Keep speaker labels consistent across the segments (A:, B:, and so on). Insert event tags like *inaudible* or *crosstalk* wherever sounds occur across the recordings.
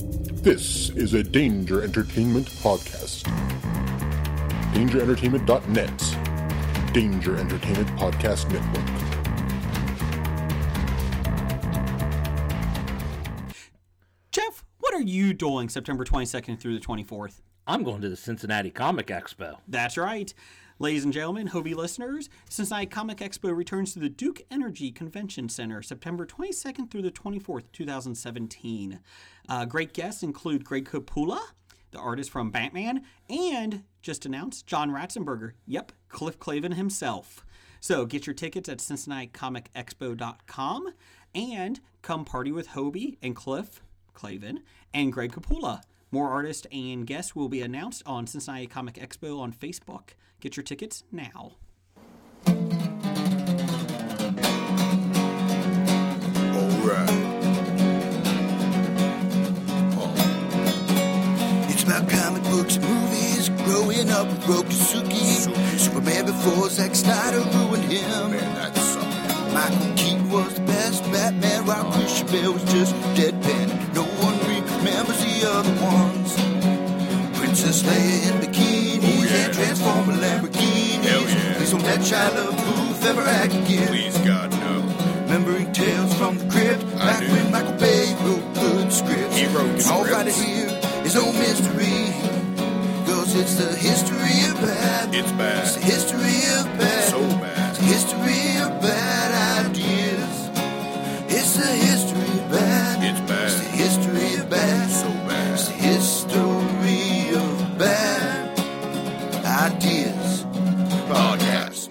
A: This is a Danger Entertainment podcast. DangerEntertainment.net. Danger Entertainment Podcast Network.
B: Jeff, what are you doing September 22nd through the 24th?
C: I'm going to the Cincinnati Comic Expo.
B: That's right. Ladies and gentlemen, Hobie listeners, Cincinnati Comic Expo returns to the Duke Energy Convention Center September 22nd through the 24th, 2017. Uh, great guests include Greg Capula, the artist from Batman, and just announced John Ratzenberger. Yep, Cliff Clavin himself. So get your tickets at CincinnatiComicExpo.com and come party with Hobie and Cliff Clavin and Greg Capula. More artists and guests will be announced on Cincinnati Comic Expo on Facebook. Get your tickets now.
D: Alright. Oh. It's about comic books and movies. Growing up with Rokusuki. Superman before Zack Snyder ruined him.
E: Man, that sucked.
D: Michael Keaton was the best Batman. Rob Christian was just deadpan. No one remembers the other ones. Princess Leia in bikinis
E: Oh, yeah.
D: and Transformer Lamborghinis.
E: Hell yeah.
D: Please don't let Shia LaBeouf ever act again.
E: Please, God, no.
D: Remembering tales from the crypt, back
E: do.
D: when Michael Bay wrote good scripts.
E: He wrote
D: And all
E: scripts.
D: right here is no mystery. Cause it's the history of bad.
E: It's bad.
D: It's the history of bad.
E: So bad.
D: It's the history of bad ideas. It's the history of bad.
E: It's bad.
D: It's the history of bad.
E: So
D: It's the
E: bad.
D: history of bad ideas.
E: Podcast.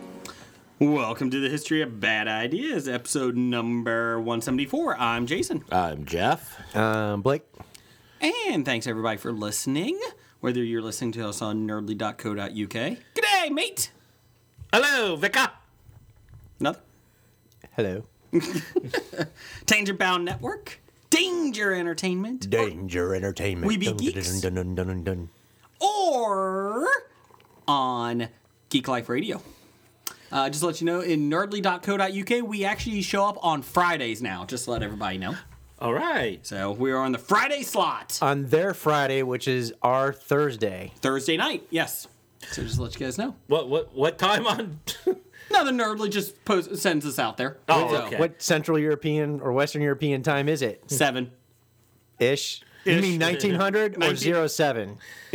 B: Welcome to the History of Bad Ideas, episode number 174. I'm Jason.
C: I'm Jeff.
F: Um, Blake,
B: And thanks everybody for listening, whether you're listening to us on nerdly.co.uk. G'day, mate!
C: Hello, Vika.
B: Another
F: hello.
B: Danger Bound Network, Danger Entertainment,
F: Danger Entertainment.
B: We be geeks. or on Geek Life Radio. Uh, just to let you know, in nerdly.co.uk, we actually show up on Fridays now, just to let everybody know.
C: All right.
B: So we are on the Friday slot,
C: Uh.
F: On their Friday, which is our Thursday.
B: Thursday night, yes. So just to let you guys know.
C: What what what time on?
B: No, the Nerdly just post- sends us out there.
C: Oh,
B: So,
C: okay.
F: What Central European or Western European time is it?
B: Seven.
F: Ish. You mean 1900 or
B: 19
F: 07?
B: In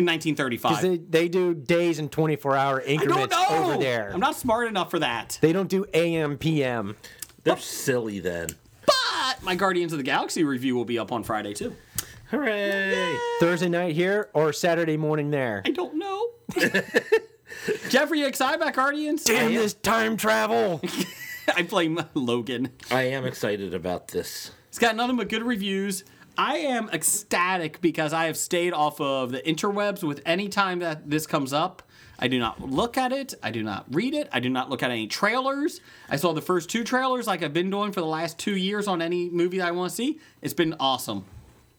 B: 1935.
F: Because they, they do days and 24 hour increments over there.
B: I'm not smart enough for that.
F: they don't do AM, PM.
C: They're silly then.
B: But my Guardians of the Galaxy review will be up on Friday too.
C: Hooray!
F: Thursday night here or Saturday morning there.
B: I don't know. Jeffrey, you excited about Guardians?
F: Damn this time travel!
B: I blame Logan.
C: I am excited about this.
B: It's got nothing but good reviews. I am ecstatic because I have stayed off of the interwebs with any time that this comes up. I do not look at it. I do not read it. I do not look at any trailers. I saw the first two trailers like I've been doing for the last two years on any movie that I want to see. It's been awesome.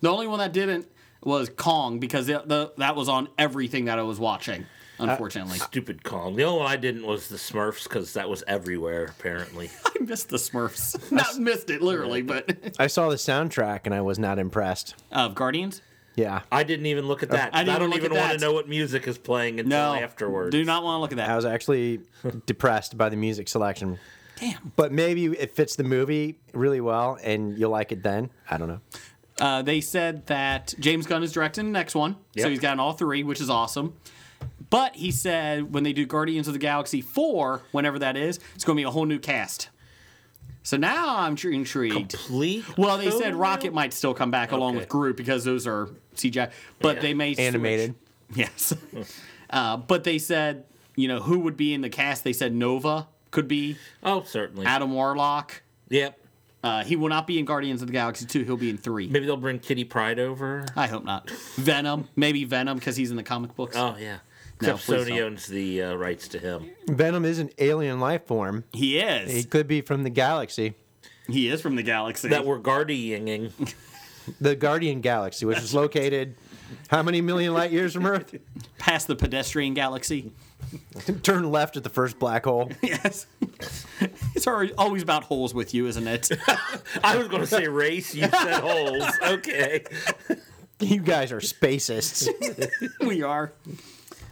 B: The only one that didn't was Kong because it, the, that was on everything that I was watching, unfortunately.
C: Stupid Kong. The only one I didn't was the Smurfs because that was everywhere apparently.
B: *laughs* I missed the Smurfs. *laughs* Not missed it, literally, but.
F: I saw the soundtrack and I was not impressed.
B: *laughs* Of Guardians?
F: Yeah.
C: I didn't even look at that.
B: I didn't
C: don't
B: look at
C: even want to
B: that.
C: know what music is playing
B: No.
C: until afterwards.
B: Do not want to look at that.
F: I was *laughs* actually depressed by the music selection.
B: Damn.
F: But maybe it fits the movie really well and you'll like it then. I don't know.
B: Uh, they said that James Gunn is directing the next one, so
C: Yep.
B: he's gotten all three, which is awesome. But he said when they do Guardians of the Galaxy four, whenever that is, it's going to be a whole new cast. So now I'm tr- intrigued.
C: Complete.
B: Well, they said
C: total-
B: Rocket might still come back along
C: Okay.
B: with Groot because those are CGI, but they may switch.
F: Animated.
B: *laughs* Yes. uh, but they said, you know, who would be in the cast? They said Nova could be
C: Oh, certainly.
B: Adam Warlock.
C: Yep.
B: Uh, he will not be in Guardians of the Galaxy 2. He'll be in 3.
C: Maybe they'll bring Kitty Pride over.
B: I hope not. Venom. Maybe Venom because he's in the comic books.
C: Oh yeah.
B: No,
C: Except
B: please
C: Sony
B: don't.
C: owns the uh, rights to him.
F: Venom is an alien life form.
B: he is.
F: It could be from the galaxy,
B: he is from the galaxy.
C: That we're guardianing.
F: the Guardian Galaxy, which *laughs* is located how many million light years from Earth?
B: Past the pedestrian galaxy.
F: Turn left at the first black hole.
B: Yes. *laughs* it's alre- always about holes *laughs* with you, isn't it? *laughs*
C: I was going to say race. You said holes. Okay.
F: *laughs* You guys are spacists.
B: we are.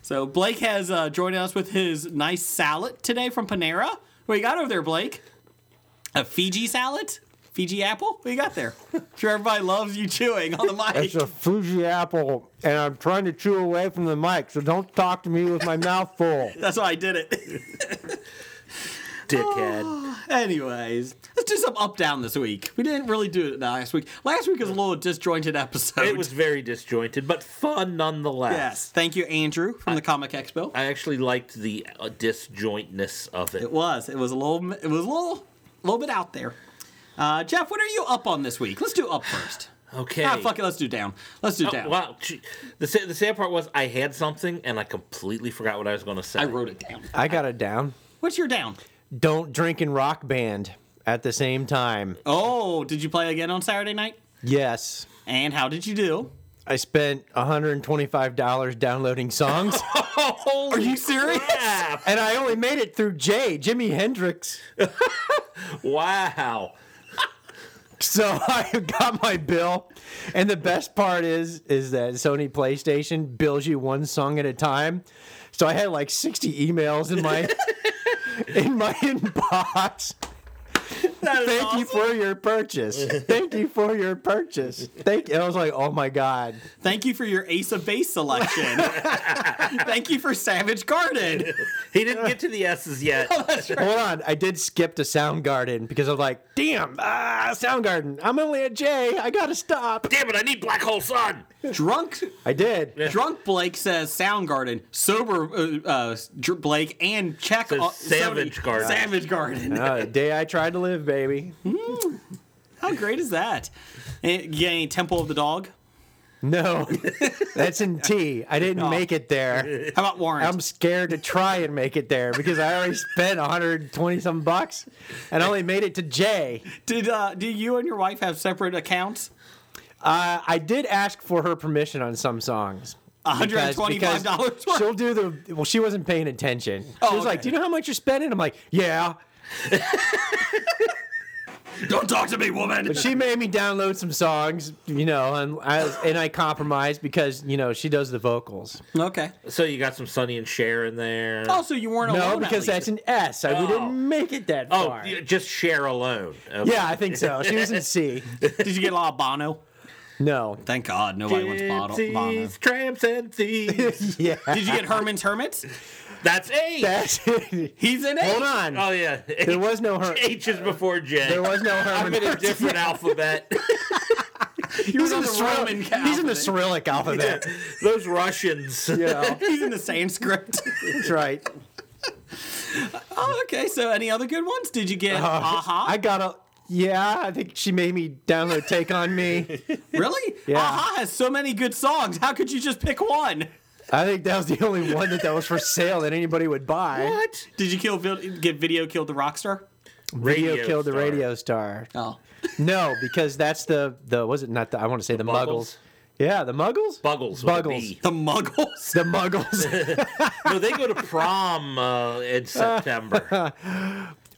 B: So Blake has uh, joined us with his nice salad today from Panera. What you got over there, Blake? A Fiji salad? Fiji apple? What you got *laughs* there? I'm sure everybody loves you chewing on the mic.
F: It's a Fuji apple, and I'm trying to chew away from the mic, so don't talk to me with my mouth full.
B: That's why I did it. *laughs*
C: Dickhead.
B: Anyways, let's do some up down this week. We didn't really do it last week. Last week was a little disjointed episode.
C: *sighs* It was very disjointed, but fun nonetheless.
B: Yes. Thank you, Andrew, from the Comic Expo.
C: I actually liked the uh, disjointness of it.
B: It was. It was a little. It was a little. A little bit out there. Uh, Jeff, what are you up on this week? Let's do up first.
C: Okay.
B: Ah, fuck it. Let's do down. Let's do down.
C: Oh, wow. gee. The, sa- the sad part was I had something and I completely forgot what I was going to say.
B: I wrote it down.
F: I got it down.
B: What's your down?
F: Don't drink and rock band at the same time.
B: Oh, did you play again on Saturday night?
F: Yes.
B: And how did you do?
F: I spent $125 downloading songs,
C: Holy
B: Are you serious?
C: crap.
F: and I only made it through Jay, Jimi Hendrix.
C: Wow.
F: So *laughs* I got my bill, and the best part is is that Sony PlayStation bills you one song at a time. So I had like sixty emails in my in my inbox.
B: That is
F: Thank
B: awesome.
F: you for your purchase. Thank you for your purchase. Thank. And I was like, oh my god.
B: *laughs* Thank you for your Ace of Base selection. *laughs* Thank you for Savage *laughs* Garden.
C: He didn't get to the
B: *laughs*
C: S's yet.
B: Oh,
F: Hold on, I did skip to Soundgarden because I was like, damn, ah, Soundgarden. I'm only at J. I gotta stop.
C: Damn it, I need Black Hole Sun.
B: Drunk,
F: I did.
B: drunk Blake says Soundgarden. Sober uh, uh, Dr- Blake and check
C: Says
B: on-
C: Savage
B: Sony-
C: Garden.
B: Savage Garden.
F: *laughs* Uh, day I tried to live, baby.
B: How great is that? Eh, You get any Temple of the Dog?
F: No, *laughs* that's in T. I didn't make it there.
B: How about Warren?
F: I'm scared to try and make it there because I already spent 120 some bucks and only made it to J.
B: Did uh, do you and your wife have separate accounts?
F: Uh, I did ask for her permission on some songs. because- because
B: $125 worth.
F: She'll do the. Well, she wasn't paying attention. She
B: Oh,
F: was like,
B: okay.
F: "Do you know how much you're spending?" I'm like, "Yeah."
B: *laughs* Don't talk to me, woman.
F: But she made me download some songs, you know, and I and I compromised because you know she does the vocals.
B: Okay.
C: So you got some Sonny and Cher in there.
B: Also, you weren't
F: No,
B: alone. at
F: because that's
B: least.
F: an S. I we didn't make it that
C: Oh,
F: far.
C: y- just Cher alone. Okay.
F: Yeah, I
B: *laughs*
F: think so. She was in C.
B: did you get a lot of Bono?
F: No.
B: Thank God, nobody wants Bono. Bono.
C: Gypsies, tramps, and thieves.
F: Yeah. *laughs*
B: Did you get Herman's Hermits?
C: That's eight.
F: That's it.
B: He's in it.
F: Hold on.
C: oh yeah.
F: There was no her.
C: H is before J.
F: There
B: *laughs*
F: was no
C: I'm
F: Herman.
C: in a
F: *laughs*
C: different alphabet.
F: He's in
B: on
F: the,
B: the Roman
F: Cyrillic. He's in the
B: alphabet.
F: Cyrillic alphabet.
C: Those Russians.
F: You know,
B: He's in the Sanskrit.
F: that's right.
B: *laughs* oh, okay. So, any other good ones? Did you get
F: Uh,
B: Aha?
F: I got a. Yeah, I think she made me download "Take
C: *laughs*
F: on Me."
B: really?
F: Yeah.
B: Aha has so many good songs. How could you just pick one?
F: I think that was the only one that, that was for sale that anybody would buy.
C: What?
B: Did you kill get video killed the rock star?
F: Radio,
C: Radio
F: killed the
C: Star.
F: radio star.
B: Oh,
F: No, because that's the the was it not the I want to say the, Muggles.
C: Buggles?
F: Yeah, the Muggles.
C: Buggles. with a
F: Buggles.
C: B.
B: the Muggles.
F: The
C: *laughs*
F: Muggles.
C: No, they go to prom uh, in
F: *laughs*
C: September.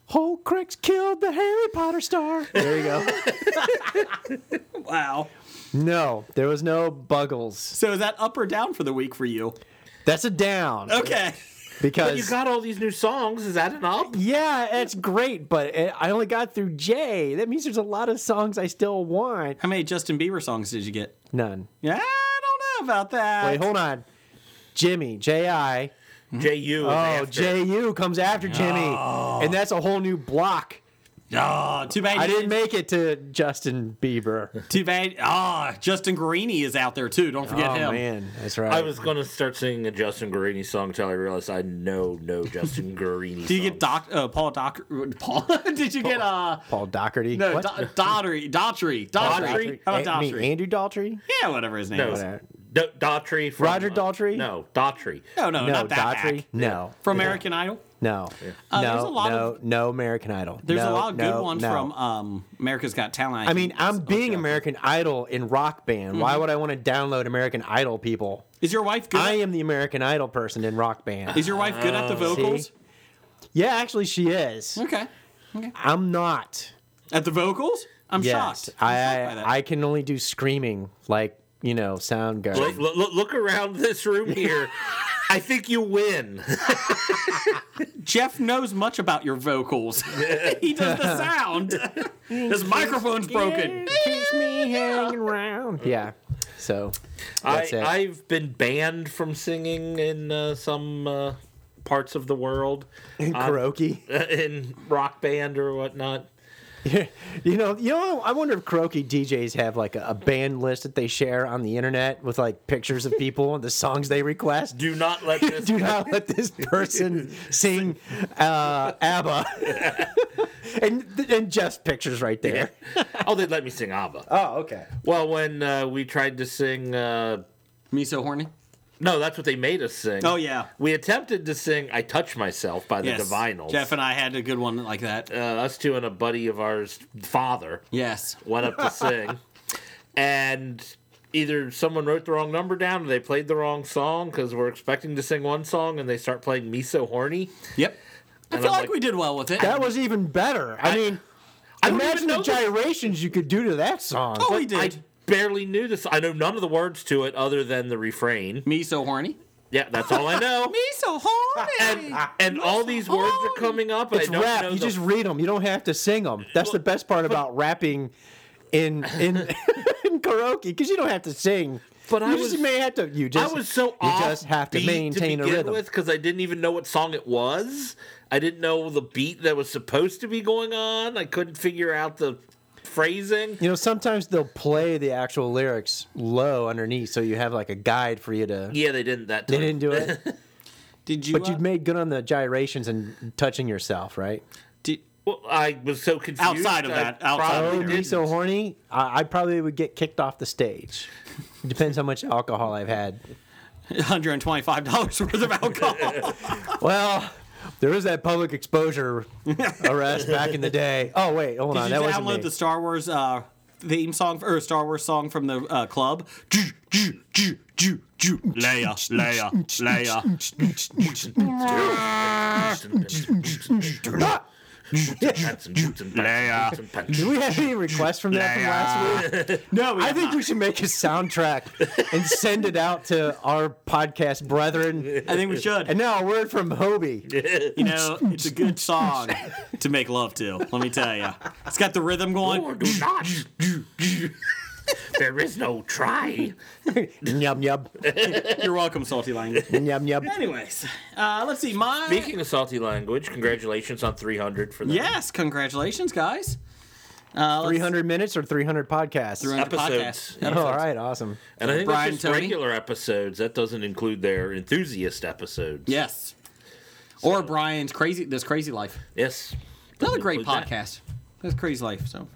F: Whole Cricks killed the Harry Potter star. There you go.
B: *laughs* Wow.
F: No, there was no Buggles.
B: So, is that up or down for the week for you?
F: That's a down.
B: Okay.
F: Because
C: But you got all these new songs. Is that an up?
F: yeah, that's great, but it, I only got through J. That means there's a lot of songs I still want.
B: How many Justin Bieber songs did you get?
F: None.
B: Yeah, I don't know about that.
F: Wait, hold on. Jimmy, J I.
C: J U.
F: Oh, J U comes after Jimmy, and that's a whole new block.
B: Oh, too bad.
F: I
B: you
F: didn't make it to Justin Bieber.
B: Too bad. Ah, Justin Guarini is out there too. Don't forget
F: oh
B: him.
F: man, that's right.
C: I was gonna start singing a Justin Guarini song until I realized I know no
F: *laughs*
C: Justin Guarini.
B: Did you
F: Oh.
B: get Doc? Uh, Paul Doc? Paul? *laughs* did you get uh?
F: Paul Doherty.
B: No,
F: What?
B: Do- Daughtry. Daughtry. Daughtry.
C: Daughtry?
B: How about
F: I mean,
B: Daughtry?
F: Andrew Daughtry.
B: Yeah, whatever his name
C: No.
B: is.
F: Uh,
C: D- Daughtry? From, uh,
F: Roger Daughtry?
C: no, Daughtry.
B: No, no,
F: No,
B: not that
F: Daughtry.
B: back.
F: No,
B: From American Idol.
F: no,
B: Uh, there's a
F: no,
B: lot
F: no,
B: of-
F: no. American Idol.
B: There's
F: No,
B: a lot of
F: no,
B: good ones
F: no.
B: from uh, um, America's Got Talent.
F: I mean,
B: think.
F: I'm being American Idol in Rock Band. Why
B: Mm-hmm.
F: would I want to download American Idol people?
B: is your wife good?
F: I am the American Idol person in Rock Band.
B: is your wife good at
C: Uh,
B: the vocals?
F: See? Yeah, actually, she is.
B: Okay,
F: I'm not.
B: at the vocals. I'm
F: Yes,
B: shocked. I'm shocked by
F: I
B: that.
F: I can only do screaming like you know, Soundgarden.
C: Look, look, look around this room
F: *laughs*
C: here. I think you win.
B: Jeff knows much about your
C: *laughs*
B: vocals. *laughs* he does the sound. His microphone's broken.
F: Keeps me hanging around. Yeah. So
C: I,
F: That's it.
C: I've been banned from singing in uh, some uh, parts of the world Uh,
F: Kroki.
B: *laughs*
C: *laughs* in rock band or whatnot.
F: You know, you know. I wonder if karaoke DJs have like a, a band list that they share on the internet with like pictures of people and the songs they request.
C: Do not let this.
F: *laughs* Do not let
B: *laughs*
F: this person sing uh, ABBA.
B: *laughs*
F: and and Jeff's pictures right there.
C: oh, they let me sing ABBA.
F: Oh, okay.
C: Well, when uh, we tried to sing, uh,
B: Me so horny.
C: no, that's what they made us sing.
B: Oh, yeah.
C: we attempted to sing "I Touch Myself" by the Divinals.
B: Jeff and I had a good one like that.
C: uh, us two and a buddy of ours, father,
B: Yes.
C: went up to sing, and either someone wrote the wrong number down or they played the wrong song because we're expecting to sing one song and they start playing "Me So Horny."
B: Yep. I
C: And
B: feel
C: I'm
B: like,
C: like-
B: we did well with it.
F: That was even better. I, mean,
C: I don't
F: imagine
C: even
F: the
C: know this-
F: gyrations you could do to that song.
B: oh, we did.
C: I barely knew this. I know none of the words to it other than the refrain.
B: Me so horny.
C: Yeah, that's all I
F: *laughs*
C: know.
B: Me so horny.
C: and and all these words are coming up. And
F: It's
C: I don't
F: rap.
C: know
F: You
C: the
F: just read them. You don't have to sing them. That's the best part about rapping in
C: *laughs*
F: in *laughs* in karaoke because you don't have to sing.
C: But
F: you
C: I
F: just
C: was-
F: may have to. You just
C: I was so
F: you just have to
C: offbeat
F: maintain a
C: begin
F: rhythm.
C: with because I didn't even know what song it was. I didn't know the beat that was supposed to be going on. I couldn't figure out the phrasing.
F: You know, sometimes they'll play the actual lyrics low underneath, so you have like a guide for you to.
C: Yeah, they didn't that time.
F: They didn't do it,
C: *laughs*
B: Did you?
F: but
B: uh,
F: you made good on the gyrations and touching yourself, right?
B: did- *laughs*
C: Well, I was so confused.
B: Outside of
C: I
B: that, outside of
C: probably
B: the
F: I'd be
C: didn't.
F: Oh, so horny. I, I probably would get kicked off the stage. It depends how much alcohol I've had.
B: $125 worth of alcohol.
F: Well, there was that
B: *laughs*
F: public exposure arrest back in the day. Oh wait, hold
B: Did
F: on,
B: you
F: that wasn't me.
B: download the Star Wars uh, theme song or Star Wars song from the uh, club? Leia, Leia, Leia.
F: Ah!
B: uh,
F: *laughs* Did we have any requests from that from last week?
B: *laughs* No, we
F: I
B: have
F: think
B: not.
F: we should make a soundtrack and send it out to our podcast brethren.
B: I think we should.
F: And now a word from
B: *laughs*
F: Hobie.
B: You know, it's a good song to make love to. Let me tell you, it's got the rhythm
C: Or
B: going.
C: do not. there is no try.
F: Yum yum
B: You're welcome, salty language.
F: yum yum.
B: Anyways, uh, let's see. My
C: Speaking of salty language, congratulations on 300 for that.
B: yes, congratulations, guys. Uh,
F: Three
B: let's-
F: hundred minutes or three hundred podcasts.
B: Three hundred
C: Episodes.
B: podcasts.
F: All right, awesome.
C: And I think
B: Brian,
C: that's just
B: Tony?
C: regular episodes. That doesn't include their enthusiast episodes.
B: Yes. Or Brian's crazy. This crazy life.
C: Yes.
B: Another
C: Doesn't
B: great
C: include that.
B: podcast. That's crazy life. So,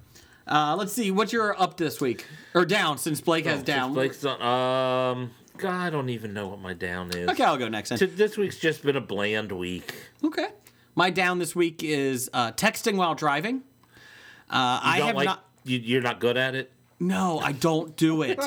B: uh, let's see what you're up this week or down since Blake has
C: Oh, Since
B: down.
C: Blake's on, um, God, I don't even know what my down is.
B: Okay, I'll go next. Then.
C: T- This week's just been a bland week.
B: Okay. My down this week is uh, texting while driving. Uh, I
C: You don't
B: have
C: like,
B: not.
C: You, you're not good at it.
B: No, I don't do
C: *laughs*
B: it.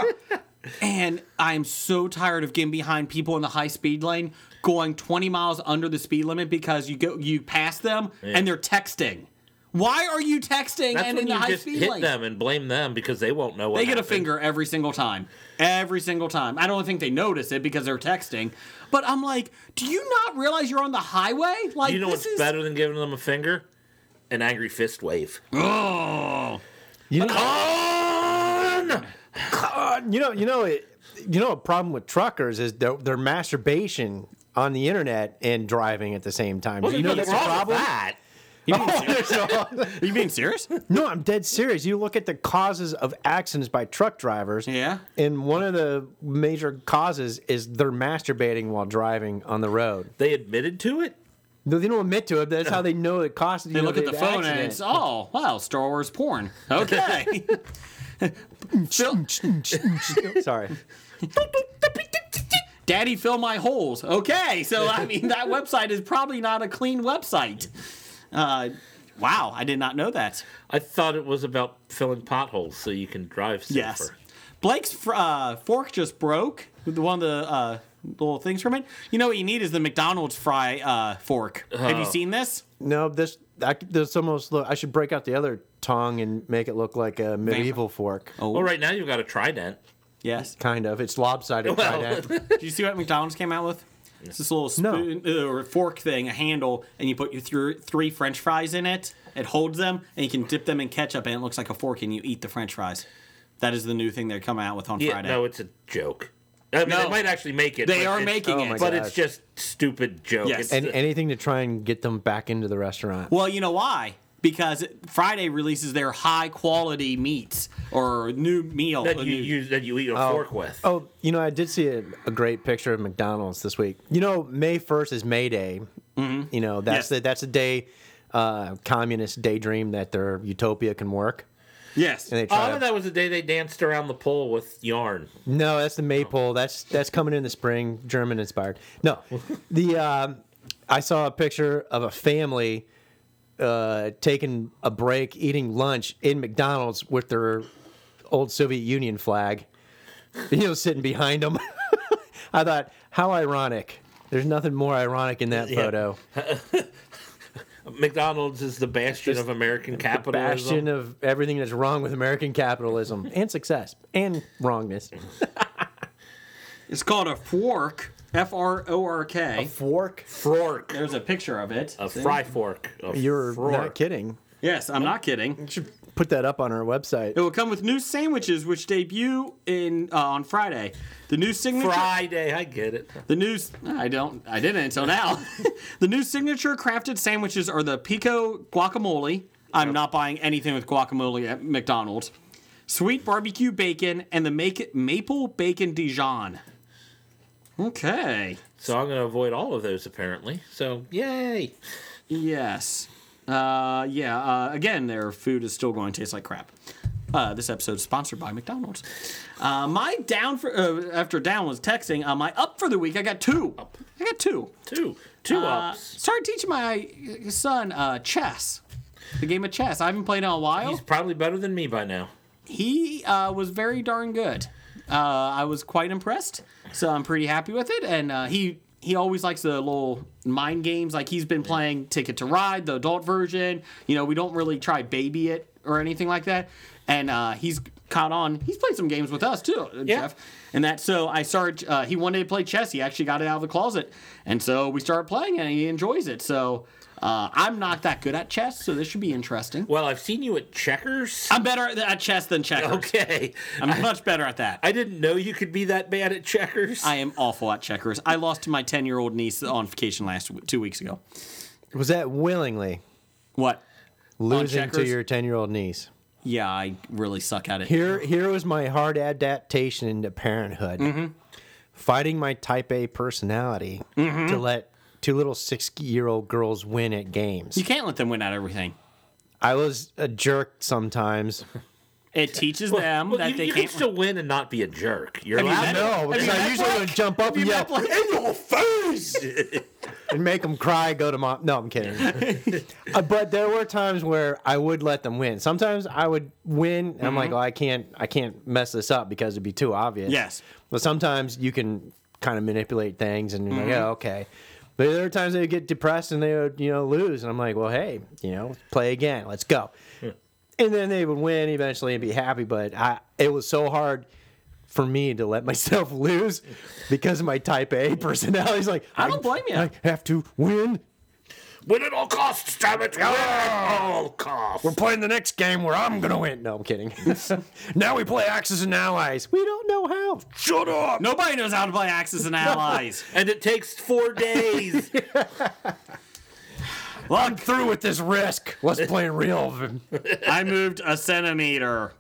B: and I'm so tired of getting behind people in the high speed lane going 20 miles under the speed limit because you go you pass them and they're texting. Why are you texting
C: That's
B: and
C: when
B: in the
C: you
B: high
C: just
B: speed
C: hit
B: lane?
C: them and blame them because they won't know what
B: They get a
C: happened.
B: finger every single time. Every single time. I don't think they notice it because they're texting. But I'm like, do you not realize you're on the highway? Like
C: You know
B: this
C: what's
B: is
C: better than giving them a finger? An angry fist wave.
B: *gasps* Oh.
F: You know,
C: On!
F: Uh, you know, you know, it, you know, a problem with truckers is their, their masturbation on the internet and driving at the same time. you know,
C: Nothing
F: that's a
C: wrong with
F: problem.
C: that.
B: Are you being
C: *laughs*
B: serious?
F: *laughs* No, I'm dead serious. You look at the causes of accidents by truck drivers.
B: Yeah.
F: And one of the major causes is they're masturbating while driving on the road.
C: They admitted to it?
F: No, they don't admit to it, but that's how they know it costs.
B: They look at the phone and it's oh wow, Star Wars porn.
C: *laughs*
B: Okay. Fill- *laughs*
F: it's *laughs* sorry.
B: Daddy fill my holes. Okay, so
C: *laughs*
B: I mean that website is probably not a clean website. Uh, wow, I did not know that.
C: I thought it was about filling potholes so you can drive safer.
B: Yes, Blake's fr- uh, fork just broke. The One of the uh, little things from it. You know what you need is the McDonald's fry uh, fork. Have you
C: Oh.
B: seen this?
F: No, this I, this almost look. I should break out the other tongue and make it look like a medieval fork.
C: Well, right now you've got a trident. *laughs*
B: Yes.
F: Kind of. It's lopsided.
C: Well. *laughs*
F: kind of.
B: Do you see what McDonald's came out with? It's this little spoon uh, or fork thing, a handle, and you put your thr- three French fries in it. It holds them, and you can dip them in ketchup, and it looks like a fork, and you eat the French fries. That is the new thing they're coming out with on
C: Yeah,
B: Friday.
C: no, it's a joke. I mean,
B: No.
C: they might actually make it.
B: they
C: but
B: are
C: it's-
B: making
F: oh
B: it.
F: my
C: but
F: God.
C: it's just stupid joke.
B: Yes.
C: It's
F: and
C: the-
F: anything to try and get them back into the restaurant.
B: Well, you know why? Because Friday releases their high quality meats or new meal.
C: that
B: a
C: you
B: new-
C: use that you eat a fork with.
F: Oh, you know, I did see a, a great picture of McDonald's this week. You know, May first is May Day.
C: Mm-hmm.
F: You know, that's
B: Yes.
F: the that's the day uh, communists daydream that their utopia can work.
B: yes.
F: And they
C: Oh,
F: try
C: I
F: to,
C: thought that was the day they danced around the pole with yarn.
F: No,
C: Oh.
F: that's the maypole. That's that's coming in the spring, German inspired. No, the um, I saw a picture of a family uh, taking a break, eating lunch in McDonald's with their old Soviet Union flag, you know, sitting behind them. *laughs* I thought, how ironic. There's nothing more ironic in that photo.
C: McDonald's is the bastion of American capitalism.
F: Bastion of everything that's wrong with American capitalism and success and wrongness.
B: It's called a fork. F R O R K.
F: Fork.
C: fork.
B: There's a picture of it.
C: A fry fork. A
F: You're
C: fork.
F: not kidding.
B: Yes, I'm not kidding.
F: Put that up on our website.
B: It will come with new sandwiches, which debut in uh, on Friday. The new signature.
C: Friday, I get it.
B: The new. I don't. I didn't until now. *laughs* the new signature crafted sandwiches are the pico guacamole. I'm not buying anything with guacamole at McDonald's. Sweet barbecue bacon and the make maple bacon Dijon. Okay.
C: So I'm going to avoid all of those apparently. So yay!
B: Yes. Uh, yeah. Uh, again, their food is still going to taste like crap. Uh, this episode's sponsored by McDonald's. Uh, my down for uh, after down was texting. Uh, my up for the week. I got two. I got two.
C: Two, two
B: Uh,
C: ups.
B: started teaching my uh, son uh, chess, the game of chess. I haven't played in a while.
C: He's probably better than me by now.
B: He uh, was very darn good. Uh, I was quite impressed, so I'm pretty happy with it. And uh, he he always likes the little mind games. Like he's been playing Ticket to Ride, the adult version. You know, we don't really try baby it or anything like that. And uh, he's caught on. He's played some games with us too, uh,
C: Yeah.
B: Jeff. And that so I started. Uh, he wanted to play chess. He actually got it out of the closet, and so we started playing, and he enjoys it. So uh, I'm not that good at chess, so this should be interesting.
C: Well, I've seen you at Checkers. *laughs*
B: I'm better at chess than checkers.
C: Okay,
B: I'm much better at that.
C: I didn't know you could be that bad at Checkers.
B: I am awful at checkers. I lost to my ten-year-old niece on vacation last two weeks ago.
F: Was that willingly
B: What?
F: losing to
B: checkers?
F: your ten year old niece?
B: Yeah, I really suck at it.
F: Here, here was my hard adaptation into parenthood, fighting my Type A personality to let two little six year old girls win at games.
B: You can't let them win at everything.
F: I was a jerk sometimes.
B: It teaches them
C: well,
B: that
C: you,
B: they
C: you
B: can't.
C: can still win and not be a jerk. You're
B: you
C: allowed
B: met-
C: to-
F: No, because
B: you
F: I
B: met
F: usually
B: Blake?
F: would jump up and yell
B: in
C: *laughs*
B: your face.
F: and make them cry, go to mom. No, I'm kidding. Uh, but there were times where I would let them win. Sometimes I would win, and I'm like, oh, I can't, I can't mess this up because it'd be too obvious.
B: Yes.
F: But sometimes you can kind of manipulate things, and you're like, yeah, okay. But there are times they would get depressed and they would, you know, lose, and I'm like, well, hey, you know, play again, let's go. And then they would win eventually and be happy, but I, it was so hard. For me to let myself *laughs* lose because of my type A personality is like
B: I don't blame you.
F: I have to win
C: Win at all costs, damn it! Win at all costs.
F: We're playing the next game where I'm gonna win. No, I'm kidding. *laughs* now we play Axis and Allies. We don't know how.
C: Shut up!
B: Nobody knows how to play Axis and
F: *laughs*
B: Allies.
C: And it takes *laughs* four days.
F: I'm through with this risk. *laughs* Let's play real.
B: I moved a
F: *laughs*
B: centimeter.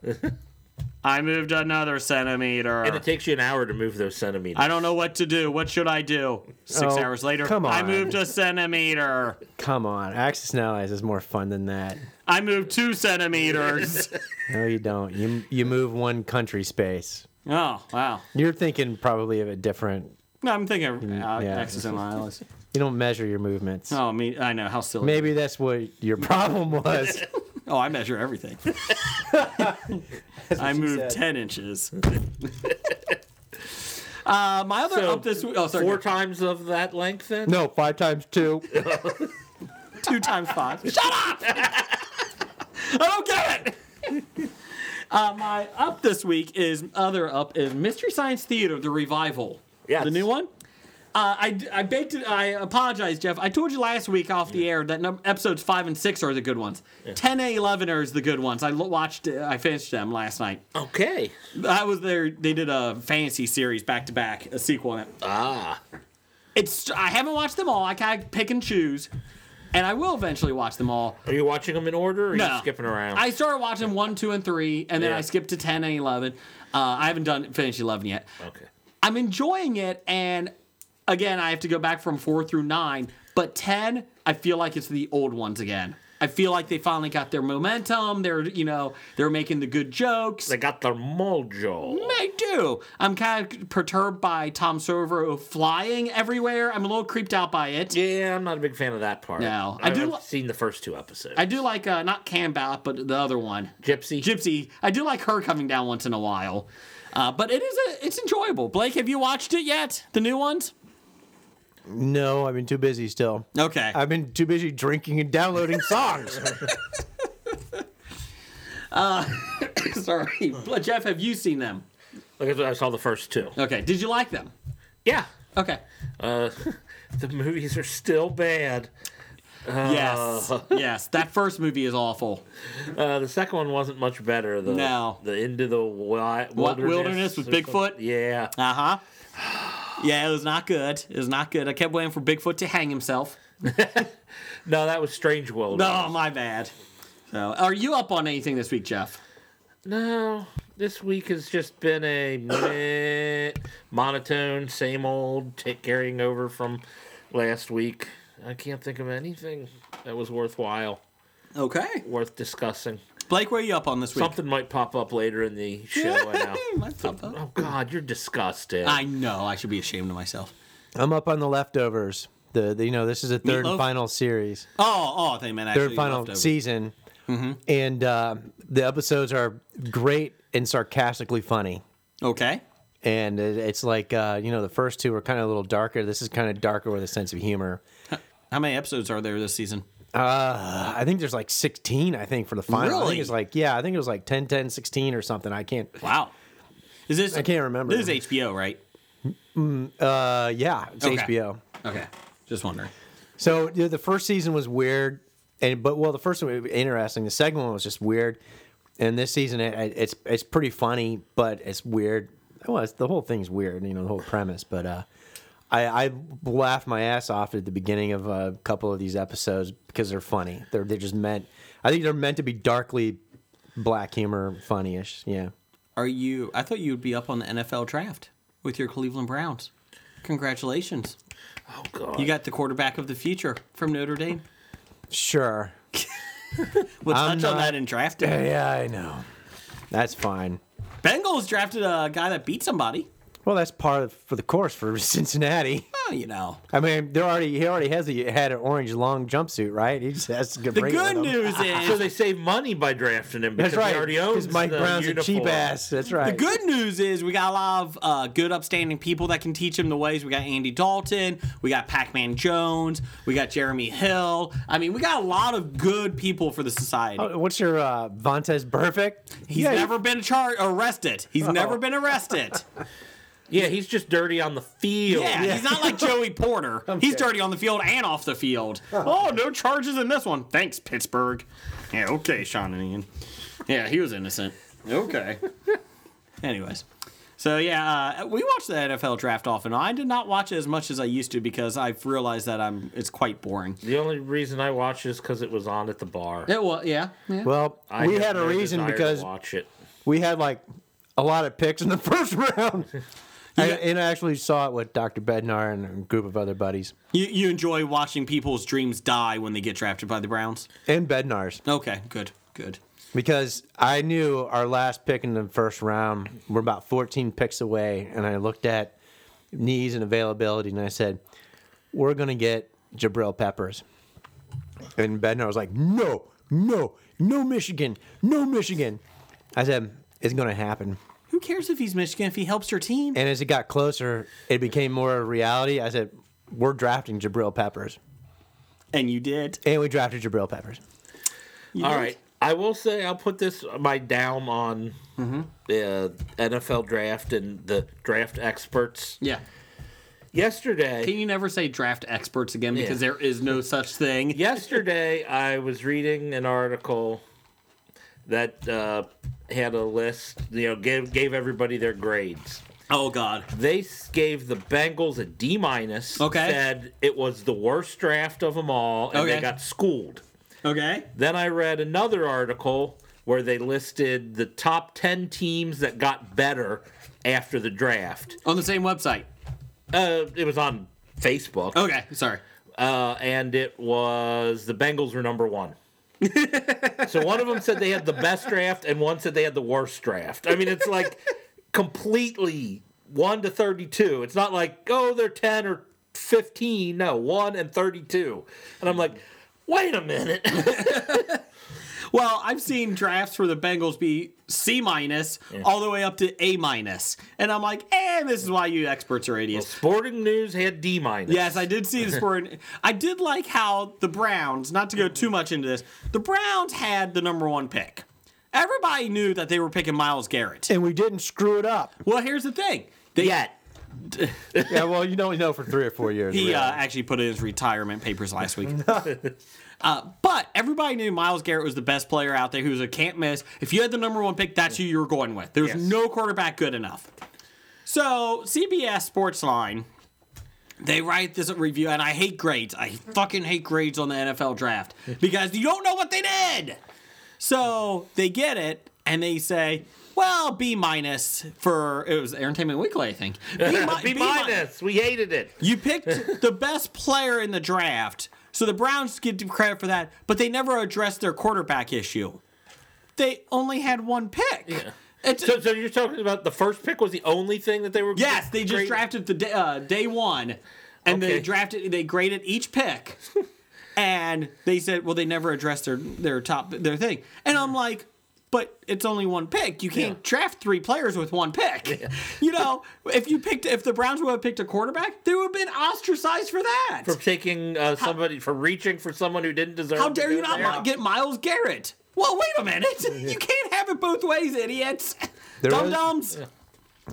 B: I moved another centimeter.
C: and it takes you an hour to move those centimeters.
B: I don't know what to do. What should I do? Six
F: Oh,
B: hours later,
F: come
B: I
F: on.
B: moved a centimeter.
F: Come on, Axis and Allies is more fun than that.
B: I moved two
F: *laughs*
B: centimeters.
F: No, you don't. You you move one country space.
B: oh wow!
F: You're thinking probably of a different.
B: No, I'm thinking of uh,
F: Mm, yeah.
B: Axis and Allies.
F: You don't measure your movements.
B: Oh, I mean, I know how silly.
F: Maybe that's what your *laughs* problem was.
B: Oh, I measure everything.
F: *laughs*
B: *laughs* I moved
F: said.
B: ten
F: *laughs*
B: inches. uh, my other
C: So,
B: up this week. Oh, sorry,
C: Four times of that length, then.
F: *laughs* no, five times two.
B: two times five. Shut up! I don't get it. Uh, my up this week is other up is Mystery Science Theater the revival.
C: Yes.
B: the new one. Uh, I, d- I baked it. I apologize, Jeff. I told you last week off the air that num- episodes five and six are the good ones. Ten and eleven are the good ones. I l- watched. uh, I finished them last night.
C: Okay.
B: I was there. They did a fantasy series back to back, a sequel in it.
C: Ah.
B: It's. I haven't watched them all. I kind of pick and choose, and I will eventually watch them all.
C: Are you watching them in order or are
B: No.
C: you skipping around?
B: I started watching one, two, and three, and then
C: Yeah.
B: I skipped to ten and eleven. Uh, I haven't done finished eleven yet.
C: okay.
B: I'm enjoying it, and again, I have to go back from four through nine. But ten, I feel like it's the old ones again. I feel like they finally got their momentum. They're you know they're making the good jokes.
C: They got their mojo.
B: I do. I'm kind of perturbed by Tom Servo flying everywhere. I'm a little creeped out by it.
C: Yeah, I'm not a big fan of that part.
B: No. I
C: I,
B: do
C: have
B: li-
C: seen the first two episodes.
B: I do like uh, not Cambat, but the other one.
C: Gypsy.
B: Gypsy. I do like her coming down once in a while. Uh, but it is a, it's enjoyable. Blake, have you watched it yet? The new ones?
F: No, I've been too busy still.
B: Okay.
F: I've been too busy drinking and downloading songs.
B: *laughs*
F: *laughs*
B: Sorry. But Jeff, have you seen them?
C: Like I said, I saw the first two.
B: Okay. Did you like them?
C: Yeah.
B: Okay.
C: Uh, the movies are still bad.
B: Uh. Yes. yes. That first movie is awful.
C: Uh, the second one wasn't much better. The,
B: No.
C: The end of the wi-
B: What,
C: wilderness.
B: Wilderness with
C: or something.
B: Bigfoot?
C: Yeah.
B: Uh huh. Yeah, it was not good. It was not good. I kept waiting for Bigfoot to hang himself.
C: No, that was Strange Wilderness.
B: Oh, my bad. So, are you up on anything this week, Jeff?
C: No. This week has just been a meh, monotone, same old, t- carrying over from last week. I can't think of anything that was worthwhile,
B: Okay.
C: worth discussing.
B: Blake, where are you up on this week?
C: Something might pop up later in the show. I
B: *laughs*
F: *laughs*
C: know.
B: Might pop up.
C: Oh God, you're disgusted.
B: I know. I should be ashamed of myself.
F: I'm up on the leftovers. The, the you know this is the third
B: Meatloaf?
F: and final series,
B: Oh, oh, I think man, actually
F: third and final
B: leftovers.
F: season, and uh, the episodes are great and sarcastically funny.
B: Okay.
F: and it, it's like uh, you know the first two were kind of a little darker. This is kind of darker with a sense of humor.
B: How many episodes are there this season?
F: Uh, I think there's like 16. I think for the final. I
B: Really?
F: think it's like yeah, I think it was like 10, 10, 16 or something. I can't.
B: Wow. Is this?
F: I can't remember.
B: This is HBO, right?
F: Uh, yeah, it's
B: Okay.
F: HBO.
B: Okay. Just wondering.
F: So you know, the first season was weird, and but well, the first one was interesting. The second one was just weird, and this season it, it- it's it's pretty funny, but it's weird. Well, it's, the whole thing's weird, you know, the whole premise. But uh, I, I laughed my ass off at the beginning of a couple of these episodes because they're funny. They're they're just meant. I think they're meant to be darkly black humor, funny-ish. Yeah.
B: Are you? I thought you would be up on the NFL draft with your Cleveland Browns. Congratulations.
C: oh God.
B: You got the quarterback of the future from Notre Dame.
F: Sure.
B: We'll
F: I'm
B: touch on
F: not-
B: that in draft. day.
F: Yeah, I know. That's fine.
B: Bengals drafted a guy that beat somebody.
F: Well, that's part of for the course for *laughs* Cincinnati.
B: Oh, you know.
F: I mean, they're already he already has a, had an orange long jumpsuit, right? He just has to get
B: The
F: bring it
B: good
F: with him. *laughs*
B: news
C: So
B: is
C: they save money by drafting him because
F: That's right.
C: he already owns
F: Because Mike
C: the
F: Brown's a
C: uniform.
F: cheap ass. That's right.
B: The good news is we got a lot of uh, good, upstanding people that can teach him the ways. We got Andy Dalton, we got Pac-Man Jones, we got Jeremy Hill. I mean, we got a lot of good people for the society.
F: Uh, What's your uh, Vontez perfect?
B: He's never been char- arrested. He's never been arrested.
C: Yeah, he's just dirty on the field.
B: Yeah, he's not *laughs* like Joey Porter. He's dirty on the field and off the field. Oh, no charges in this one. Thanks, Pittsburgh. Yeah, okay, Sean and Ian. Yeah, he was innocent. *laughs* Okay. Anyways. So, yeah, uh, we watched the NFL draft off and on. I did not watch it as much as I used to because I've realized that I'm it's quite boring.
C: The only reason I watch is because it was on at the bar.
B: It was, yeah. yeah.
F: Well,
C: I
F: we
C: have
F: had a
C: no
F: reason
C: desire to
F: because
C: watch it.
F: we had like a lot of picks in the *laughs* first
B: *laughs*
F: round. I,
B: got-
F: and I actually saw it with Dr. Bednar and a group of other buddies.
B: You, you enjoy watching people's dreams die when they get drafted by the Browns?
F: And Bednar's.
B: Okay, good, good.
F: Because I knew our last pick in the first round, we're about 14 picks away, and I looked at knees and availability, and I said, "We're gonna get Jabril Peppers." And Bednar was like, "No, no, no, Michigan, no Michigan." I said, "It's gonna happen."
B: Who cares if he's Michigan if he helps your team?
F: And as it got closer, it became more a reality. I said, "We're drafting Jabril Peppers,"
B: And you did.
F: and we drafted Jabril Peppers.
B: You
C: All
B: did.
C: right. I will say I'll put this uh, my down on
B: Mm-hmm.
C: the uh, NFL draft and the draft experts.
B: Yeah.
C: Yesterday,
B: Can you never say draft experts again because
C: Yeah.
B: there is no such thing?
C: yesterday I was reading an article that uh, had a list. You know, gave gave everybody their grades.
B: Oh God.
C: They s- gave the Bengals a D minus.
B: Okay.
C: Said it was the worst draft of them all, and
B: Okay.
C: they got schooled.
B: Okay.
C: Then I read another article where they listed the top 10 teams that got better after the draft.
B: On the same website.
C: Uh, it was on Facebook.
B: Okay. Sorry.
C: Uh, and it was the Bengals were number one. *laughs* so one of them said they had the best draft, and one said they had the worst draft. I mean, it's like *laughs* completely one to 32. It's not like, oh, they're 10 or 15. No, one and 32. And I'm like, wait a minute. *laughs*
B: Well, I've seen drafts where the Bengals be C minus all the way up to A minus, and I'm like, eh, this is why you experts are idiots.
C: Sporting News had D minus.
B: Yes, I did see *laughs* this for an. I did like how the Browns, not to go too much into this, the Browns had the number one pick. Everybody knew that they were picking Miles Garrett.
F: And we didn't screw it up.
B: Well, here's the thing. They,
C: yet.
F: Yeah, well, you don't know for three or four years.
B: He
F: really.
B: uh, actually put in his retirement papers last week.
C: *laughs*
B: uh, but everybody knew Miles Garrett was the best player out there. He was a can't miss. If you had the number one pick, that's who you were going with. There was
C: Yes.
B: no quarterback good enough. So CBS Sportsline, they write this review, and I hate grades. I fucking hate grades on the NFL
C: *laughs*
B: draft because you don't know what they did. So they get it and they say, well, B minus for it was Entertainment Weekly, I
C: *laughs*
B: think. B, mi-
C: B
B: B mi-
C: minus. We hated it.
B: you picked the best player in the draft, so the Browns get credit for that, but they never addressed their quarterback issue. They only had one pick. It's-
C: So, so you're talking about the first pick was the only thing that they were.
B: yes, they just
C: great-
B: drafted the day, uh, day one, and they
C: Okay.
B: drafted they graded each pick, and they said, well, they never addressed their their top their thing, and I'm like. But it's only one pick. You can't draft three players with one pick. You know, if you picked, if the Browns would have picked a quarterback, they would have been ostracized for that.
C: for taking uh, somebody for reaching for someone who didn't deserve.
B: How
C: to
B: dare
C: go
B: you not
C: there.
B: mi- get Miles Garrett? Well, wait a minute. *laughs* You can't have it both ways, idiots.
F: There
B: Dum
F: is-
B: dums.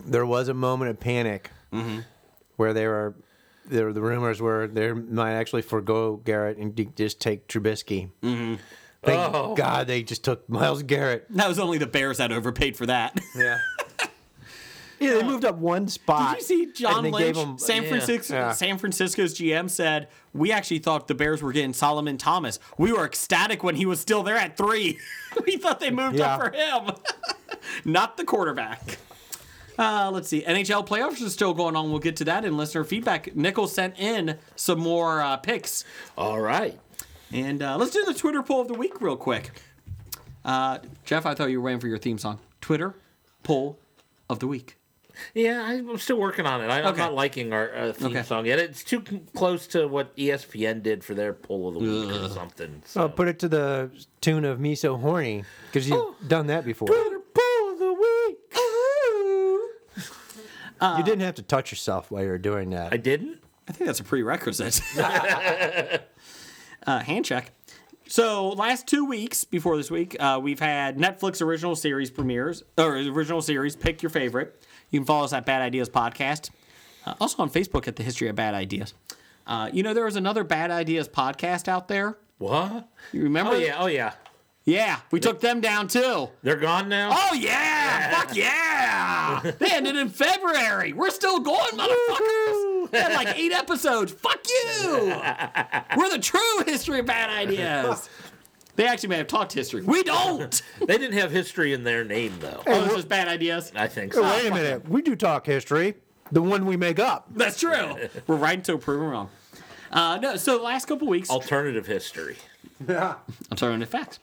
F: there was a moment of panic where they were. There, the rumors were they might actually forego Garrett and de- just take Trubisky. Mm-hmm. Thank
C: Oh.
F: God they just took
B: *laughs*
F: Miles Garrett.
B: That was only the Bears that overpaid for that.
F: Yeah. yeah, they moved up one
B: *laughs*
F: spot.
B: Did you see John
F: and they
B: Lynch?
F: gave him-
B: San,
C: yeah.
B: Francisco,
F: Yeah.
B: San Francisco's GM said, We actually thought the Bears were getting Solomon Thomas. We were ecstatic when he was still there at three. *laughs* we thought they moved up
F: Yeah.
B: for him, *laughs* not the quarterback. Uh, let's see. NHL playoffs are still going on. We'll get to that in listener feedback. Nichols sent in some more uh, picks.
C: All right.
B: And uh, let's do the Twitter poll of the week real quick. Uh, Jeff, I thought you were waiting for your theme song. Twitter poll of the week.
C: Yeah, I'm still working on it. I, I'm
B: Okay.
C: not liking our uh, theme
B: Okay.
C: song yet. It's too c- close to what E ESPN did for their poll of the week or something.
B: Oh.
C: So.
F: I'll Oh, put it to the tune of "Me So Horny" because you've done that before.
C: poll of the
F: *laughs*
C: week.
F: you didn't have to touch yourself while you were doing that.
C: I didn't.
B: I think that's a prerequisite. *laughs* uh, hand check. So, last two weeks before this week, uh, we've had Netflix original series premieres, or original series, pick your favorite. You can follow us at Bad Ideas Podcast. Uh, also on Facebook at The History of Bad Ideas. Uh, you know, there was another Bad Ideas podcast out there.
C: What?
B: You remember?
C: Oh yeah. Oh yeah.
B: Yeah, we took them down too.
C: They're gone now.
B: Oh yeah! Fuck *laughs* yeah! they ended in February. We're still going, motherfuckers. We had like eight episodes. Fuck *laughs* you! We're the true history of bad ideas. They actually may have talked history. We don't.
C: They didn't have history in their name though.
B: *laughs* Oh, it's just bad ideas.
C: I think
F: Oh,
C: so.
F: wait a minute, we do talk history, the one we make up.
B: *laughs* That's true. We're right until proven wrong. Uh, no, so the last couple weeks,
C: Alternative history.
B: alternative facts.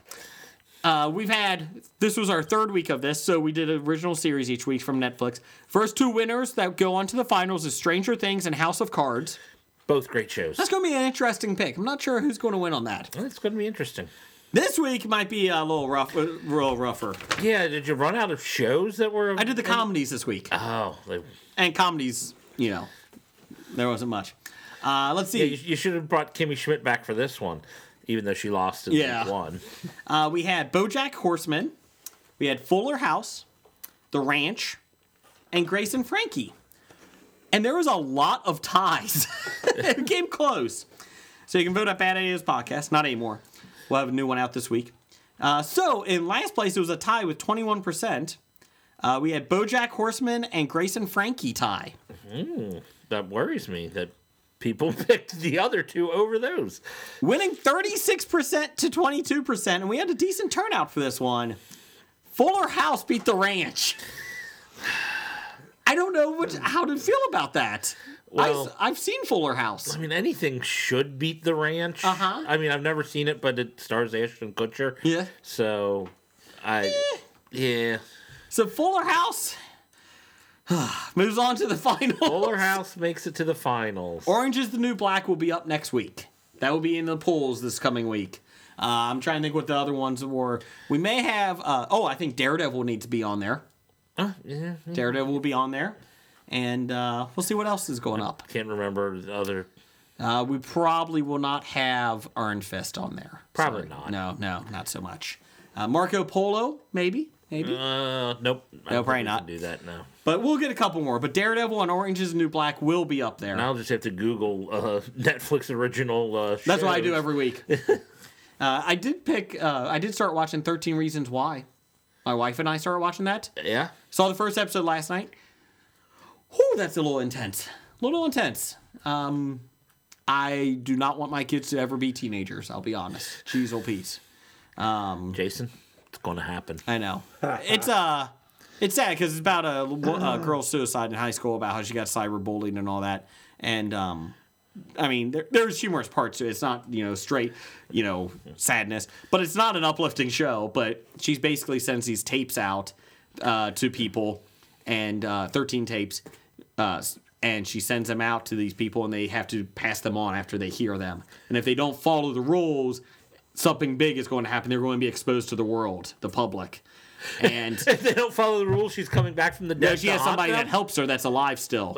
B: Uh, we've had this was our third week of this, so we did an original series each week from Netflix. First two winners that go on to the finals is Stranger Things and House of Cards.
C: Both great shows.
B: That's going to be an interesting pick. I'm not sure who's going to win on that.
C: That's going to be interesting.
B: This week might be a little rough, a little rougher.
C: Yeah, did you run out of shows that were?
B: I did the comedies this week,
C: Oh, they,
B: and comedies, you know, there wasn't much. Uh, let's
C: yeah, you,
B: see.
C: you should have brought Kimmy Schmidt back for this one. even though she lost in
B: Yeah.
C: week one.
B: Uh, we had BoJack Horseman, we had Fuller House, The Ranch, and Grace and Frankie. And there was a lot of ties. *laughs* it came close. So you can vote up at Ideas Podcast. Not anymore. We'll have a new one out this week. Uh, so in last place, it was a tie with 21%. Uh, we had BoJack Horseman and Grace and Frankie tie.
C: That worries me that people *laughs* picked the other two over those.
B: winning 36% to 22%, and we had a decent turnout for this one. Fuller House beat the Ranch. I don't know what, how to feel about that.
C: Well-
B: I, have seen Fuller House.
C: I mean, anything should beat the ranch.
B: Uh-huh.
C: I mean, I've never seen it, but it stars Ashton Kutcher.
B: Yeah. Eh.
C: So, I. Yeah.
B: So Fuller House *sighs* moves on to the final.
C: Fuller House makes it to the finals.
B: Orange is the New Black will be up next week. That will be in the polls this coming week. Uh, I'm trying to think what the other ones were. We may have. Uh, oh, I think Daredevil needs to be on there.
C: Uh, yeah.
B: Daredevil will be on there, and uh, we'll see what else is going up.
C: Can't remember the other.
B: Uh, we probably will not have Iron Fist on there.
C: Probably not.
B: No, no, not so much. Uh, Marco Polo, maybe, maybe.
C: Uh, nope. No,
B: probably not.
C: Do that now.
B: But we'll get a couple more. But Daredevil and Orange is the New Black will be up there.
C: And I'll just have to Google uh, *laughs* Netflix original. Uh,
B: That's what I do
C: shows.
B: every week. uh, I did pick. Uh, I did start watching Thirteen Reasons Why. My wife and I started watching that.
C: Yeah.
B: Saw the first episode last night. Whew, that's a little intense. A little intense. Um, I do not want my kids to ever be teenagers. I'll be honest. Jeez, oh, peace.
C: Jason, it's going to happen.
B: I know. it's uh it's sad because it's about a, wo- a girl's suicide in high school about how she got cyberbullied and all that. And um, I mean, there, there's humorous parts to it. It's not you know straight you know sadness, but it's not an uplifting show. But she basically sends these tapes out uh, to people, and uh, 13 tapes, uh, s- and she sends them out to these people, and they have to pass them on after they hear them. And if they don't follow the rules. Something big is going to happen. They're going to be exposed to the world, the public, and
C: *laughs* If *laughs* they don't follow the rules, she's coming back from the dead.
B: no, she
C: to
B: has
C: haunt
B: somebody
C: them? Oh,
B: that helps her that's alive still.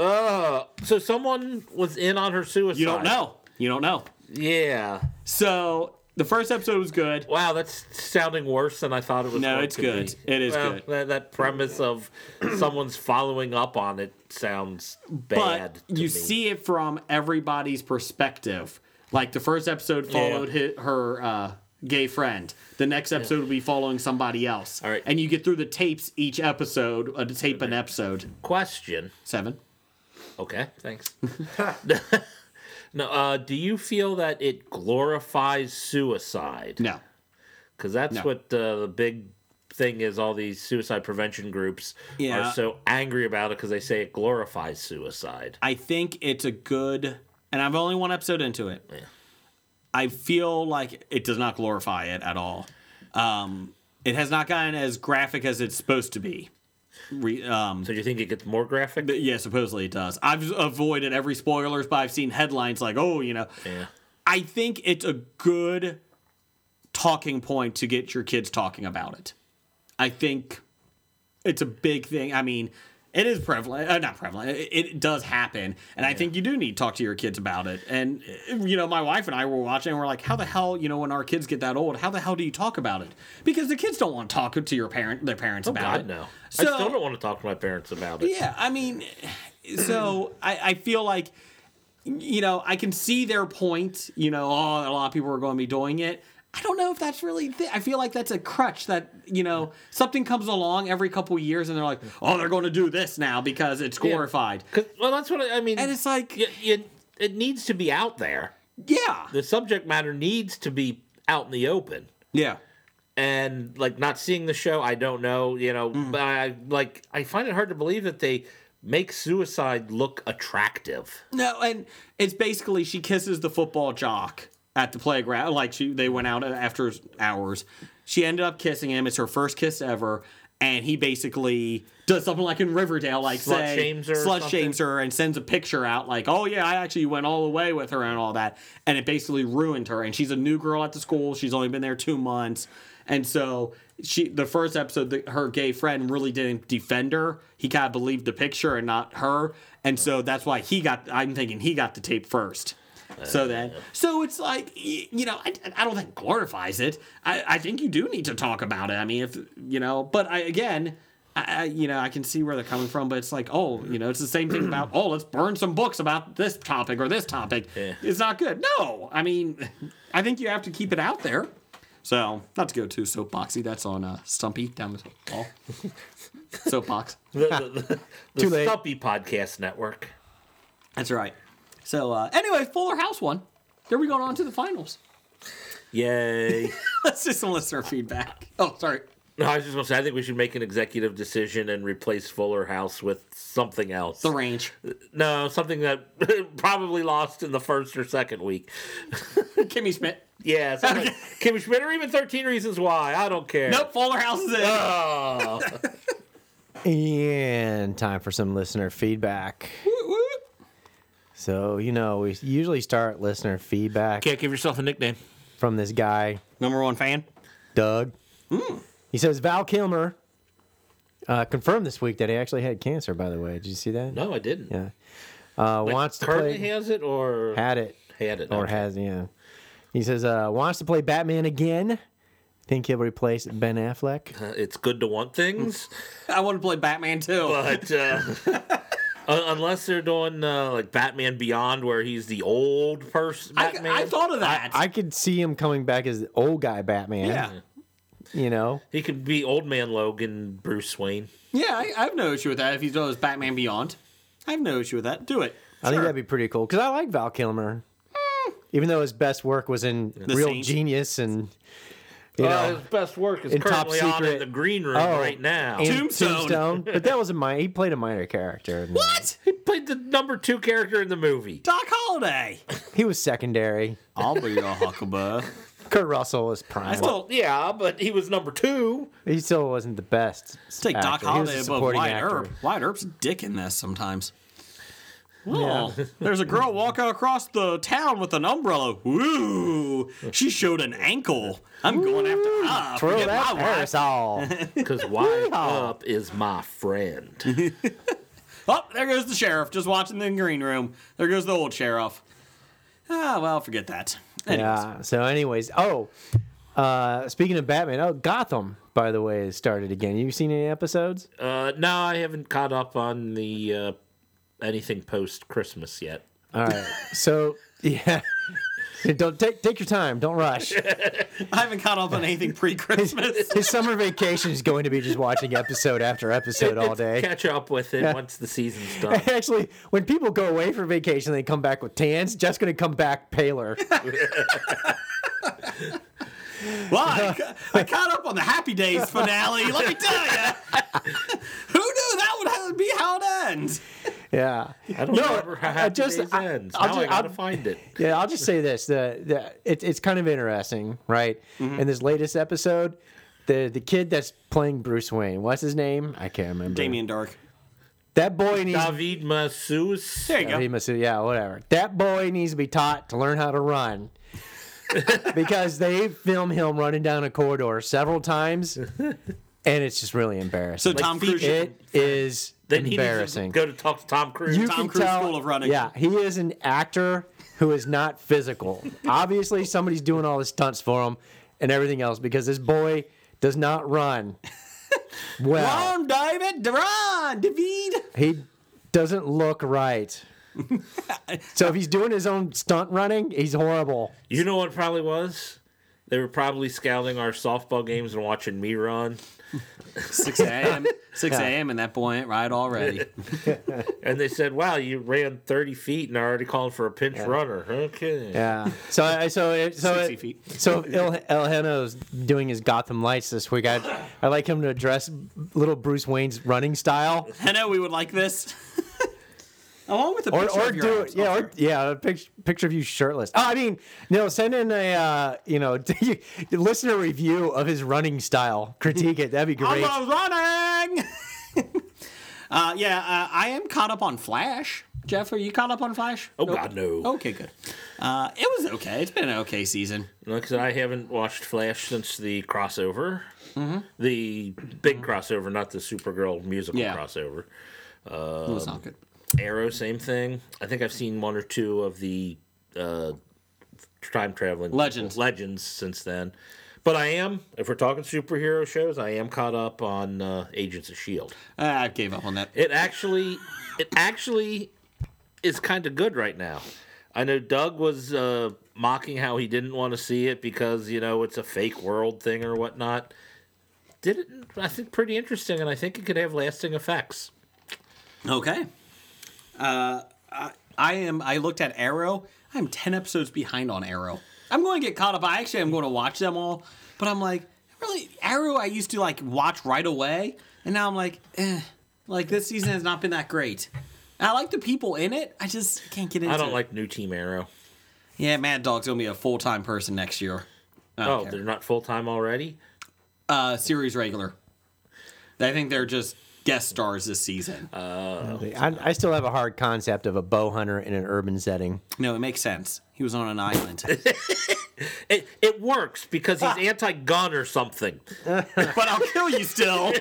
C: So someone was in on her suicide.
B: you don't know. You don't know.
C: Yeah.
B: So the first episode was good.
C: Wow, that's sounding worse than I thought it was.
B: No,
C: going
B: it's
C: to
B: good.
C: be.
B: It is
C: Well,
B: good.
C: That, that premise of *clears throat* someone's following up on it sounds bad.
B: But
C: to
B: you
C: me.
B: see it from everybody's perspective. Like the first episode followed hi her uh, gay friend. The next episode will be following somebody else.
C: All right.
B: And you get through the tapes each episode, a tape an episode.
C: question.
B: Seven.
C: Okay, *laughs* thanks. no, uh, do you feel that it glorifies suicide?
B: No.
C: because that's
B: No.
C: what uh, the big thing is. All these suicide prevention groups
B: Yeah.
C: are so angry about it because they say it glorifies suicide.
B: I think it's a good, and I've only one episode into it. I feel like it does not glorify it at all. Um, it has not gotten as graphic as it's supposed to be. Re, um,
C: So do you think it gets more graphic?
B: yeah, supposedly it does. I've avoided every spoilers, but I've seen headlines like, "Oh, you know."
C: Yeah.
B: I think it's a good talking point to get your kids talking about it. I think it's a big thing. I mean, it is prevalent, uh, not prevalent. It, it does happen, and I think you do need to talk to your kids about it. And uh, you know, my wife and I were watching, and we're like, "How the hell, you know, when our kids get that old, how the hell do you talk about it?" Because the kids don't want to talk to your parent, their parents about
C: Oh, God
B: it.
C: no.
B: So,
C: I still don't want to talk to my parents about it.
B: yeah, I mean, so I, I feel like, you know, I can see their point. You know, oh, a lot of people are going to be doing it. I don't know if that's really. Th- I feel like that's a crutch that you know something comes along every couple years and they're like, oh, they're going to do this now because it's glorified.
C: 'Cause- well, that's what I, I mean.
B: And it's like-
C: y- y- it needs to be out there.
B: Yeah,
C: The subject matter needs to be out in the open.
B: yeah,
C: and like not seeing the show i don't know you know
B: Mm.
C: but i like i find it hard to believe that they make suicide look attractive
B: no, and it's basically she kisses the football jock at the playground. Like she, they went out after hours. She ended up kissing him. It's her first kiss ever. And he basically does something like in Riverdale, like
C: Slut
B: say
C: shames her or
B: slut
C: something?
B: shames her and sends a picture out, like, "Oh yeah, I actually went all the way with her and all that," and it basically ruined her. And she's a new girl at the school; she's only been there two months, and so she, the first episode, the, her gay friend really didn't defend her. He kind of believed the picture and not her, and so that's why he got. I'm thinking he got the tape first, so then, so it's like y- you know, I, I don't think it glorifies it. I, I think you do need to talk about it. I mean, if you know, but I again, I, I you know, I can see where they're coming from, but it's like, oh, you know, it's the same thing about oh, let's burn some books about this topic or this topic. It's not good. No, I mean, *laughs* I think you have to keep it out there. So not to go too soapboxy. That's on uh, Stumpy down the hall. Soapbox.
C: The, the, the, the
F: Too late.
C: Stumpy Podcast Network.
B: That's right. So uh, anyway, Fuller House won. There we go on to the finals.
C: Yay.
B: Let's do some listener feedback. Oh, sorry.
C: *laughs* No, I was just gonna say I think we should make an executive decision and replace Fuller House with something else.
B: The range.
C: no, something that *laughs* probably lost in the first or second week.
B: Kimmy Schmidt.
C: Yeah, something like Kimmy Schmidt or even Thirteen Reasons Why. I don't care.
B: Nope, Fuller House is in.
C: Oh,
F: And time for some listener feedback.
B: Woot, woot.
F: So, you know, we usually start listener feedback
C: can't give yourself a nickname.
F: from this guy,
B: Number one fan.
F: Doug.
C: Mm.
F: He says Val Kilmer uh, confirmed this week that he actually had cancer, by the way. Did you see that?
C: No, I didn't.
F: Yeah. Uh, wants to
C: Currently
F: play.
C: has it or
F: had it.
C: had it
F: or
C: okay.
F: has yeah. He says uh, wants to play Batman again. Think he'll replace Ben Affleck.
C: Uh, It's good to want things,
B: I want to play Batman too.
C: but uh, un- unless they're doing uh, like Batman Beyond, where he's the old person
B: I,
C: Batman.
B: I thought of that.
F: I could see him coming back as the old guy Batman.
B: yeah.
F: You know,
C: He could be old man Logan, Bruce Wayne.
B: Yeah, I, I have no issue with that if he does Batman Beyond. I have no issue with that. Do it.
F: I think
B: Sure. Eh.
F: that'd be pretty cool because I like Val Kilmer. Even though his best work was in Real
B: Saint.
F: Genius and you
C: Well,
F: know
C: Uh, his best work is
F: in Top
C: currently on in
F: Secret.
C: the green room
F: Oh,
C: right now.
F: and
B: Tombstone.
F: but that was a minor. He played a minor character. and
B: What?
C: he played the number two character in the movie.
B: Doc Holliday.
F: He was secondary.
B: I'll be your Huckleberry.
F: Kurt Russell was
B: I
F: prime.
B: still
C: Yeah, but he was number two. *laughs*
F: he still wasn't the best.
B: take Doc
F: actor. He was a
B: Holliday above
F: supporting
B: Wyatt
F: actor.
B: Earp. Wyatt Earp's dick in this sometimes. Oh, there's a girl walking across the town with an umbrella. Woo! She showed an ankle. I'm going after her. Ah,
F: Throw
B: Forget
F: that
B: my wife.
F: parasol.
B: *laughs*
C: Because Wyatt Up is my friend. *laughs*
B: Oh, there goes the sheriff. Just watching the green room. There goes the old sheriff. Ah, well, forget that. Anyways,
F: yeah. So, anyways, oh, uh, speaking of Batman, oh, Gotham, by the way, has started again. You seen any episodes?
C: Uh, no, I haven't caught up on the uh, anything post Christmas yet.
F: All right. So, *laughs* yeah. Don't take take your time. Don't rush.
B: I haven't caught up on anything
F: *laughs*
B: pre-Christmas.
F: His summer vacation is going to be just watching episode after episode all day.
C: Catch up with it once the season's done.
F: *laughs* Actually, when people go away for vacation, they come back with tans. Jeff's going to come
C: *laughs*
F: back paler.
B: well, I, ca- I caught up on the Happy Days finale. Let me tell you. *laughs* Who knew that would ha- be how it ends?
F: Yeah.
C: I don't
F: No,
C: remember how
F: I
C: Happy
F: just-
C: Days
F: I-
C: ends.
F: I'll
C: now I
F: just-
C: gotta
F: I'll-
C: find it.
F: Yeah, I'll just say this: the, the it, it's kind of interesting, right?
C: Mm-hmm.
F: In this latest episode, the the kid that's playing Bruce Wayne, what's his name? I can't remember.
B: Damien Dark.
F: That boy needs.
C: David Masseuse.
B: There you go.
F: He must- yeah, whatever. That boy needs to be taught to learn how to run. because they film him running down a corridor several times, and it's just really
B: So
F: embarrassing.
B: Tom Cruise. should-
F: it is
C: Then he needs to
F: embarrassing.
C: go to talk to Tom Cruise.
F: You
B: Tom
F: can
B: Cruise
F: tell-
B: School of Running.
F: Yeah, he is an actor who is not physical. Obviously, somebody's doing all the stunts for him and everything else because this boy does not run well.
B: Run, David. Run, David.
F: He doesn't look right.
B: *laughs*
F: so if he's doing his own stunt running, he's horrible.
C: You know what it probably was? They were probably scouting our softball games and watching me run.
B: 6 a.m. 6 a.m. and that boy ain't right already.
C: And they said, wow, you ran 30 feet and are already calling for a pinch runner. Okay.
F: Yeah. So I so it, so
B: 60
F: it-
B: feet.
F: so El, El Heno's doing his Gotham Lights this week. I I like him to address little Bruce Wayne's running style.
B: I know we would like this. *laughs* Along with the
F: or,
B: picture
F: or
B: of your
F: do
B: arms.
F: it, yeah,
B: Oh,
F: or,
B: sure.
F: yeah, a picture, picture of you shirtless. Oh, I mean, no, send in a uh, you know *laughs* listener review of his running style, critique it. That'd be
B: *laughs* I'm
F: great.
B: a Oh, running. *laughs* uh, yeah, uh, I am caught up on Flash. Jeff, are you caught up on Flash?
C: Oh, God, no.
B: Okay, good. Uh, it was okay. It's been an okay season.
C: Like I said, I haven't watched Flash since the crossover. The big crossover, not the Supergirl musical
B: Yeah.
C: crossover.
B: it was not good.
F: Um,
C: Arrow, same thing. I think I've seen one or two of the uh, time traveling
B: Legends.
C: legends since then. But I am, if we're talking superhero shows, I am caught up on uh, Agents of Shield.
B: Uh, I gave up on that.
C: It actually, it actually is kind of good right now. I know Doug was uh, mocking how he didn't want to see it because you know it's a fake world thing or whatnot. Did it? I think pretty interesting, and I think it could have lasting effects.
B: Okay. Uh, I, I am. I looked at Arrow. I'm ten episodes behind on Arrow. I'm going to get caught up. I actually am going to watch them all, but I'm like, really, Arrow. I used to like watch right away, and now I'm like, eh, like this season has not been that great. I like the people in it. I just can't get into.
C: I don't
B: it.
C: like New Team Arrow.
B: Yeah, Mad Dog's gonna be a full time person next year. I don't
C: Oh,
B: care.
C: they're not full time already.
B: uh, series regular. I think they're just guest stars this season.
C: Uh,
F: I, I still have a hard concept of a bow hunter in an urban setting.
B: no, it makes sense. He was on an
C: *laughs*
B: island.
C: It, it works because
B: Ah.
C: he's anti-gun or something.
B: but I'll kill you still.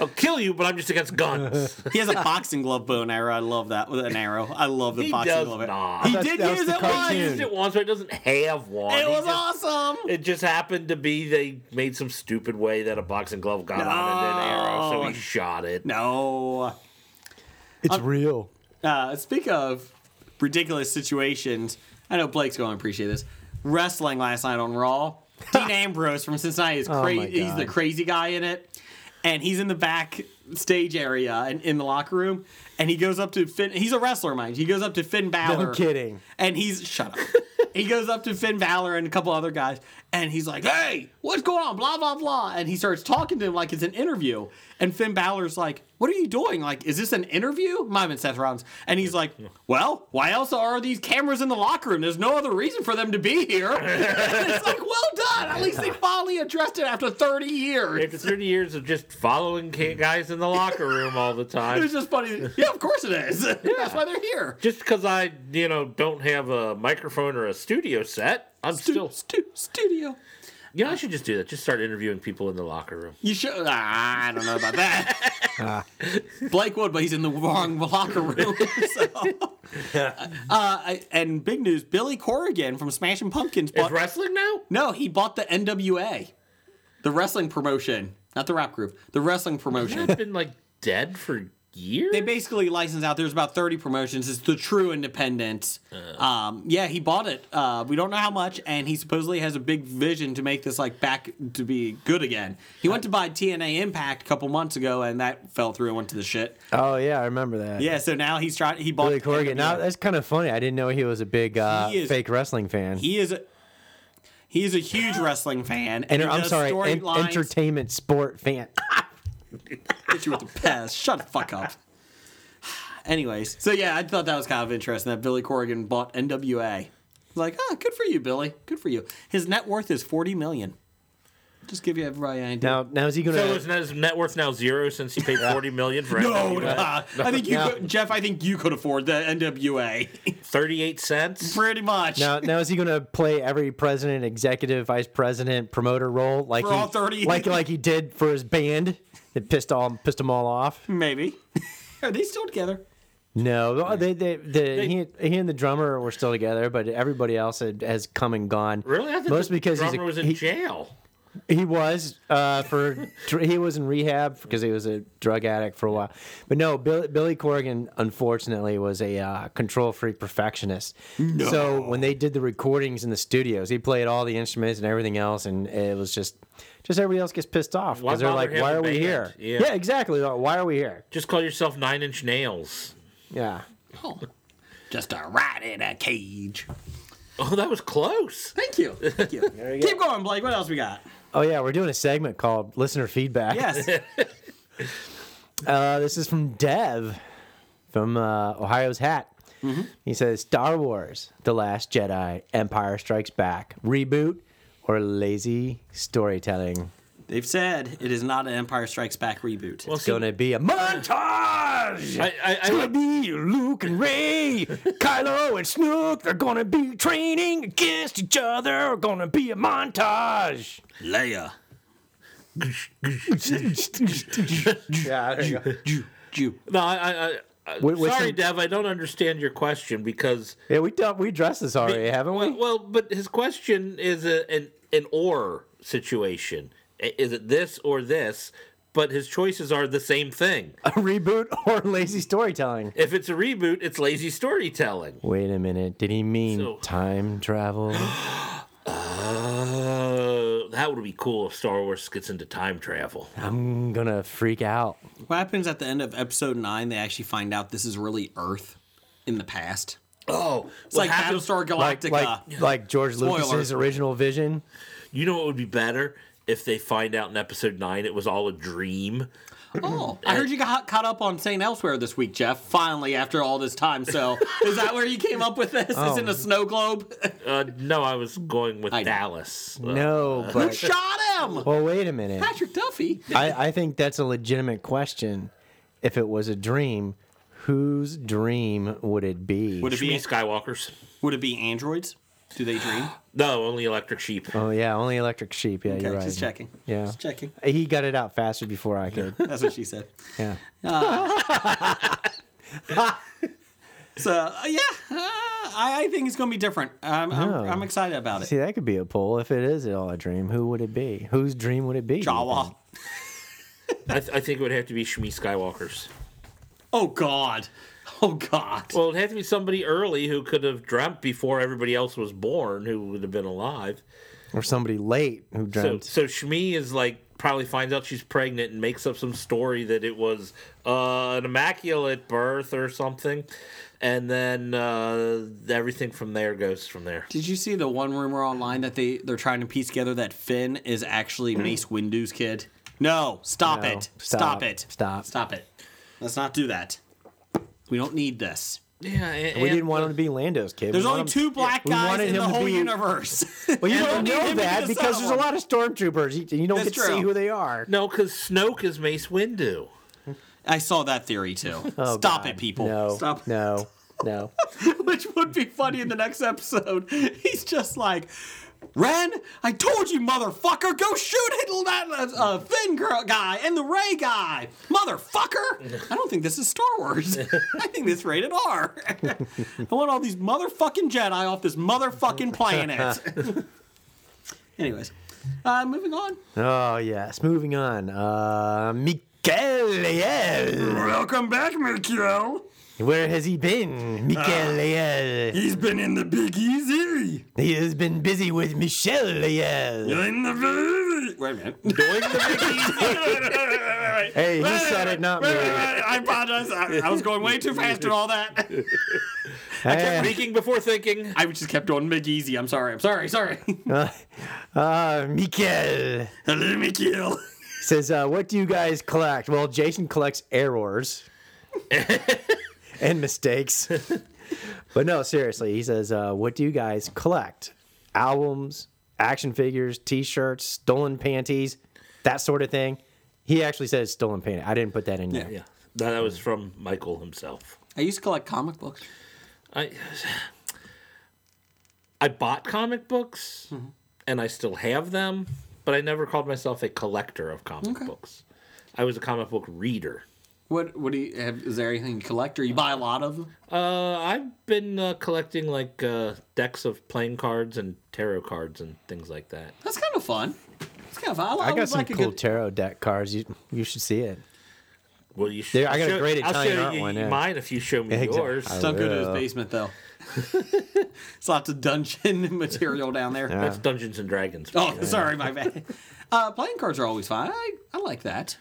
C: I'll kill you, but I'm just against
B: *laughs*
C: guns.
B: He
F: *laughs*
B: has a boxing glove bow and arrow. I love that with an arrow. I love the
C: he
B: boxing
C: does
B: glove.
C: not.
B: He
C: He
B: did
F: that was
B: use
F: the
B: it once.
F: cartoon.
C: used it once, but it doesn't have one.
B: It
C: He
B: was
C: just-
B: awesome.
C: It just happened to be they made some stupid way that a boxing glove got on an arrow, so he shot it.
B: No.
F: It's real.
B: Uh, speak of ridiculous situations, I know Blake's going to appreciate this. Wrestling last night on
F: *laughs*
B: Raw. Dean Ambrose from Cincinnati is
F: Oh my
B: crazy. he's the
F: God.
B: crazy guy in it, and he's in the back stage area and in the locker room. And he goes up to Finn. He's a wrestler, mind. you. He goes up to Finn Balor.
F: kidding.
B: And he's shut up. he goes up to Finn Balor and a couple other guys, and he's like, "Hey, what's going on?" Blah blah blah. And he starts talking to him like it's an interview. And Finn Balor's like, "What are you doing? Like, is this an interview?" Mime and Seth Rollins. And he's like, "Well, why else are these cameras in the locker room? There's no other reason for them to be here." and it's like, well done. At least they finally addressed it after 30 years.
C: After 30 years of just following ca-
B: Mm.
C: guys in the locker room all the
B: It was
C: time,
B: just funny. Yeah, of course it is. *laughs* That's why they're here.
C: just because I, you know, don't have a microphone or a studio set, I'm still.
B: Stu- studio.
C: You know, I should just do that. Just start interviewing people in the locker room.
B: You should. Ah, I don't know about that. Blake would, but he's in the wrong locker room. So. Uh, I- and big news: Billy Corrigan from Smashing Pumpkins
C: Is
B: bought.
C: wrestling now?
B: no, he bought the NWA, the wrestling promotion, not the rap group, the wrestling promotion.
C: I've been like dead for years.
B: they basically license out. There's about 30 promotions. It's the true independent. Um, yeah, he bought it. Uh, we don't know how much, and he supposedly has a big vision to make this like back to be good again. He went to buy TNA Impact a couple months ago, and that fell through and went to the shit.
F: Oh yeah, I remember that.
B: Yeah, so now he's trying. He bought
F: Billy Corgan. Now
B: NWA.
F: that's kind of funny. I didn't know he was a big uh,
B: He is-
F: fake wrestling fan.
B: he is. A, he is a huge wrestling fan, and
F: Enter-
B: he
F: I'm
B: does
F: sorry, en-
B: storylines-
F: entertainment sport fan.
B: hit you with the pass. Shut the fuck up. Anyways, so yeah, I thought that was kind of interesting that Billy Corrigan bought NWA. Like, ah, good for you, Billy. Good for you. His net worth is forty million. Just give you everybody an idea.
F: Now, now is he
C: *laughs*
F: gonna?
C: So is his net worth now zero since he paid forty million for
B: No,
C: NWA?
B: nah. I think you,
F: No.
B: could, Jeff. I think you could afford the *laughs* NWA,
C: thirty-eight cents.
B: pretty much.
F: *laughs* now, now is he gonna play every president, executive, vice president, promoter role like
B: For
F: he,
B: all 30?
F: like like he did for his band? It pissed all pissed them all off.
B: Maybe. *laughs* Are they still together?
F: No, they they, they, he, he and the drummer were still together, but everybody else had, has come and gone.
C: Really? I thought
F: Most
C: the
F: because he's
C: drummer
F: a,
C: was in
F: he,
C: jail.
F: He was uh, for dr- he was in rehab because he was a drug addict for a while. But no, Billy, Billy Corgan unfortunately was a uh, control freak perfectionist. So when they did the recordings in the studios, he played all the instruments and everything else, and it was just just everybody else gets pissed off
C: Why
F: because they're
C: bother
F: like,
C: having
F: "Why are
C: a
F: we
C: band?"
F: here?"
C: Yeah.
F: exactly. like, Why are we here?
C: Just call yourself Nine Inch Nails.
F: Yeah.
B: Oh, just a rat in a cage.
C: Oh, that was close.
B: Thank you. Thank *laughs* you. Keep going, Blake. What else we *laughs* got?
F: Oh yeah, we're doing a segment called listener feedback.
B: Yes.
F: Uh, this is from Dev from uh, Ohio's Hat.
C: Mm-hmm.
F: He says Star Wars, The Last Jedi, Empire Strikes Back, reboot or lazy storytelling.
B: They've said it is not an Empire Strikes Back reboot.
F: It's going to be a montage.
C: I, I, I
F: it's going to be Luke and
C: *laughs*
F: Ray, Kylo and Snook. They're going to be training against each other. It's going to be a montage.
B: Leia.
F: yeah, there you go.
B: Jew. Jew.
C: no, I, I, I-
F: With- with
C: Sorry,
F: some-
C: Dev, I don't understand your question because
F: Yeah, we dealt, we addressed this already, haven't we?
C: well, well, but his question is a, an an or situation. I- Is it this or this? But his choices are the same thing.
F: *laughs* a reboot or lazy storytelling?
C: If it's a reboot, it's lazy storytelling.
F: Wait a minute. Did he mean
C: So-
F: time
B: *gasps*
F: travel?
C: Uh, that would be cool if Star Wars gets into
B: *laughs*
C: time travel.
F: I'm gonna freak out.
B: What happens at the end of episode nine? They actually find out this is really Earth in the past.
C: Oh,
B: It's like Battlestar
F: Like
B: Galactica.
F: like like George
B: Spoiler.
F: Lucas's original vision.
C: You know what would be better if they find out in episode nine it was all a dream.
F: *laughs*
B: oh, I heard you got caught up on St. Elsewhere this week, Jeff. Finally, after all this time.
F: *laughs*
B: So, is that where you came up with this? Is
F: Um,
B: in a snow globe?
C: Uh, no, I was going with
B: I-
C: Dallas.
B: *laughs*
C: Uh,
F: No, but
B: Shot him,
F: well, wait a minute.
B: Patrick Duffy.
F: I, I think that's a legitimate question. If it was a dream, whose dream would it be?
B: Would it
C: Shmi
B: be
C: Skywalker's.
B: would it be androids? Do they dream?
C: No, only electric sheep.
F: oh yeah, only electric sheep. Yeah,
B: Okay,
F: *gasps* you're right.
B: just checking.
F: Yeah.
B: just checking.
F: He got it out faster before I could.
B: That's what she said.
F: Yeah.
B: So uh, yeah, uh, I, I think it's going to be different. I'm, I'm, I'm excited about it.
F: Oh. See, that could be a poll. If it is at all a dream, who would it be? Whose dream would it be? do you
B: Jawa.
F: think?
C: I, th- I think it would have to be Shmi Skywalker's.
B: Oh God. Oh God.
C: Well, it'd have to be somebody early who could have dreamt before everybody else was born, who would have been alive.
F: Or somebody late who dreamt.
C: So, so Shmi is like probably finds out she's pregnant and makes up some story that it was uh, an immaculate birth or something, and then uh, everything from there goes from there.
B: Did you see the one rumor online that they they're trying to piece together that Finn is actually Mace Windu's kid? No, stop
F: Mm. No,
B: it. Stop,
F: stop,
B: it.
F: stop.
B: Stop it. Let's not do that. We don't need this.
C: Yeah, and,
F: we didn't want him to be Lando's kid.
B: There's
F: We
B: only
F: want him-
B: two black
F: we
B: guys
F: wanted
B: in the
F: him to
B: whole
F: be- *laughs*
B: universe. *laughs*
F: Well, you
B: And we
F: don't
B: need
F: know
B: him to be
F: that
B: the
F: because
B: son
F: there's a
B: one.
F: lot of stormtroopers. You, you don't
B: That's
F: get to see
B: true.
F: who they are.
C: No, because Snoke is Mace Windu.
B: I saw that theory too.
F: Oh,
B: stop
F: God.
B: it, people.
F: No,
B: Stop.
F: no,
B: *laughs*
F: no.
B: Which would be funny in the next episode. *laughs* He's just like, Ren, I told you, motherfucker, go shoot it, that uh, Finn girl guy and the Ray guy, motherfucker. I don't think this is Star Wars. *laughs* I think this rated R. *laughs* I want all these motherfucking Jedi off this motherfucking planet. *laughs* Anyways, uh, moving on.
F: Oh yes. Moving on. Uh, Mikael Liel.
B: Welcome back, Mikio.
F: Where has he been,
B: Uh,
F: Mikael Liel?
B: He's been in the Big Easy.
F: He has been busy with Michelle Liel.
B: In the Big Wait a minute.
F: Hey, he said it, not me.
B: *laughs* I apologize. I, I was going way too fast and all that.
F: Hey,
C: Speaking before thinking.
B: I just kept on Mig Easy. I'm sorry. I'm sorry. *laughs* Sorry.
F: uh, Mikael
B: Hello, Mikhail.
F: says, uh, "What do you guys collect?" Well, Jason collects
B: *laughs*
F: errors and mistakes. but no, seriously, he says, uh, "What do you guys collect? Albums, action figures, T-shirts, stolen panties, that sort of thing." He actually says stolen panties. I didn't put that in there.
C: Yeah, that that was from Michael himself.
B: I used to collect comic books.
C: I I bought comic books and I still have them, but I never called myself a collector of comic books. I was a comic book reader.
B: What? What do you have? Is there anything you collect, or you buy a lot of them?
C: Uh, I've been uh, collecting like uh, decks of playing cards and tarot cards and things like that.
B: That's kind of fun. It's kind of fun. I,
F: I got
B: would
F: some
B: like a
F: cool
B: good,
F: tarot deck cards. You you should see it.
C: Well, you should.
F: There, I got a
C: show-
F: great
C: I'll
F: Italian
C: show
F: art
C: you
F: one, yeah.
C: Mine if you show me
F: Yeah, exactly.
C: yours.
F: I
B: Don't go to
F: Yeah.
B: his basement though. *laughs* it's lots of dungeon *laughs* material down there.
C: That's Dungeons and Dragons.
B: Oh, *laughs* sorry, my bad. Uh, playing cards are always fun. I, I like that.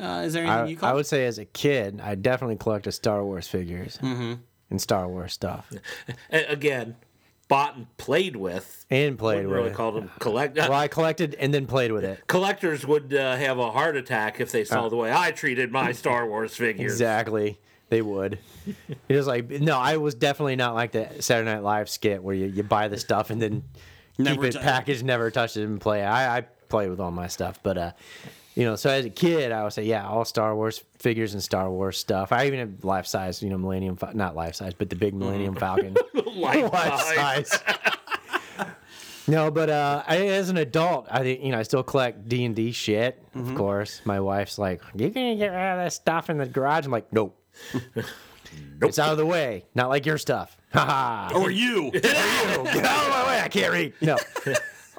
B: Uh, is there anything
F: I,
B: you
F: I
B: collect?
F: would say as a kid, I definitely collected Star Wars figures
B: Mm-hmm.
F: and Star Wars stuff,
C: A- again, bought and played with.
F: and played
C: Wouldn't
F: with.
C: really
F: it.
C: call them collect.
F: Well, I collected and then played with
C: *laughs*
F: it.
C: collectors would uh, have a heart attack if they
F: Uh.
C: saw the way I treated my Star Wars figures. *laughs*
F: Exactly. They would. it was like no, I was definitely not like the Saturday Night Live skit where you, you buy the stuff and then
B: Never
F: keep it
B: touch it.
F: packaged, never touch it and play. it. I, I play with all my stuff, but uh, you know, so as a kid, I would say yeah, all Star Wars figures and Star Wars stuff. I even have life size, you know, Millennium Fal- not life size, but the big
B: Mm. *laughs*
F: Millennium Falcon. *laughs*
C: Life size.
F: no, but uh, I, as an adult, I didn't- you know I still collect D and D shit.
C: Mm-hmm. *laughs*
F: Of course, my wife's like, "You're gonna get rid of that stuff in the garage." I'm like, "Nope." It's out of the way. Not like your stuff. Ha ha.
C: Oh,
B: Or you.
F: *laughs* Get out of my way. I can't read.
C: *laughs*
F: No.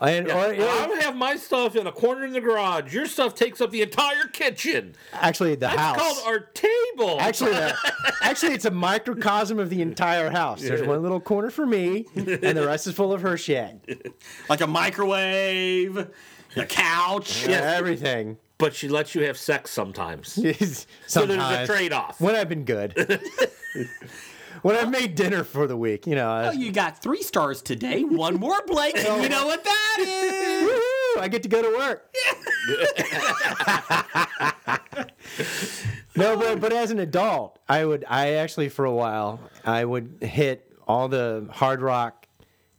F: And, or,
C: I would have my stuff in a corner in the garage. Your stuff takes up the entire kitchen.
F: actually, the
C: That's
F: house.
C: called our table.
F: Actually, that, actually, it's a microcosm of the entire house. There's one little corner for me, and the rest is full of her shit.
B: like a microwave, a couch.
F: Everything.
C: but she lets you have sex sometimes.
F: Sometimes.
C: So there's a trade-off.
F: When I've been
B: *laughs*
F: good. when I've made dinner for the week, you know. I-
B: Oh, You got three stars today. One more, Blake, and you know what that is.
F: Woo! I get to go to work.
B: *laughs*
F: no, but but as an adult, I would I actually for a while I would hit all the hard rock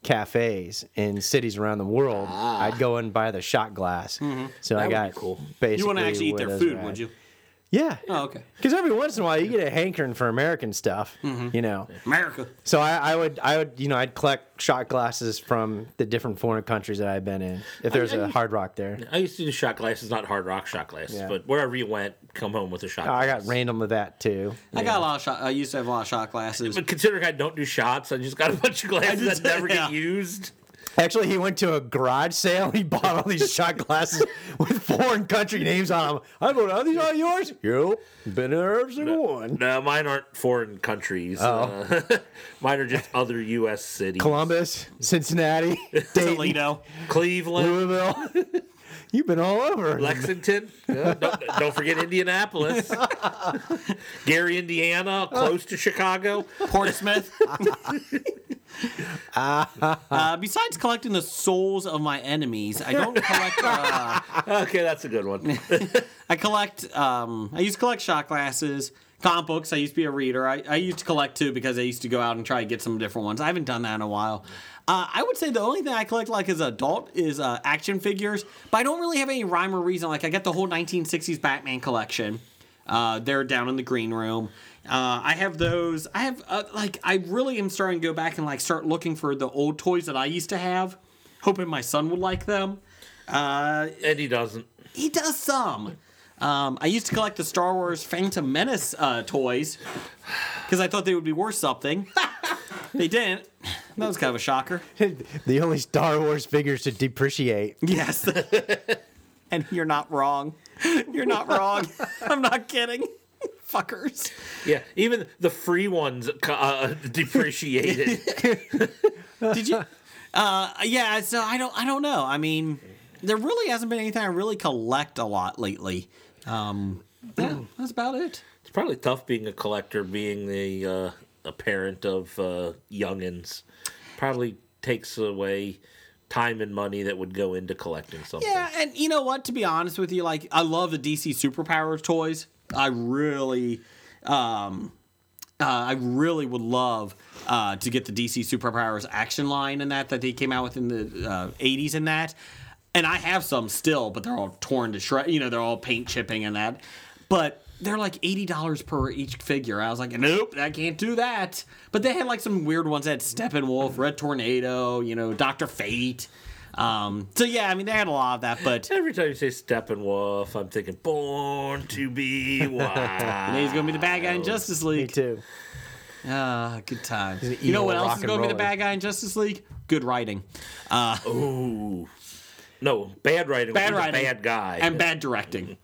F: cafes in cities around the world.
B: Ah.
F: I'd go and buy the shot glass.
B: Mm-hmm.
F: So I
C: would
F: got
C: be cool.
F: Basically,
B: You want to actually eat their
F: Widow's
B: food,
F: Ride.
B: would you?
F: Yeah.
B: Oh, okay.
F: Because every once in a while you get a hankering for American stuff, you know.
B: America.
F: So I, I would, I would, you know, I'd collect shot glasses from the different foreign countries that I've been in. If there's a hard rock there,
C: I used to do shot glasses, not hard rock shot glasses,
F: Yeah. Oh,
C: but wherever you went, come home with a shot.
F: I
C: glass.
F: got random with that too.
B: I got a lot of shot. I used to have a lot of shot glasses.
C: But considering I don't do shots, I just got a *laughs* bunch of glasses
B: just-
C: that
F: *laughs*
C: never
B: yeah.
C: get used.
F: Actually, he went to a garage sale. He bought all these shot glasses *laughs* with foreign country names on them. I don't know. Are these all yours? Yep. Been in every single one.
C: No, mine aren't foreign countries.
F: Oh.
C: Uh, *laughs* mine are just other U.S. cities.
F: Columbus, Cincinnati, Dayton,
B: Toledo.
C: Cleveland,
F: Louisville. *laughs* You've been all over.
C: Lexington. Yeah, don't, don't forget Indianapolis. Gary, Indiana, close to Chicago.
B: *laughs* Portsmouth. uh, besides collecting the souls of my enemies, I don't collect. Uh,
C: Okay, that's a good
F: *laughs*
C: one.
B: I collect. Um, I used to collect shot glasses, comic books. I used to be a reader. I, I used to collect too because I used to go out and try to get some different ones. I haven't done that in a while. Uh, I would say the only thing I collect like as an adult is uh, action figures, but I don't really have any rhyme or reason. Like I got the whole 1960s Batman collection. Uh, they're down in the green room. Uh, I have those. I have uh, like I really am starting to go back and like start looking for the old toys that I used to have, hoping my son would like them.
C: And he doesn't.
B: He does some. Um, I used to collect the Star Wars Phantom Menace uh, toys because I thought they would be worth *laughs* something. they didn't. That was kind of a *laughs* shocker.
F: *laughs* the only Star Wars figures to depreciate.
B: Yes. *laughs* and you're not wrong. You're not wrong. *laughs* I'm not kidding. *laughs* Fuckers.
C: Yeah, even the free ones uh, depreciated.
B: *laughs* Did *laughs* you? Uh, yeah. So I don't. I don't know. I mean, there really hasn't been anything I really collect a lot lately. Um, yeah, that's about it.
C: It's probably tough being a collector, being the uh, a parent of uh, youngins. Probably takes away time and money that would go into collecting something.
B: Yeah, and you know what? To be honest with you, like I love the DC superpower toys. I really, um, uh, I really would love uh, to get the DC superpowers action line and that that they came out with in the uh, '80s and that. And I have some still, but they're all torn to shred. You know, they're all paint chipping and that. But they're like eighty dollars per each figure. I was like, nope, I can't do that. But they had like some weird ones that had Steppenwolf, Red Tornado, you know, Doctor Fate. Um, so yeah, I mean they had a lot of that, but
C: Every time you say Steppenwolf, I'm thinking born
B: *laughs*
C: to be wild.
B: he's gonna be the bad guy in Justice
F: Me
B: League.
F: too.
B: Ah, good times. You know
F: evil
B: what
F: rock
B: else is
F: and
B: gonna be the
F: roller.
B: bad guy in Justice League? Good writing
C: Ooh. No, bad writing.
B: Bad
C: He's a
B: writing.
C: Bad guy.
B: and bad directing.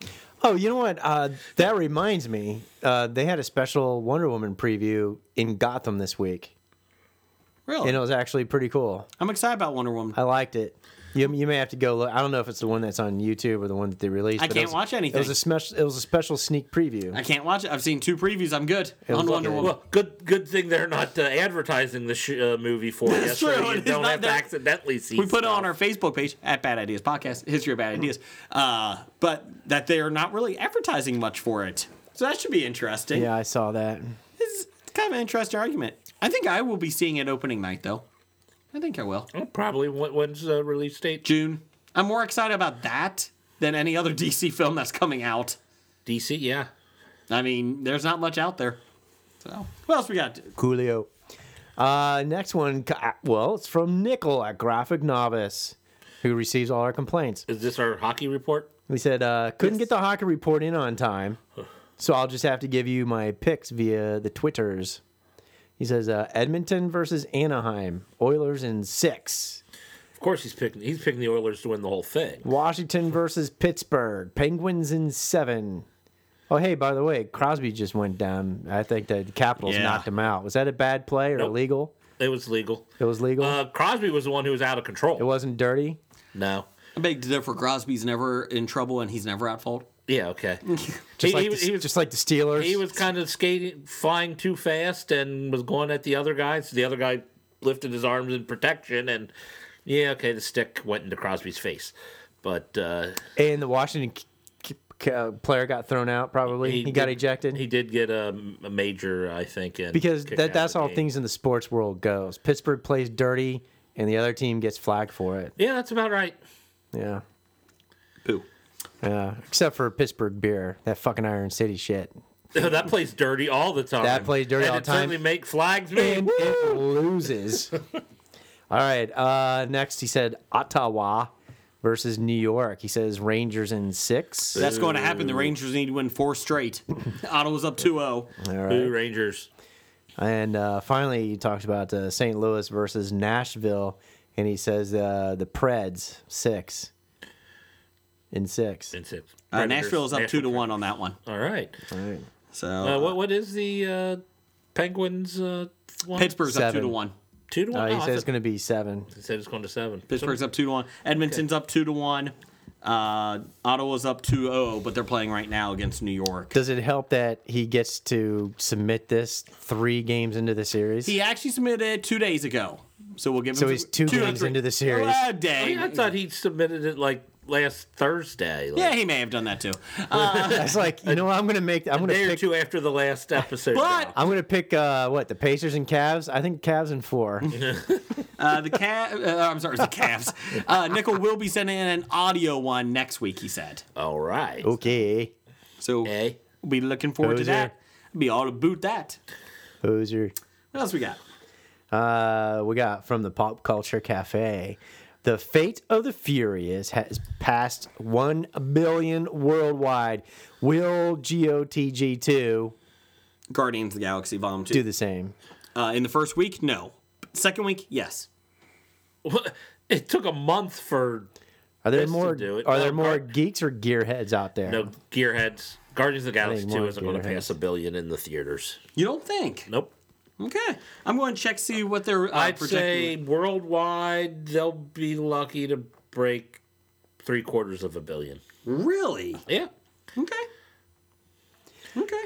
F: Oh, you know what? Uh, that reminds me. Uh, they had a special Wonder Woman preview in Gotham this week,
B: Really,
F: and it was actually pretty cool.
B: I'm excited about Wonder Woman.
F: I liked it. You, you may have to go look. I don't know if it's the one that's on YouTube or the one that they released.
B: I
F: but it
B: can't
F: was-
B: watch
F: It was
B: anything.
F: a special. It was a special sneak preview.
B: I can't watch it. I've seen two previews. I'm good on
F: was
B: Wonder
F: good.
B: Woman.
C: well, good good thing they're not uh, advertising the sh- uh, movie for you,
B: That's
C: so
B: true,
C: you
B: it's
C: don't
B: not
C: have to
B: there.
C: accidentally see.
B: We put it on
C: stuff.
B: our Facebook page at Bad Ideas Podcast, History of Bad
F: Hmm.
B: Ideas, uh, but that they are not really advertising much for it. So that should be interesting.
F: Yeah, I saw that.
B: It's it's kind of an interesting argument. I think I will be seeing it opening night, though. I think I will.
C: probably when- when's the release date?
B: June. I'm more excited about that than any other *laughs* DC film that's coming out.
C: DC. Yeah.
B: I mean, there's not much out there. So, what else we got?
F: Coolio. Uh, next one. uh, Well, it's from Nickel, a graphic novice, who receives all our complaints.
C: Is this our hockey report?
F: We said uh, couldn't get the hockey report in on time, so I'll just have to give you my picks via the Twitters. He says uh, Edmonton versus Anaheim, Oilers in six.
C: Of course, he's picking. He's picking the Oilers to win the whole thing.
F: Washington versus Pittsburgh, Penguins in seven. Oh, hey, by the way, Crosby just went down. I think the Capitals
B: Yeah.
F: knocked him out. Was that a bad play or
C: Nope.
F: illegal?
C: It was legal.
F: It was legal.
C: Uh, Crosby was the one who was out of control.
F: it wasn't dirty.
C: no.
B: I beg to differ. Crosby's never in trouble and he's never at fault.
C: Yeah. Okay.
F: *laughs* Just,
C: he, he
F: like the,
C: was- he was
F: just like the Steelers.
C: he was kind of skating, flying too fast, and was going at the other guy. So the other guy lifted his arms in protection, and yeah, okay, the stick went into Crosby's face. But uh,
F: and the Washington k- k- uh, player got thrown out. Probably he, got
C: did-
F: ejected.
C: He did get a, a major, I think, and
F: because
C: kicked out
F: that,
C: of
F: that's
C: the
F: how
C: game.
F: things in the sports world goes. Pittsburgh plays dirty, and the other team gets flagged for it.
C: Yeah, that's about right.
F: Yeah,
B: Pooh.
F: yeah. Except for Pittsburgh beer, that fucking Iron City shit,
C: *laughs* that plays dirty all the time.
F: That plays dirty
C: and
F: all
C: it
F: the time.
C: Certainly make flags
F: and
C: man.
F: it loses. *laughs* All right. Uh, next, he said Ottawa versus New York. He says Rangers in six.
B: That's going to happen. The Rangers need to win four *laughs* straight. Ottawa's up oh. Uh, 2 0.
C: Boo Rangers.
F: And uh, finally, he talks about uh, St. Louis versus Nashville, and he says uh, the Preds six in six.
C: It's it.
B: Uh, Nashville is up 2 to
C: Nashville.
B: 1 on that one.
C: All right.
B: So
C: Uh, what what is the uh, Penguins? Uh, one?
B: Pittsburgh's up 2 to
F: Seven.
B: 1.
C: two to
F: Uh,
C: one.
F: he
C: Oh, I
F: says it's
C: thought-
F: going to be seven.
C: it said it's going to seven.
B: Pittsburgh's up 2 to 1. Edmonton's up 2 to 1. Uh, Ottawa's up 2 0, but they're playing right now against New York.
F: Does it help that he gets to submit this three games into the series? *laughs*
B: He actually submitted two days ago. So we'll give him
F: So he's two
B: or
F: games
B: three- Oh,
F: into the series.
B: A
C: I,
B: day.
C: mean, I thought he submitted it like last Thursday. Like,
B: Yeah, he may have done that too. Uh,
F: That's like you know what I'm going to make. I'm going
C: day
F: to
C: or
F: pick.
C: two after the last episode.
B: But-
F: I'm going to pick uh, what the Pacers and Cavs. I think Cavs
C: *laughs*
F: in four.
B: uh, the Cav, uh, I'm sorry, the Cavs. Uh, Nickel will be sending in an audio one next week. He said.
C: all right.
F: okay,
B: So
C: Okay.
B: we'll be looking forward to
F: Hoser.
B: that. Be all about that.
F: Hoser.
B: What else we got?
F: Uh, we got from the Pop Culture Cafe. The fate of the Furious has passed 1 billion worldwide. Will GOTG2
B: Guardians of the Galaxy Volume
F: do
B: Two.
F: the same?
B: Uh, in the first week, no. Second week, yes.
C: What- It took a month for
F: Are there
C: Just to
F: more
C: do it.
F: are there
C: Uh,
F: more
C: Gar-
F: geeks or gearheads out there?
C: no gearheads. Guardians of the Galaxy
F: more
C: Two isn't going to
F: gearheads.
C: pass a billion in the theaters.
B: You don't think?
C: Nope.
B: Okay, I'm going to check see what they're uh,
C: I'd say
B: projecting.
C: worldwide they'll be lucky to break three quarters of a billion.
B: Really?
C: Yeah.
B: Okay. Okay.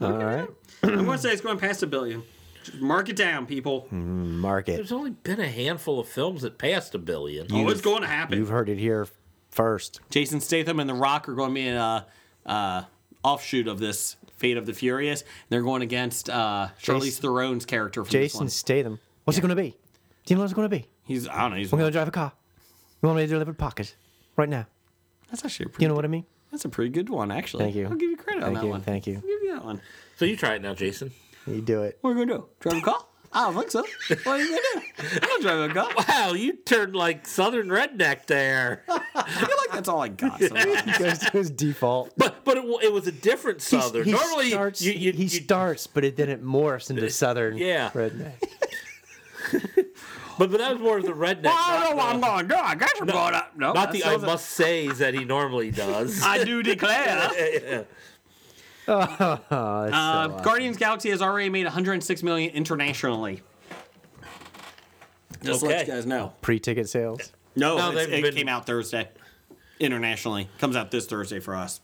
F: All right.
B: I'm going to say it's going past a billion. Just mark it down, people.
F: Mark it.
C: There's only been a handful of films that passed a billion.
B: Oh, it's going to happen.
F: You've heard it here first.
B: Jason Statham and The Rock are going to be in a uh, offshoot of this Fate of the Furious. They're going against uh, Charlize
F: Jason-
B: Theron's character from
F: Jason
B: this one.
F: Statham. What's it going to be? Do you know what it's going to be?
B: He's I don't know. He's,
F: I'm going to drive a car. You want me to deliver pockets right now?
B: that's actually a pretty,
F: You know what I mean?
B: that's a pretty good one actually.
F: Thank you.
B: I'll give you credit on
F: Thank
B: that
F: you.
B: one.
F: Thank
B: I'll
F: you.
B: give you that one.
C: So you try it now, Jason.
F: You do it. *laughs*
B: What are we gonna do? Drive a car? I don't think so. What are you gonna do? I'm not driving a car.
C: Wow, you turned like Southern redneck there.
B: I feel like that's all I got.
F: *laughs*
B: sometimes.
F: He goes to his default.
C: But but it, wa- it was a different *laughs* Southern.
F: He
C: Normally
F: starts,
C: you, you,
F: he
C: you-
F: starts, but it then it morphs into southern.
C: Yeah.
F: redneck.
C: but, but that was more of the redneck.
B: I don't know
C: not
B: what I'm gonna do. I got you brought up. No,
C: the, not the
B: that's
C: I
B: not-
C: must says that he normally does. *laughs*
B: I do
F: *laughs*
B: declare.
F: Oh, that's
B: Uh,
F: so awesome.
B: Guardians Galaxy has already made 106 million internationally. Just
C: Okay.
B: let you guys know.
F: pre-ticket sales.
B: No,
C: No,
B: it's-
C: they've
B: it
C: been-
B: came out Thursday internationally. Comes out this Thursday for us.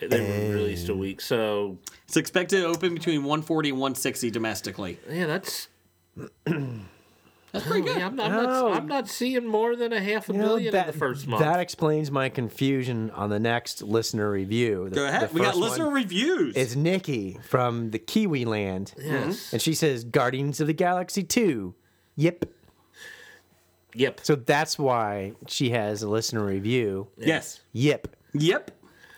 C: they were released a week, so
B: It's expected to open between 140 and 160 domestically.
C: yeah, that's
B: That's pretty good.
C: Oh, Yeah, I'm, I'm,
F: No.
C: not, I'm not seeing more than a half a
F: You know,
C: million in the first month.
F: Oh. That explains my confusion on the next listener review. The-
B: Go ahead.
F: the
B: We got
F: first
B: listener
F: one
B: reviews.
F: Is Nikki from the Kiwi Land,
C: yes.
F: and she says Guardians of the Galaxy Two. Yep.
C: Yep.
F: So that's why she has a listener review.
B: yes.
F: Yep.
B: Yep.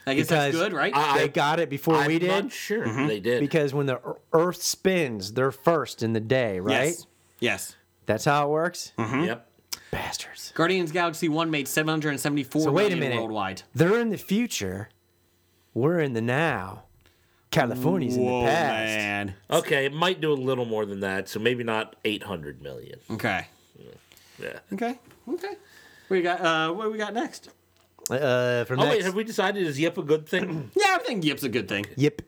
B: I guess that's
F: Because
B: good, right?
C: I-
F: they got it before
C: I'm
F: we did.
C: not sure they did.
F: Because when the Ear- Earth spins, they're first in the day, right?
B: Yes. Mm. Yes.
F: That's how it works.
C: Yep.
F: Bastards.
B: Guardians Galaxy 1 made 774
F: So wait a
B: million
F: minute.
B: worldwide.
F: They're in the future. We're in the now. California's in
B: Whoa,
F: the past.
B: man.
C: Okay, it might do a little more than that, so maybe not 800 million.
B: Okay.
C: Yeah.
B: Okay. Okay. We got uh, what we got next?
F: Uh, from
C: Oh,
F: next,
C: wait, have we decided is Yip a good thing?
F: *clears throat*
B: Yeah, I think Yip's a good thing.
F: yep.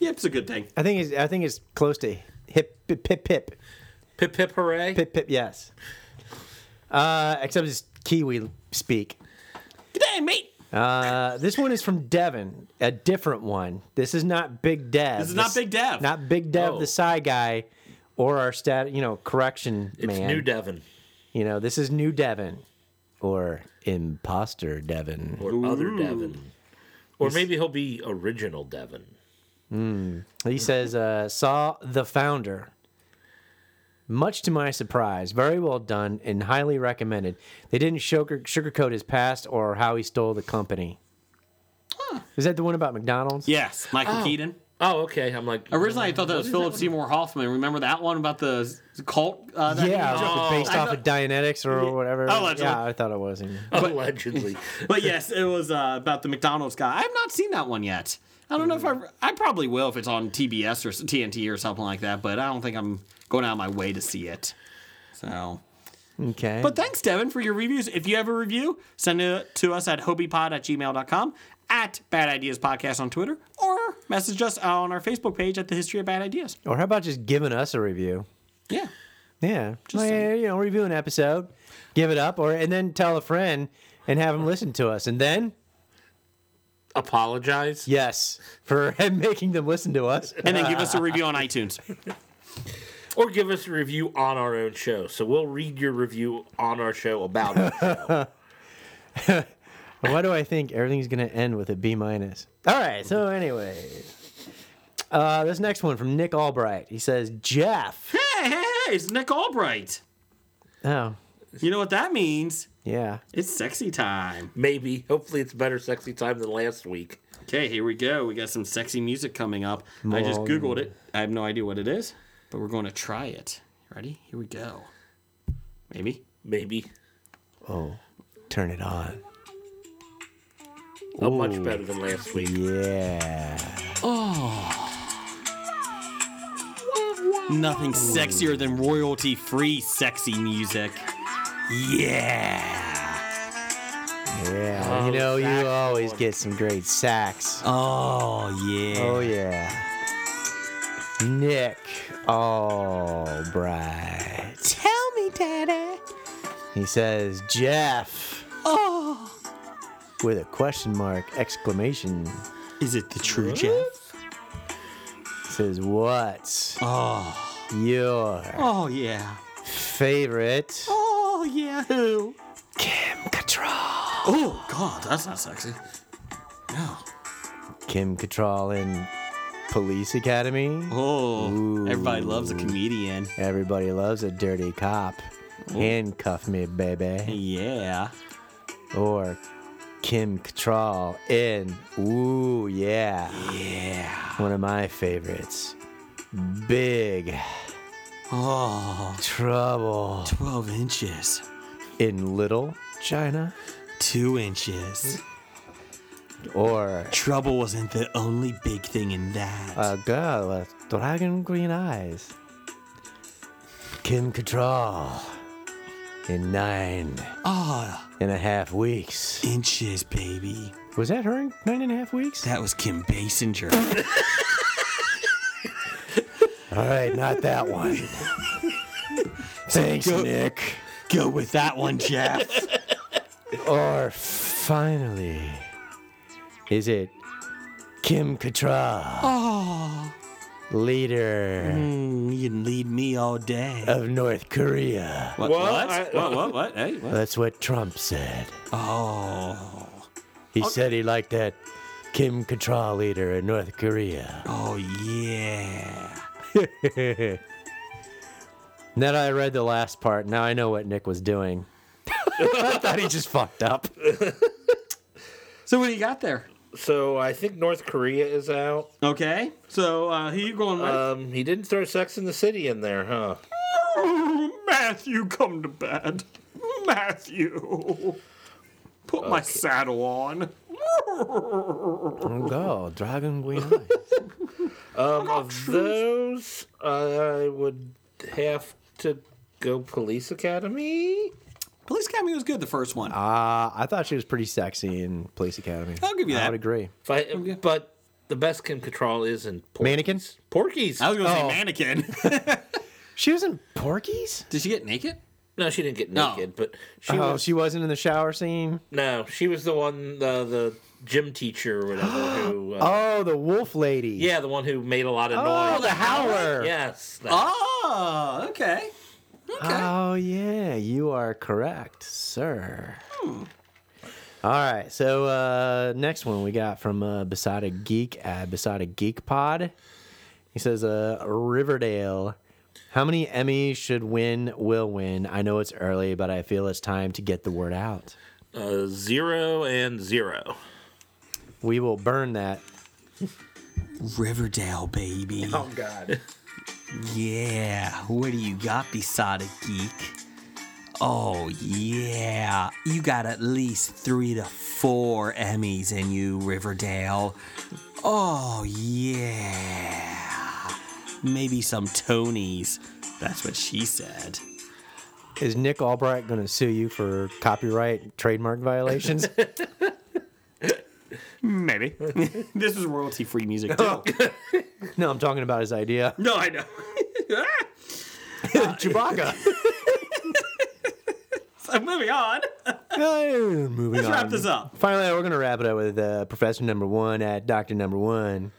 B: Yip's a good thing.
F: I think it's I think it's close to hip pip pip pip
C: Pip, pip, hooray.
F: pip pip. Yes. Uh, except it's Kiwi speak.
B: Good day, mate.
F: Uh, this one is from Devin, a different one. This is not Big Dev.
B: This is not Big Dev.
F: Not Big Dev,
C: Oh.
F: the Psy guy, or our stat, you know, correction
C: It's
F: man.
C: New Devon
F: You know, this is New Devin, or Imposter Devin.
C: or Other Devon. Or maybe he'll be Original Devon.
F: He says, uh, saw the founder. Much to my surprise, very well done and highly recommended. They didn't sugar- sugarcoat his past or how he stole the company. Is that the one about McDonald's?
B: Yes, Michael Keaton.
C: Oh, okay. I'm like,
B: Originally, I thought Uh, that was Philip Seymour Hoffman. Remember that one about the cult? Uh, that
F: Yeah,
B: he-
C: Oh.
F: based
B: I
F: off of Dianetics or whatever.
B: Oh, that's
F: yeah,
B: right.
F: I thought it was. yeah.
C: *laughs* allegedly.
B: But yes, it was uh, about the McDonald's guy. I've not seen that one yet. I don't know if I. I probably will if it's on TBS or s- TNT or something like that. But I don't think I'm going out of my way to see it. So,
F: Okay.
B: but thanks, Devin, for your reviews. If you have a review, send it to us at hobiepod at gmail.com, at Bad Ideas Podcast on Twitter, or message us on our Facebook page at the History of Bad Ideas.
F: or how about just giving us a review?
B: Yeah.
F: Yeah, just you know, review an episode, give it up, or and then tell a friend and have them listen to us, and then
C: Apologize.
F: yes, for *laughs* making them listen to us. *laughs*
B: And then give us a review on *laughs* iTunes.
C: Or give us a review on our own show. So we'll read your review on our show about
F: *laughs*
C: it.
F: Why do I think everything's gonna end with a B minus? All right. So anyway, uh, this next one from Nick Albright. He says Jeff.
B: Hey, hey, hey, it's Nick Albright.
F: Oh,
B: You know what that means?
F: yeah.
B: It's sexy time.
C: maybe. Hopefully, it's better sexy time than last week.
B: Okay, here we go. We got some sexy music coming up. I just
F: Mom.
B: Googled it. I have no idea what it is, but we're going to try it. Ready? Here we go. Maybe.
C: Maybe.
F: Oh, turn it on.
C: Oh, much better than last week.
F: Yeah.
B: Nothing sexier than royalty free sexy music. Yeah.
F: Yeah. you know, you always get some great sax.
B: Oh, yeah.
F: Oh yeah. Nick Albright. Tell me, Daddy. He says, Jeff. Oh. With a question mark, exclamation.
B: Oh, Is it the true Jeff?
F: Says, what's
B: Oh.
F: your
B: Oh, yeah.
F: favorite?
B: Oh, yeah. Who?
F: Kim Cattrall.
B: Oh, God. That's not sexy. No.
F: Kim Cattrall in Police Academy.
B: Oh. Everybody loves a comedian.
F: Everybody loves a dirty cop. Handcuff me, baby.
B: Yeah.
F: Or Kim Cattrall in Ooh Yeah.
B: Yeah.
F: One of my favorites. Big
B: Oh,
F: Trouble
B: 12 inches.
F: in Little China.
B: Two inches.
F: Or
B: Trouble wasn't the only big thing in that.
F: a girl with dragon green eyes. Kim Cattrall in nine
B: Ah,
F: and a half weeks.
B: inches, baby.
F: Was that her in nine and a half weeks?
B: That was Kim Basinger.
F: All right, not that *laughs* one. Thanks, Nick.
B: Go with that one, Jeff. *laughs*
F: Or finally, is it Kim Cattrall? Leader
B: Mm, you can lead me all day.
F: of North Korea.
B: what? Uh,
C: Well,
B: what?
C: I-
B: what? What? What? Hey, what?
F: That's what Trump said.
B: Oh,
F: He said he liked that Kim Cattrall leader in North *laughs* Korea.
B: oh yeah.
F: now that I read the last part, now I know what Nick was *laughs* doing. I thought he just fucked up.
B: So what do you got there?
C: So I think North Korea is out.
B: Okay. So uh, who you going with?
C: Um, he didn't throw Sex in the City in there, huh?
B: *laughs* Matthew, come to bed. Matthew. Put my saddle on.
F: Oh, go, Dragon Queen.
C: Um, of those, I would have to go Police Academy.
B: Police Academy was good, the first one.
F: Uh, I thought she was pretty sexy in Police Academy.
B: I'll give you
F: I
B: that.
F: would agree.
C: If I, But the best Kim Cattrall is in Porky's.
F: Mannequins?
C: Porky's.
B: I was going to
F: Oh.
B: say mannequin.
F: She was in Porky's?
B: *laughs* Did she get naked?
C: No, she didn't get
B: No.
C: naked, but she
F: oh,
C: was
F: she wasn't in the shower scene.
C: no, she was the one the the gym teacher or whatever
F: *gasps*
C: who. Uh,
F: Oh, the wolf lady.
C: Yeah, the one who made a lot of
F: Oh,
C: noise.
F: the howler.
C: Yes. that-
B: Oh, okay. Okay.
F: Oh yeah, you are correct, sir. All right, so uh, next one we got from uh, Beside a Geek at Beside a Geek Pod. He says, uh, "Riverdale, how many Emmys should win? Will win? I know it's early, but I feel it's time to get the word out.
C: Uh, zero and zero.
F: We will burn that.
B: Riverdale, baby.
C: *laughs* Oh God.
B: Yeah, what do you got beside a geek? Oh, yeah. You got at least three to four Emmys in you, Riverdale. Oh, yeah. Maybe some Tonys. That's what she said.
F: Is Nick Albright going to sue you for copyright
B: *laughs*
F: trademark violations?
B: Maybe. *laughs* this is royalty free music, too.
F: no, I'm talking about his idea.
B: *laughs* no, I know. *laughs*
F: *laughs* Chewbacca.
B: so moving on.
F: Moving
B: Let's wrap
F: on.
B: this up.
F: Finally, we're going to wrap it up with uh, Professor Number One at Doctor Number One.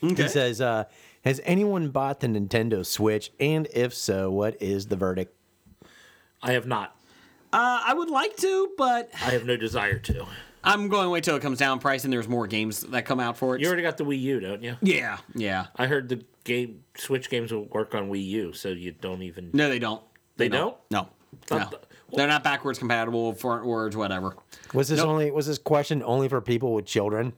F: He
B: Okay.
F: says, uh, "Has anyone bought the Nintendo Switch? And if so, what is the verdict?"
C: I have not.
B: Uh, I would like to, but
C: I have no desire to.
B: I'm going to wait till it comes down in price and there's more games that come out for it.
C: You already got the Wii U, don't you?
B: yeah, yeah.
C: I heard the game Switch games will work on Wii U, so you don't even.
B: No, they don't.
C: They
B: No.
C: Not
B: No.
C: the-
B: They're not backwards compatible, frontwards, whatever.
F: Was this only was this question only for people with children?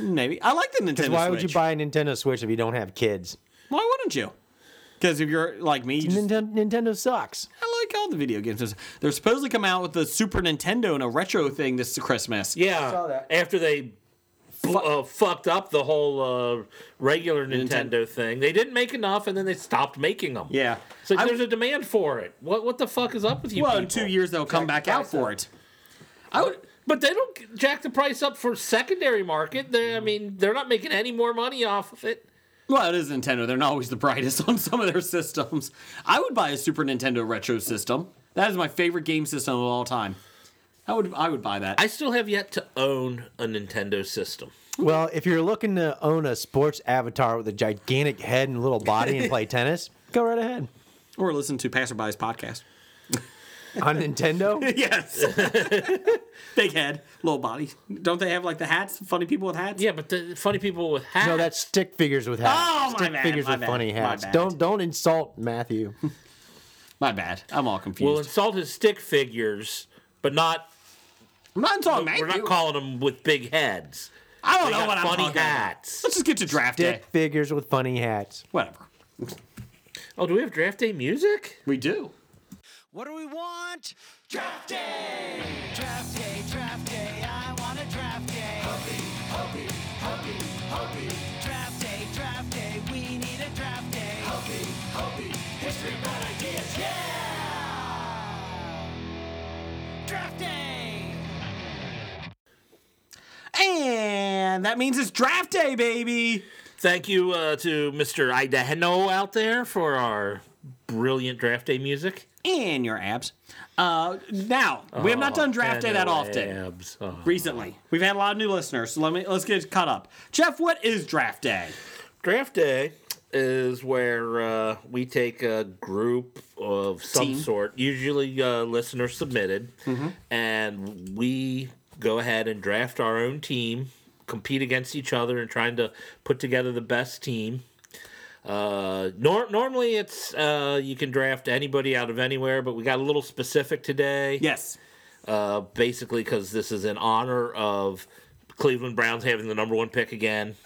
B: Maybe. I like the Nintendo
F: Why would you
B: Switch.
F: buy a Nintendo Switch if you don't have kids?
B: Why wouldn't you? Because if you're like me, you just,
F: Nintendo, Nintendo sucks.
B: I like all the video games. They're supposedly coming out with the Super Nintendo and a retro thing this Christmas.
C: Yeah. After they fu- uh, fucked up the whole uh, regular Nintendo thing, they didn't make enough, and then they stopped making them.
B: Yeah.
C: So
B: I-
C: there's a demand for it. What what the fuck is up with you?
B: Well, in
C: people?
B: two years, they'll come back out for it. I would.
C: But they don't jack the price up for secondary market. They, I mean, they're not making any more money off of it.
B: Well, it is Nintendo. They're not always the brightest *laughs* on some of their systems. I would buy a Super Nintendo retro system. That is my favorite game system of all time. I would. I would buy that.
C: I still have yet to own a Nintendo system.
F: Well, if you're looking to own a sports avatar with a gigantic head and little body and
B: *laughs*
F: play tennis, go right ahead.
B: or listen to Passerby's podcast.
F: On Nintendo,
B: *laughs* Yes. *laughs* Big head, little body. Don't they have like the hats? Funny people with hats?
C: Yeah, but the funny people with hats.
F: no, that's stick figures with hats.
B: Oh, my
F: stick
B: bad,
F: figures
B: my
F: with
B: bad,
F: funny
B: my
F: hats.
B: bad.
F: Don't don't
B: *laughs*
F: insult Matthew.
B: My bad. I'm all confused.
C: We'll insult his stick figures, but not.
B: I'm not insulting Matthew.
C: We're not calling them with big heads.
B: I don't
C: They
B: know
C: got
B: what I'm
C: funny
B: talking about.
C: hats.
B: Let's just get to draft
F: Stick
B: day.
F: figures with funny hats.
B: Whatever.
C: Oh, do we have draft day music?
B: We do.
G: What do we want? Draft day! Draft day, draft day, I want a draft day. Hurry, hurry, hurry, hurry. Draft day, draft day, we need a draft day. Hurry, hurry, history, bad ideas, yeah! Draft day!
B: And that means it's draft day, baby.
C: Thank you uh, to Mr. Idaheno out there for our brilliant draft day music.
B: And your abs. Uh, now, we have not
C: Oh,
B: done draft day that
C: Idaheno
B: often.
C: abs. Oh.
B: Recently, we've had a lot of new listeners, so let me let's get caught up. Jeff, what is draft day?
C: Draft day is where uh, we take a group of some
B: Team.
C: sort, usually uh, listener submitted, and we go ahead and draft our own team, compete against each other, and trying to put together the best team. Uh, nor- normally it's uh, you can draft anybody out of anywhere, but we got a little specific today
B: Yes.
C: uh, basically because this is in honor of Cleveland Browns having the number one pick again.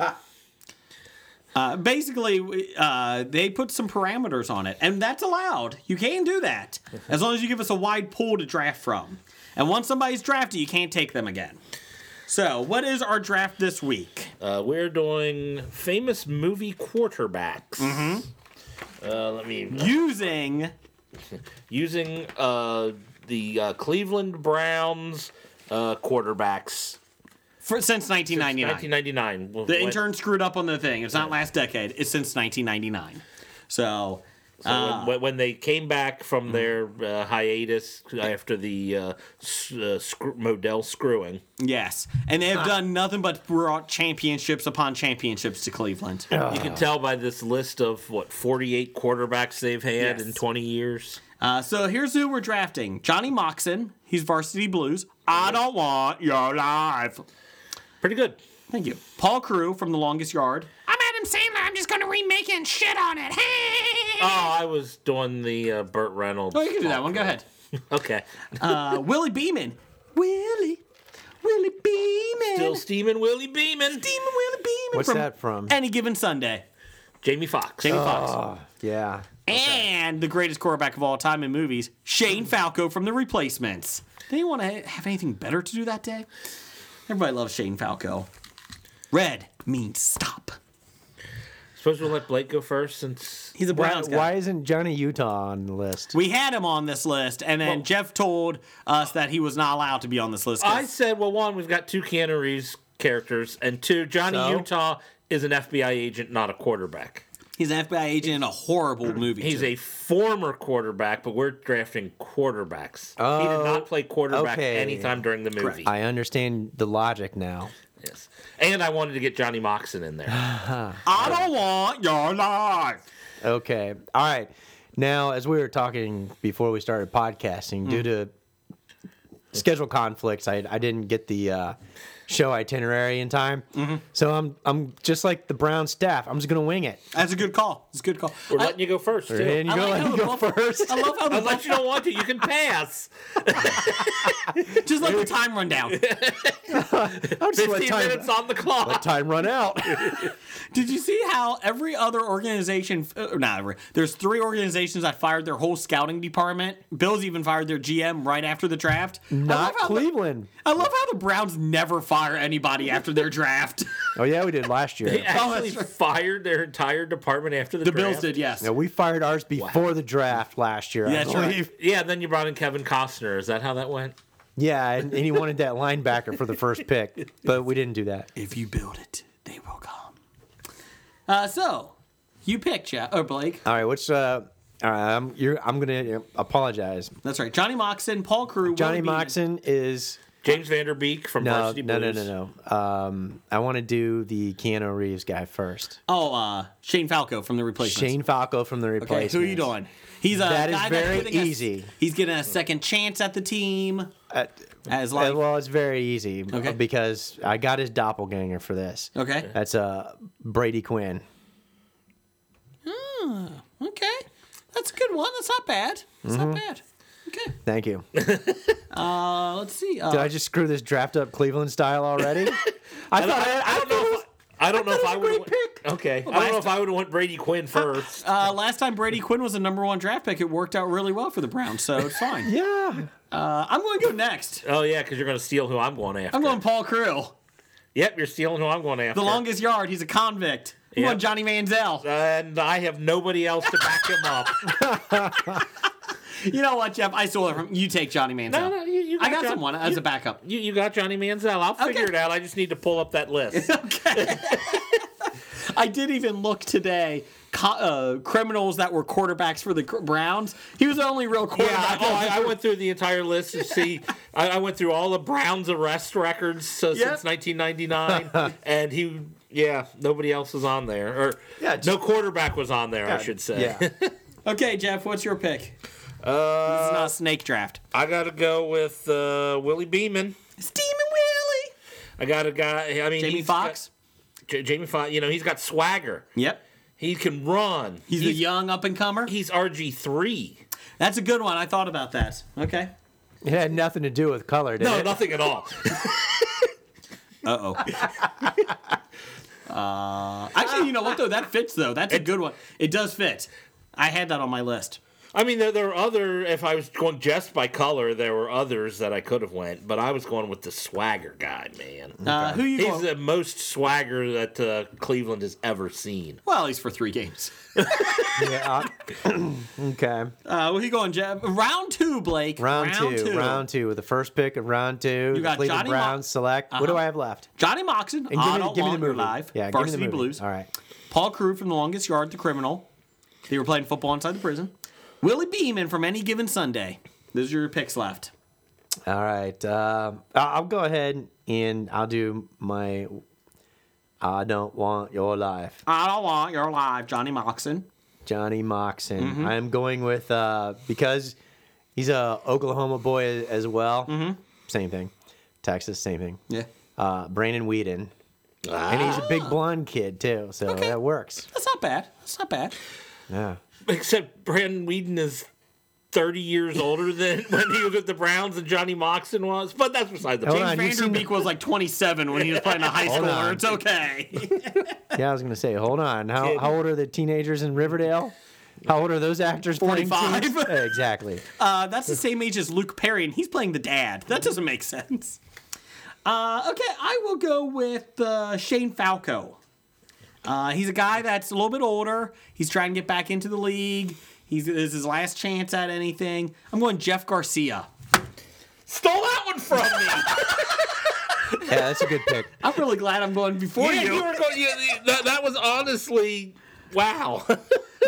B: Uh, basically, we- uh, they put some parameters on it, and that's allowed. You can do that as long as you give us a wide pool to draft from. And once somebody's drafted, you can't take them again. So, what is our draft this week?
C: Uh, we're doing famous movie quarterbacks.
B: Mm-hmm.
C: Uh, let me
B: Using
C: using uh, the uh, Cleveland Browns uh, quarterbacks
B: for, since 1999.
C: 1999. Well,
B: The
C: when-
B: intern screwed up on the thing. It's not last decade. It's since 1999. So,
C: so when-
B: Ah.
C: when, when they came back from their
B: Mm-hmm.
C: uh, hiatus after the uh, s- uh, screw, Modell screwing.
B: yes, and they have done nothing but brought championships upon championships to Cleveland.
C: You can tell by this list of what 48 quarterbacks they've had in
B: Yes.
C: 20 years.
B: Uh, so here's who we're drafting: Johnny Moxon. He's Varsity Blues. I don't want your life.
C: Pretty good.
B: Thank you, Paul Crew from The Longest Yard. I'm Adam Sandler. I'm just gonna remake it and shit on it. *laughs* Hey.
C: Oh, I was doing the uh, Burt Reynolds.
B: oh, Uh, you can do that one. Go ahead.
C: Okay.
B: Uh, Willie Beeman. Willie. Willie Beeman.
C: Still steaming Willie Beeman.
B: Demon Willie Beeman.
F: What's
B: from
F: that from?
B: Any given Sunday.
C: Jamie Foxx.
B: Jamie Foxx.
F: Ah. Yeah.
B: And the greatest quarterback of all time in movies, Shane Falco from The Replacements. Did anyone ha- have anything better to do that day? Everybody loves Shane Falco. Red means stop.
C: Suppose we'll let Blake go first since
B: He's a
F: Why,
B: Browns guy.
F: why isn't Johnny Utah on the list?
B: We had him on this list, and then Jeff told us that he was not allowed to be on this list. 'cause-
C: I said, well, one, we've got two Keanu Reeves characters, and two, Johnny
F: So?
C: Utah is an FBI agent, not a quarterback.
B: he's an FBI agent in a horrible movie.
C: He's
B: too.
C: a former quarterback, but we're drafting quarterbacks. he did not play quarterback
F: Oh, okay.
C: anytime during the movie.
F: I understand the logic now.
C: yes. And I wanted to get Johnny Moxon in there.
B: I don't want your life.
F: Okay. All right. Now, as we were talking before we started podcasting, due to schedule conflicts, I, I didn't get the uh, show itinerary in time. So I'm I'm just like the Brown staff. I'm just gonna wing it.
B: That's a good call. It's a good call.
C: We're
B: I-
C: letting you go first, too.
F: And you
B: I
F: go,
B: like
F: let
B: how
F: me
B: the
F: go
B: Buff-
F: first.
B: I
F: *laughs*
B: love how the
C: Unless you don't want to, you can pass.
B: Just let the time run
F: *laughs*
B: down.
F: I'll just let
C: 15
F: time,
C: minutes on the
F: *laughs* let
C: clock.
F: time run out.
B: Did you see how every other organization, uh, not every, there's three organizations that fired their whole scouting department. Bills even fired their GM right after the draft. I love
F: *laughs* *laughs* Not
B: how the-
F: Cleveland.
B: I love how the Browns never fire anybody after their
F: *laughs*
B: draft.
F: Oh yeah, we did last *laughs* year.
C: They actually
B: that's right.
C: fired their entire department after the,
B: The Bills
C: draft.
B: did, yes.
F: Yeah, we fired ours before the draft last year. I
B: That's right.
F: believe.
C: Yeah, then you brought in Kevin Costner. Is that how that went?
F: Yeah, and, and he wanted that linebacker for the first pick, but we didn't do that.
B: If you build it, they will come. Uh, so, you picked, ja- or Blake.
F: All right, what's uh? All right, I'm you're I'm gonna apologize.
B: That's right. Johnny Moxon, Paul Crew.
F: Johnny
B: Willie Beeman.
F: Moxon is
C: James Vanderbeek from
F: no,
C: Varsity
F: no, no,
C: Blues.
F: no, no. Um, I want to do the Keanu Reeves guy first.
B: Oh, uh, Shane Falco from the replacement.
F: Shane Falco from the
B: Okay,
F: replacement.
B: who are you doing? He's a
F: That is
B: guy
F: very
B: getting a-
F: easy.
B: he's getting a second chance at the team. as like
F: Uh, well, it's very easy okay. because I got his doppelganger for this.
B: okay,
F: That's uh Brady Quinn.
B: okay, that's a good one. That's not bad. That's
F: Mm-hmm.
B: not bad. Okay,
F: Thank you.
B: uh, let's see.
F: Did
B: Uh,
F: I just screw this draft up Cleveland style already? I
C: I,
F: thought
C: I,
F: I, I,
C: don't know. If, I don't know if
B: thought
C: I
B: it was a
C: would.
B: great pick.
C: Okay. I don't know if I would want Brady Quinn first.
B: uh, last time Brady Quinn was a number one draft pick, it worked out really well for the Browns, so it's fine.
F: *laughs* *laughs* yeah.
B: uh, I'm going to go next.
C: oh yeah, because you're going to steal who I'm going after.
B: I'm going Paul Crew.
C: Yep, you're stealing who I'm going after.
B: The longest yard. He's a convict. I'm
C: Yeah.
B: going Johnny Manziel.
C: And I have nobody else to back him
B: *laughs*
C: up.
B: You know what, Jeff? I stole it from you. Take Johnny Manziel.
C: No, no, you, you
B: I got
C: John-
B: someone as
C: you-
B: a backup.
C: You, you got Johnny Manziel. I'll figure
B: Okay.
C: it out. I just need to pull up that list.
B: I did even look today. Co- uh, criminals that were quarterbacks for the Cr- Browns. He was the only real
C: Yeah,
B: quarterback.
C: oh, I, I went through the entire list to
F: *laughs*
C: see. I, I went through all the Browns arrest records so
B: Yep.
C: since
F: *laughs*
C: 1999, and he, yeah, nobody else was on there, or
F: Yeah, just-
C: no quarterback was on there, I should say. *laughs*
F: Yeah.
B: Okay, Jeff, what's your pick? Uh, this is not a snake draft.
C: I gotta go with uh, Willie Beeman.
B: Steaming Willie.
C: I got a guy. I mean,
B: Jamie
C: he's got-
B: Foxx.
C: J- Jamie Foxx. You know, he's got swagger.
B: Yep.
C: He can run.
B: He's, a young up and comer.
C: he's RG three.
B: That's a good one. I thought about that. Okay.
F: It had nothing to do with color, did
C: No,
F: it?
C: nothing at all.
B: Uh *laughs* oh. uh, actually, you know what though? That fits though. That's a good one. It does fit. I had that on my list.
C: I mean, there, there were other. If I was going just by color, there were others that I could have went, but I was going with the swagger guy, man.
B: Uh, who you
C: He's
B: going?
C: the most swagger that uh, Cleveland has ever seen.
B: well, at least for three games.
F: *laughs* Yeah. I- *clears throat* okay.
B: Uh, who you going, Jeff? Round two, Blake.
F: Round, two, Round two. With the first pick of round two, the
B: got
F: Cleveland
B: Johnny Mo- Uh-huh.
F: Browns select. What do I have left?
B: Johnny Moxon,
F: And
B: I Don't Want Your Life,
F: Yeah, give me the
B: Varsity
F: movie.
B: Blues,
F: All right.
B: Paul Crewe from The Longest Yard, The Criminal. They were playing football inside the prison. Willie Beeman from Any Given Sunday. Those are your picks left.
F: All right. Um, I- I'll go ahead and I'll do my. I don't want your life,
B: I Don't Want Your Life, Johnny Moxon.
F: Johnny Moxon.
B: Mm-hmm.
F: I'm going with uh, because he's a Oklahoma boy a- as well.
B: Mm-hmm.
F: Same thing, Texas. Same thing.
B: Yeah.
F: Uh, Brandon Whedon, and he's a big blonde kid too, so
B: Ah. Okay.
F: that works.
B: That's not bad. That's not bad.
F: Yeah.
C: Except Brandon Whedon is 30 years older than *laughs* when he was with the Browns and Johnny Moxon was, but that's beside the
F: Hold
C: point.
F: on, you've seen
B: Vanderbeek was like 27 when he was playing a high
F: Hold
B: schooler.
F: on.
B: It's okay.
F: Yeah, I was gonna say, hold on. How
C: Kid.
F: how old are the teenagers in Riverdale? How old are those actors? playing
B: 45.
F: teens? Yeah, exactly.
B: *laughs* Uh, that's the same age as Luke Perry, and he's playing the dad. That doesn't make sense. Uh, okay, I will go with uh, Shane Falco. Uh, he's a guy that's a little bit older. He's trying to get back into the league. He's this is his last chance at anything. I'm going Jeff Garcia.
C: Stole that one from
F: *laughs*
C: me.
F: Yeah, that's a good
B: *laughs*
F: pick.
B: I'm really glad I'm going before
C: yeah,
B: you. *laughs*
C: you were going, you, you- that, that was honestly, wow.
B: I'm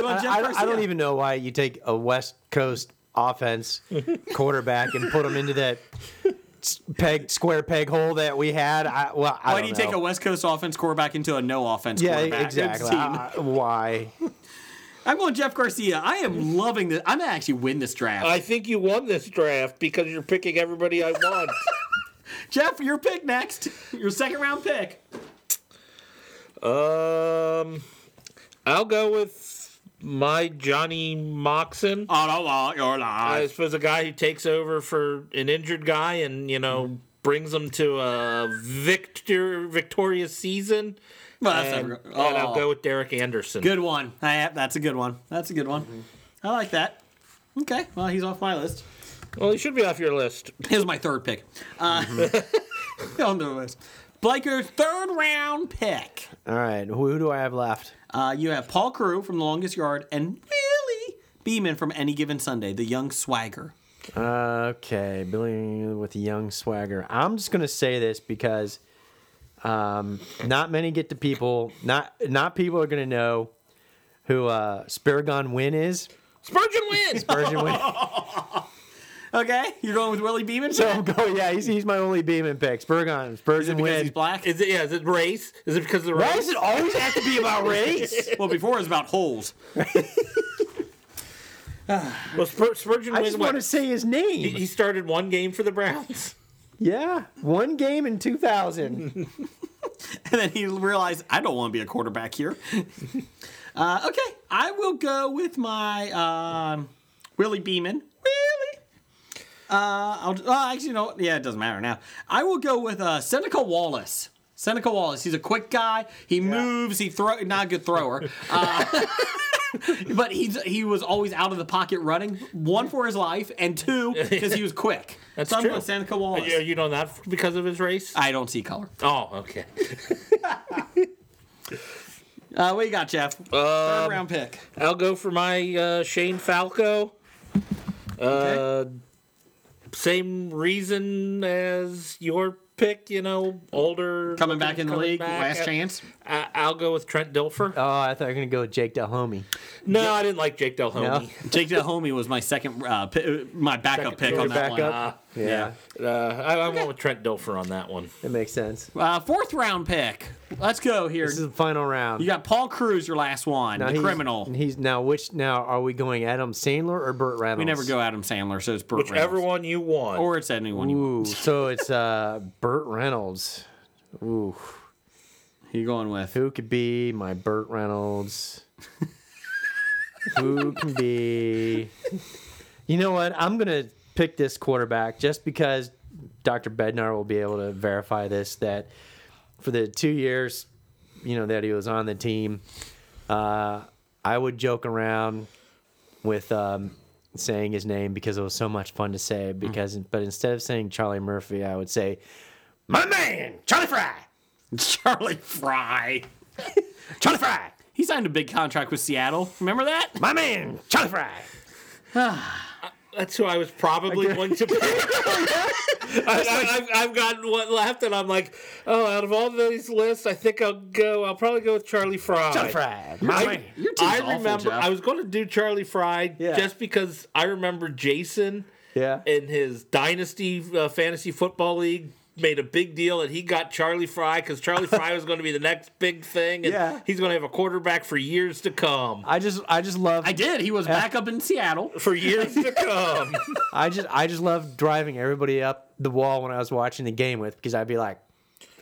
B: going Jeff
F: I, I don't- I don't
B: Garcia.
F: even know why you take a West Coast offense quarterback and put him into that s- peg square peg hole that we had. I, well, I
B: Why do
F: don't
B: you take
F: know.
B: a West Coast offense quarterback into a no offense
F: yeah,
B: quarterback?
F: exactly.
B: team?
F: I- I- *laughs* why?
B: I'm going Jeff Garcia. I am loving this. I'm gonna actually win this draft.
C: I think you won this draft because you're picking everybody I want.
B: Jeff, your pick next. Your second round pick.
C: um, I'll go with my Johnny Moxon.
B: I don't want your
C: I
B: life.
C: suppose a guy who takes over for an injured guy and you know brings him to a victor victorious season.
B: Well, that's
C: And,
B: never-
C: and
B: oh,
C: I'll go with Derek Anderson.
B: good one. I, that's a good one. That's a good one. I like that. Okay, well, he's off my list.
C: Well, he should be off your list.
B: Here's my third pick. Uh, *laughs* on the list. Blake, your third round pick.
F: All right, who do I have left?
B: Uh, you have Paul Carew from The Longest Yard and Willie Beeman from Any Given Sunday, the young swagger.
F: Okay, Billy with a young swagger. I'm just gonna say this because um, not many get to people. Not not people are gonna know who uh, Spiragon Win is.
C: Spurgeon wins.
F: Spurgeon *laughs* Win.
B: *laughs* Okay, you're going with Willie Beeman?
F: so I'm going. Yeah, he's, he's my only Beeman pick. Spurgeon.
B: Is it
F: Spurgeon
B: because
F: Win.
B: he's black?
C: Is it? Yeah. Is it race? Is it because of the
F: Why
C: race?
F: does it always have to
B: *laughs*
F: be about race?
B: well, before it was about holes. *laughs*
C: Well, Spur- Spurgeon
F: I
C: wins.
F: just want to
C: What?
F: say his
B: *laughs*
C: He-
F: name.
C: He started one game for the Browns.
F: Yeah, one game
B: *laughs*
F: in 2000.
B: And then he realized, I don't want to be a quarterback here. *laughs* uh, okay, I will go with my um, Willie Beeman. Willie. Uh, I'll, oh, actually, no. Yeah, it doesn't matter now. I will go with uh, Seneca Wallace. Seneca Wallace. He's a quick guy. He moves. He throw. Not a good thrower. Uh, *laughs* but he's he was always out of the pocket running. One for his life, and two because he was quick.
C: That's
B: so I'm
C: true.
B: going Seneca
C: Are
B: Wallace.
C: you, are you know that because of his race?
B: I don't see color.
C: Oh, okay.
B: Uh, what you got, Jeff?
F: Um,
B: Third round pick.
C: I'll go for my uh, Shane Falco. Uh, same reason as your pick, you know, older.
B: coming back in the
C: coming
B: league,
C: back.
B: last chance.
C: I, I'll go with Trent Dilfer.
F: Oh, I thought you were going to go with Jake Delhomme.
C: no, I didn't like Jake Delhomme.
B: Jake Delhomme was my second, uh, pi- my backup pick
F: Your
B: on that one.
F: backup? yeah,
C: Uh, I, I went with Trent Dilfer on that one.
F: it makes sense.
B: Uh, fourth round pick. Let's go here.
F: This is the final round.
B: you got Paul Cruz, your last one, the
F: he's-
B: criminal.
F: He's now which now are we going Adam Sandler or Burt Reynolds?
B: We never go Adam Sandler, so it's Burt
C: Whichever
B: Reynolds.
C: one you want.
B: or it's anyone you want.
F: Ooh, so it's uh Burt Reynolds. Ooh,
B: Who you going with?
F: who could be my Burt Reynolds? who can be? You know what? I'm gonna pick this quarterback just because Dr. Bednar will be able to verify this that for the two years, you know, that he was on the team, uh, I would joke around with um, saying his name because it was so much fun to say. Because, but instead of saying Charlie Murphy, I would say, "My man, Charlie Fry,
B: *laughs* Charlie Fry.
F: Charlie Fry,
B: He signed a big contract with Seattle. Remember that?
F: my man, Charlie Fry."
C: That's who I was probably going
B: *laughs*
C: to pick. *laughs* I, I, I've, I've got one left, and I'm like, oh, out of all these lists, I think I'll go. I'll probably go with Charlie Fry.
F: Charlie Fry, my man.
C: I,
B: Your team's
C: I
B: awful,
C: remember.
B: Jeff.
C: I was going to do Charlie Fry
F: Yeah.
C: just because I remember Jason
F: Yeah.
C: in his Dynasty uh, Fantasy Football League made a big deal that he got Charlie Fry because Charlie Fry was going to be the next big thing, and
F: Yeah.
C: he's going to have a quarterback for years to come.
F: *laughs* I just, I just love.
B: I did. He was back up in Seattle.
C: For years to come.
F: I just I just loved driving everybody up the wall when I was watching the game with because I'd be like,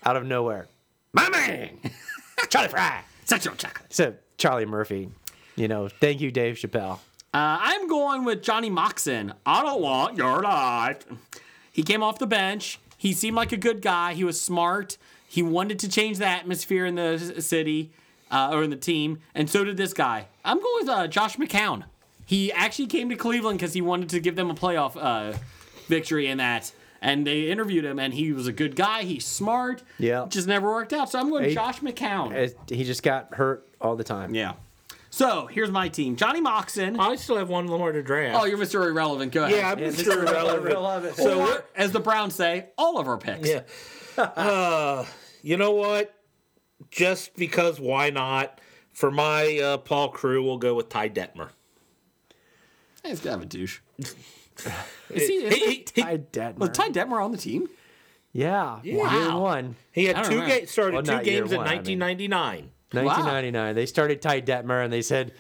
F: out of nowhere, my man,
B: *laughs*
F: Charlie Fry.
B: Sexual chocolate.
F: So Charlie Murphy, you know, thank you, Dave Chappelle.
B: Uh, I'm going with Johnny Moxon. I don't want your life. He came off the bench. He seemed like a good guy. He was smart. He wanted to change the atmosphere in the s- city uh, or in the team, and so did this guy. I'm going with uh, Josh McCown. He actually came to Cleveland because he wanted to give them a playoff uh, victory in that. And they interviewed him, and he was a good guy. He's smart.
F: Yeah.
B: Just never worked out. So I'm going
F: Hey.
B: Josh McCown.
F: It- he just got hurt all the time.
B: yeah. So here's my team Johnny Moxon.
C: *laughs* I still have one more to draft.
B: Oh, you're Mr. Irrelevant. Go ahead.
C: yeah, I'm
F: Mr.
C: sure
F: Irrelevant.
C: So
B: Or,
C: we're-
B: as the Browns say, all of our picks.
C: Yeah. Uh, you know what? Just because, why not? For my uh, Paul Crew, we'll go with Ty Detmer.
B: He's kind of a douche. Is he,
C: He,
B: is he-
C: he, he,
F: Ty Detmer.
B: was Ty Detmer on the team?
F: yeah, year
B: Wow.
F: one,
C: he
B: I
C: had
B: don't
C: two
B: know.
C: games, started
F: Well,
C: two
F: not year
C: games in
F: one, I mean.
C: 1999.
F: 1999. They started Ty Detmer, and they said,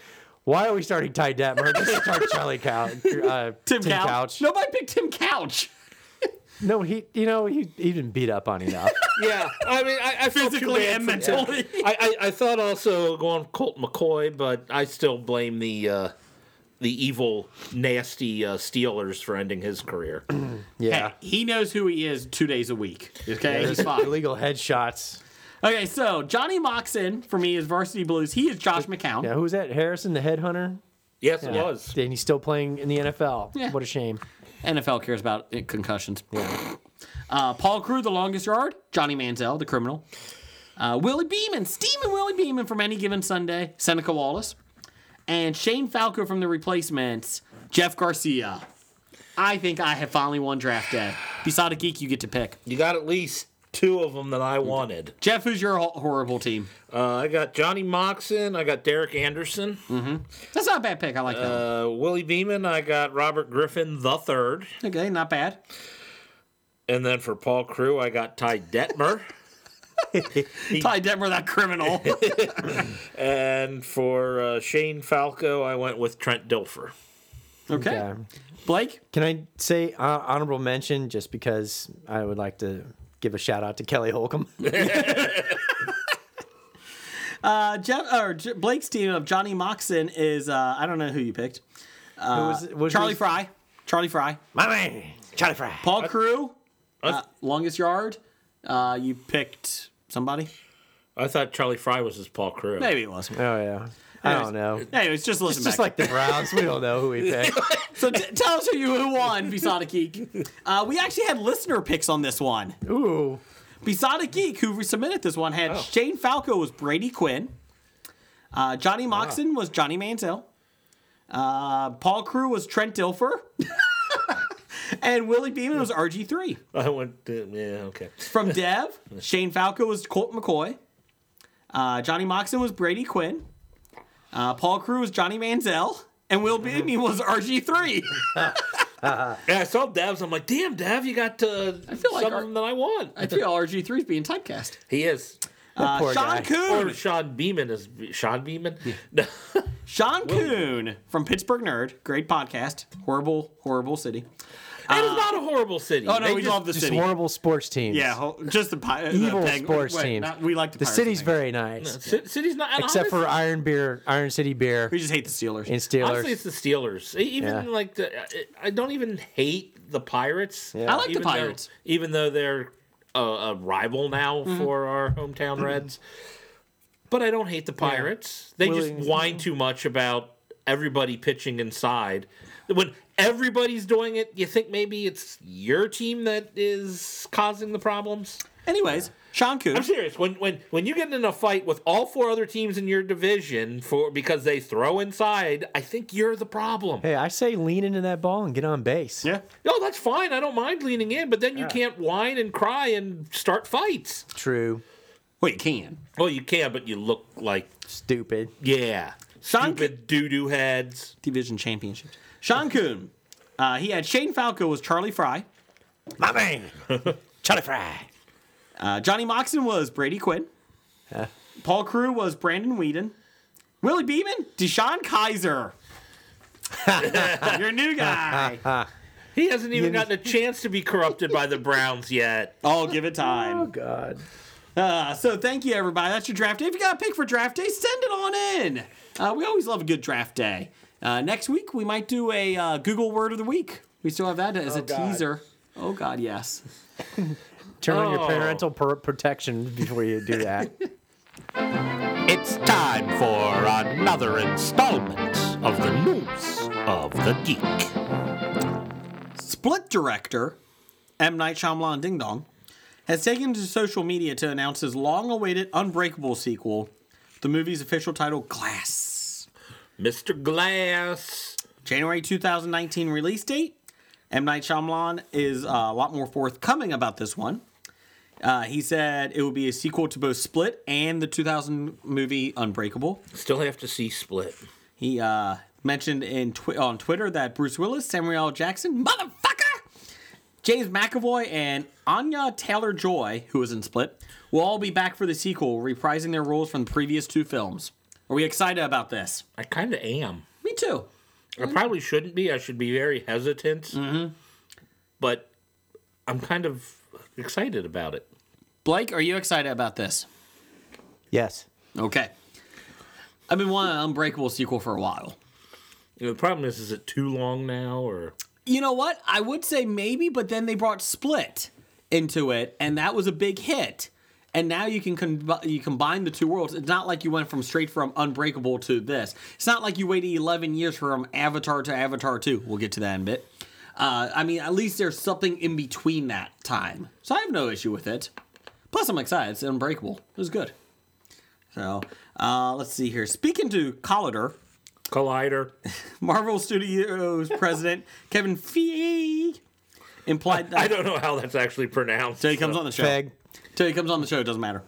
F: "Why are we starting Ty Detmer? Just start Charlie Cow- *laughs* uh,
B: Tim, Couch.
F: Couch."
B: Nobody picked Tim Couch.
F: No, he, you know, he he'd been beat up on *laughs* enough.
C: Yeah, I mean, I, I felt too
B: Physically
C: bad
B: and
C: for-
B: mentally.
C: yeah. I, I, I thought also going Colt McCoy, but I still blame the uh, the evil, nasty uh, Steelers for ending his career.
F: yeah.
B: Hey, he knows who he is two days a week. Okay, he's
F: There's
B: fine.
F: illegal headshots.
B: Okay, so Johnny Moxon for me is Varsity Blues. He is Josh McCown.
F: Yeah, who was that? Harrison, the headhunter?
C: *clears throat* Yes, it was.
F: And he's still playing in the NFL.
B: Yeah.
F: What a shame.
B: NFL cares about uh, concussions. Uh, Paul Crew, the longest yard. Johnny Manziel, the criminal. Uh, Willie Beeman, Steaming Willie Beeman from Any Given Sunday. Seneca Wallace. And Shane Falco from The Replacements. Jeff Garcia. I think I have finally won draft day. Beside geek, you get to pick.
C: You got at least two of them that I wanted.
B: Jeff, who's your ho- horrible team?
C: Uh, I got Johnny Moxon. I got Derek Anderson.
B: That's not a bad pick. I like that.
C: Uh, Willie Beeman. I got Robert Griffin the third.
B: okay, not bad.
C: And then for Paul Crew, I got Ty Detmer.
B: Ty Denver, that criminal.
C: and for uh, Shane Falco, I went with Trent Dilfer.
B: okay.
F: Yeah.
B: Blake?
F: Can I say uh, honorable mention just because I would like to give a shout out to
B: *laughs*
F: Kelly Holcomb?
B: Uh, Jeff, or J- Blake's team of Johnny Moxon is, uh, I don't know who you picked.
F: Who was- was-
B: Uh, Charlie
F: was-
B: Fry. Charlie Fry.
F: My man, Charlie Fry.
B: Paul Crew.
C: I,
B: Uh, longest yard. Uh, you picked somebody.
C: I thought Charlie Fry was his Paul Crew.
B: Maybe it was.
F: Oh, yeah. I don't know.
B: Anyways, just listen
F: It's
B: back.
F: just like the Browns. We don't know who we
B: *laughs* Uh,
F: picked.
B: so t- tell us who you who *laughs* won, Besada Geek. Uh, we actually had listener picks on this one.
F: Ooh.
B: Besada Geek, who submitted this one, had Shane Falco was Brady Quinn. Uh, Johnny Moxon was Johnny Manziel. Uh, Paul Crew was Trent Dilfer. and Willie Beeman was RG3.
C: I went. To, yeah. Okay.
B: From Dev, Shane Falco was Colt McCoy. Uh, Johnny Moxon was Brady Quinn. Uh, Paul Crew was Johnny Manziel. And *laughs* Will Beatty was RG3.
C: Yeah, I saw Davs. I'm like, damn, Dav, you got uh,
B: feel like
C: some
B: our-
C: of them that I want.
B: I feel RG3 is being typecast.
C: he is.
B: Uh,
F: poor
B: Sean
F: guy.
C: Or
B: Coon.
C: Sean Beeman is Sean Beeman. *laughs*
B: Sean Coon from Pittsburgh Nerd. Great podcast. Horrible, horrible city.
C: It is not a horrible city.
B: Oh, no,
C: They
B: we
C: just-
B: love the
F: Just
B: city.
F: horrible sports teams.
B: Yeah, ho- just the, pi-
F: Evil
B: the peg-
F: sports
B: wait,
F: teams.
B: not- we like the
F: The
B: Pirates, I
F: city's
B: think.
F: very nice,
C: Ci- City's not. and
F: except for
C: honest-
F: Iron Beer, Iron City Beer,
B: We just hate the Steelers.
F: and Steelers.
C: honestly, it's the Steelers. E- Even
F: Yeah.
C: like the, I- I don't even hate the Pirates.
F: Yeah. I
B: like the
C: Even though-
B: Pirates. Mm-hmm.
C: even though they're a, a rival now for our hometown Reds. But I don't hate the Pirates. They
F: Willing-
C: just whine too much about everybody pitching inside. when everybody's doing it, you think maybe it's your team that is causing the problems?
B: Anyways, Sean
C: I'm
B: Coots.
C: serious. When when when you get in a fight with all four other teams in your division for because they throw inside, I think you're the problem.
F: Hey, I say lean into that ball and get on base.
B: Yeah.
C: No, that's fine. I don't mind leaning in, but then you can't whine and cry and start fights.
F: True.
B: Well, you can.
C: Well, you can, but you look like
F: Stupid.
C: yeah, stupid doo doo heads.
B: Division championships. Sean Coon. Uh, he had Shane Falco was Charlie Fry.
F: My man. *laughs* Charlie Fry.
B: Uh, Johnny Moxon was Brady Quinn. Paul Crew was Brandon Whedon. Willie Beeman, Deshaun Kaiser. *laughs* Your new guy.
C: He hasn't even gotten a chance to be corrupted by the Browns yet.
B: Oh, give it time.
F: God.
B: Uh, so thank you, everybody. That's your draft day. If you got a pick for draft day, send it on in. Uh, we always love a good draft day. Uh, next week, we might do a uh, Google Word of the Week. We still have that as a teaser. Oh, God, yes.
F: Turn on
C: Oh.
F: your parental per- protection before you do that.
H: It's time for another installment of the News of the Geek.
B: Split director M. Night Shyamalan Ding Dong has taken to social media to announce his long awaited Unbreakable sequel, the movie's official title, Glass.
C: Mr. Glass.
B: January 2019 release date. M. Night Shyamalan is uh, a lot more forthcoming about this one. Uh, he said it will be a sequel to both Split and the 2000 movie Unbreakable.
C: Still have to see Split.
B: He uh, mentioned in twi- on Twitter that Bruce Willis, Samuel L. Jackson, motherfucker, James McAvoy, and Anya Taylor Joy, who was in Split, will all be back for the sequel, reprising their roles from the previous two films. Are we excited about this?
C: I kind of am.
B: Me too.
C: I probably shouldn't be. I should be very hesitant.
B: Mm-hmm.
C: But I'm kind of excited about it.
B: Blake, are you excited about this?
F: *laughs* yes.
B: Okay. I've been wanting an Unbreakable sequel for a while.
C: You know, the problem is, is it too long now, or
B: You know what? I would say maybe, but then they brought Split into it, and that was a big hit. And now you can com- you combine the two worlds. It's not like you went from straight from Unbreakable to this. It's not like you waited 11 years from Avatar to Avatar 2. We'll get to that in a bit. Uh, I mean, at least there's something in between that time. So I have no issue with it. Plus, I'm excited. It's Unbreakable. It was good. So uh, let's see here. Speaking to Collider,
C: Collider?
B: Marvel Studios president Kevin Feige implied that
C: I don't know how that's actually pronounced.
B: till he comes on the show.
F: Feg.
B: Till he comes on the show, it doesn't matter.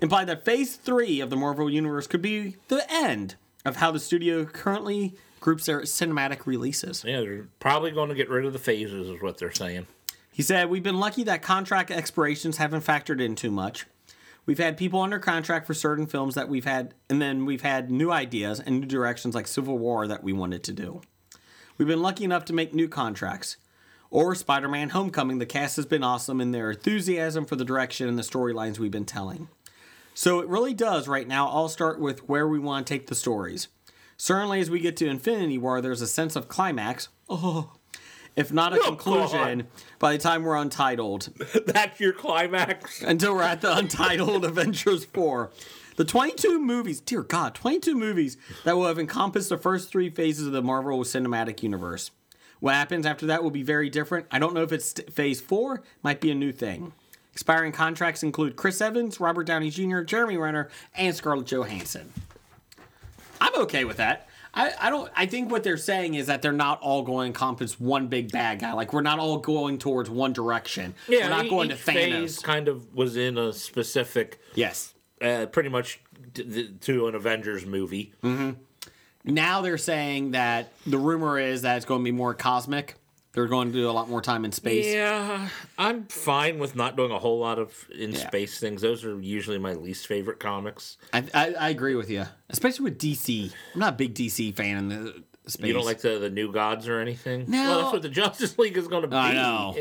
B: Implied that Phase Three of the Marvel Universe could be the end of how the studio currently groups their cinematic releases.
C: Yeah, they're probably going to get rid of the phases, is what they're saying. *laughs*
B: He said, We've been lucky that contract expirations haven't factored in too much. We've had people under contract for certain films that we've had, and then we've had new ideas and new directions like Civil War that we wanted to do. We've been lucky enough to make new contracts. Or Spider Man Homecoming, the cast has been awesome in their enthusiasm for the direction and the storylines we've been telling. So it really does right now all start with where we want to take the stories. Certainly, as we get to Infinity War, there's a sense of climax, Oh, if not a conclusion, by the time we're untitled
C: That's your climax.
B: until we're at the *laughs* Untitled Avengers 4. The 22 movies, dear God, 22 movies that will have encompassed the first three phases of the Marvel Cinematic Universe. What happens after that will be very different. I don't know if it's st- phase four, might be a new thing. Expiring contracts include Chris Evans, Robert Downey Jr., Jeremy Renner, and Scarlett Johansson. I'm okay with that. I, I don't I think what they're saying is that they're not all going to encompass one big bad guy. Like we're not all going towards one direction. we're not
C: e-
B: going to
C: each
B: Thanos.
C: phase kind of was in a specific,
B: Yes.
C: uh, pretty much t- th- to an Avengers movie.
B: Now they're saying that the rumor is that it's going to be more cosmic. They're going to do a lot more time in space.
C: Yeah, I'm fine with not doing a whole lot of in
B: Yeah.
C: space things. Those are usually my least favorite comics.
B: I, I, I agree with you, especially with DC. I'm not a big DC fan in the space.
C: You don't like the, the new gods or anything?
B: No.
C: Well, that's what the Justice League is going to be.
B: I know.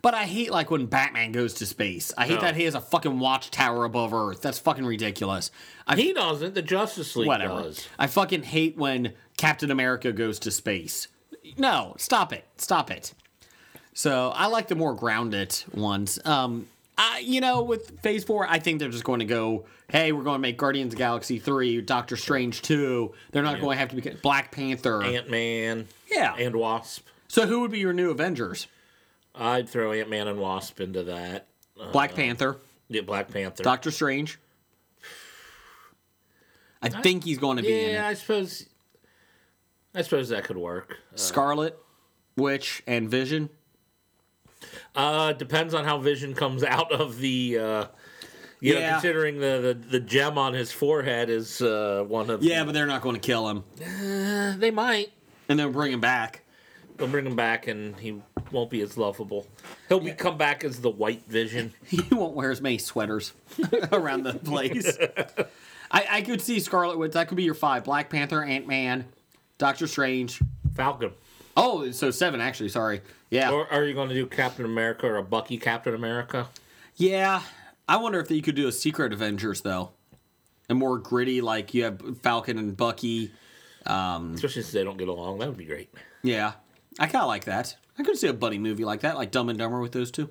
B: But I hate like when Batman goes to space. I hate
C: No.
B: that he has a fucking watchtower above Earth. That's fucking ridiculous. I
C: *laughs* He doesn't. The Justice League
B: whatever.
C: does.
B: I fucking hate when Captain America goes to space. No, stop it. Stop it. So I like the more grounded ones. Um, I, you know, with Phase Four, I think they're just going to go. Hey, we're going to make Guardians of the Galaxy three, Doctor Strange two. They're not going to have to be Black Panther.
C: Ant Man.
B: Yeah.
C: And Wasp.
B: so who would be your new Avengers?
C: I'd throw Ant Man and Wasp into that. Uh,
B: Black Panther,
C: yeah, Black Panther.
B: Doctor Strange. I think he's going to be in
C: yeah,
B: it.
C: I suppose. I suppose that could work.
B: Scarlet, Witch, and Vision.
C: Uh, depends on how Vision comes *laughs* out of the. Uh, you know,
B: Yeah.
C: considering the, the the gem on his forehead is uh, one of.
B: Yeah, but they're not going to kill him,
C: they might.
B: and they'll bring him back.
C: They'll bring him back, and he won't be as lovable. He'll be come back as the White
B: *laughs*
C: Vision.
B: *laughs* he won't wear as many sweaters *laughs* around the *laughs* place. I, I could see Scarlet Witch. That could be your five: Black Panther, Ant Man, Doctor Strange.
C: Falcon.
B: Oh, so seven actually. Sorry. Yeah.
C: Or are you going to do Captain America or a Bucky Captain America?
B: yeah. I wonder if you could do a Secret Avengers though, and more gritty. Like you have Falcon and Bucky.
C: Especially since they don't get along. That would be great.
B: Yeah. I kind of like that. I could see a buddy movie like that, like Dumb and Dumber with those two.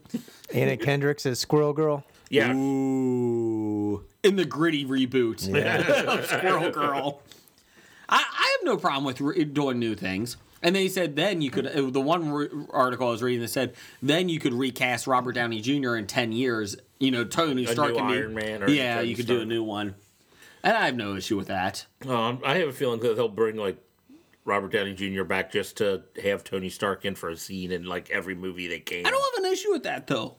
F: Anna Kendricks as Squirrel Girl.
C: Yeah.
B: Ooh. In the gritty reboot of *laughs* Squirrel Girl. I, I have no problem with re- doing new things. And they said then you could, uh, the one re- article I was reading that said then you could recast Robert Downey Jr. in 10 years. You know, Tony Stark.
C: new
B: can be-
C: Iron Man or
B: yeah,
C: Tony
B: you could do a
C: Stark.
B: new one. And I have no issue with that.
C: Um, I have a feeling that they'll bring like Robert Downey Jr. back just to have Tony Stark in for a scene in like every movie they can.
B: I don't have an issue with that, though.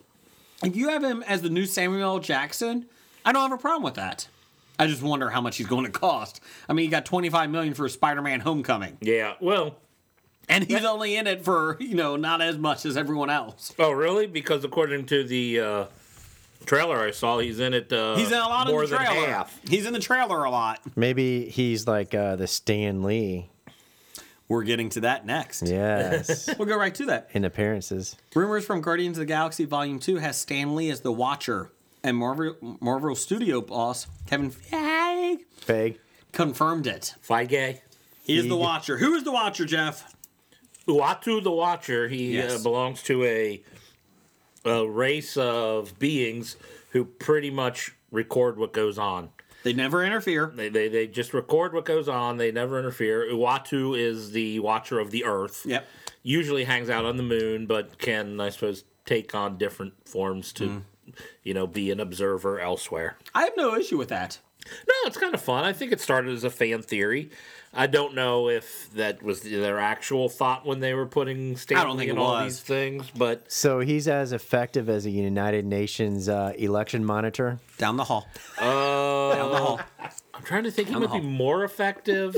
B: If you have him as the new Samuel L. Jackson, I don't have a problem with that. I just wonder how much he's going to cost. I mean, he got 25 million for Spider-Man Homecoming.
C: Yeah. Well.
B: And he's only in it for, you know, not as much as everyone else.
C: Oh, really? Because according to the uh, trailer I saw, he's in it. Uh,
B: He's in a lot of
C: more
B: the trailer.
C: than half.
B: He's in the trailer a lot.
F: Maybe he's like uh, the Stan Lee.
B: We're getting to that next.
C: *laughs*
F: Yes.
B: We'll go right to that.
F: In appearances.
B: Rumors from Guardians of the Galaxy Volume 2 has Stan Lee as the Watcher and Marvel, Marvel studio boss Kevin Feige
F: Fag.
B: confirmed it.
C: Feige.
B: He is the Watcher. Who is the Watcher, Jeff?
C: Uatu the Watcher. He uh,
B: Yes.
C: belongs to a, a race of beings who pretty much record what goes on.
B: They never interfere.
C: They, they, they just record what goes on. They never interfere. Uatu is the watcher of the earth.
B: Yep.
C: Usually hangs out on the moon, but can, I suppose, take on different forms to,
B: Mm.
C: you know, be an observer elsewhere.
B: I have no issue with that.
C: No, it's kind of fun. I think it started as a fan theory. I don't know if that was their actual thought when they were putting
B: I don't
C: Stanley
B: think
C: and
B: it
C: all
B: was.
C: these things, but
F: So he's as effective as a United Nations uh, election monitor.
B: Down the hall.
C: uh,
B: Down the hall.
C: I'm trying to think. He would be more
B: *laughs*
C: effective.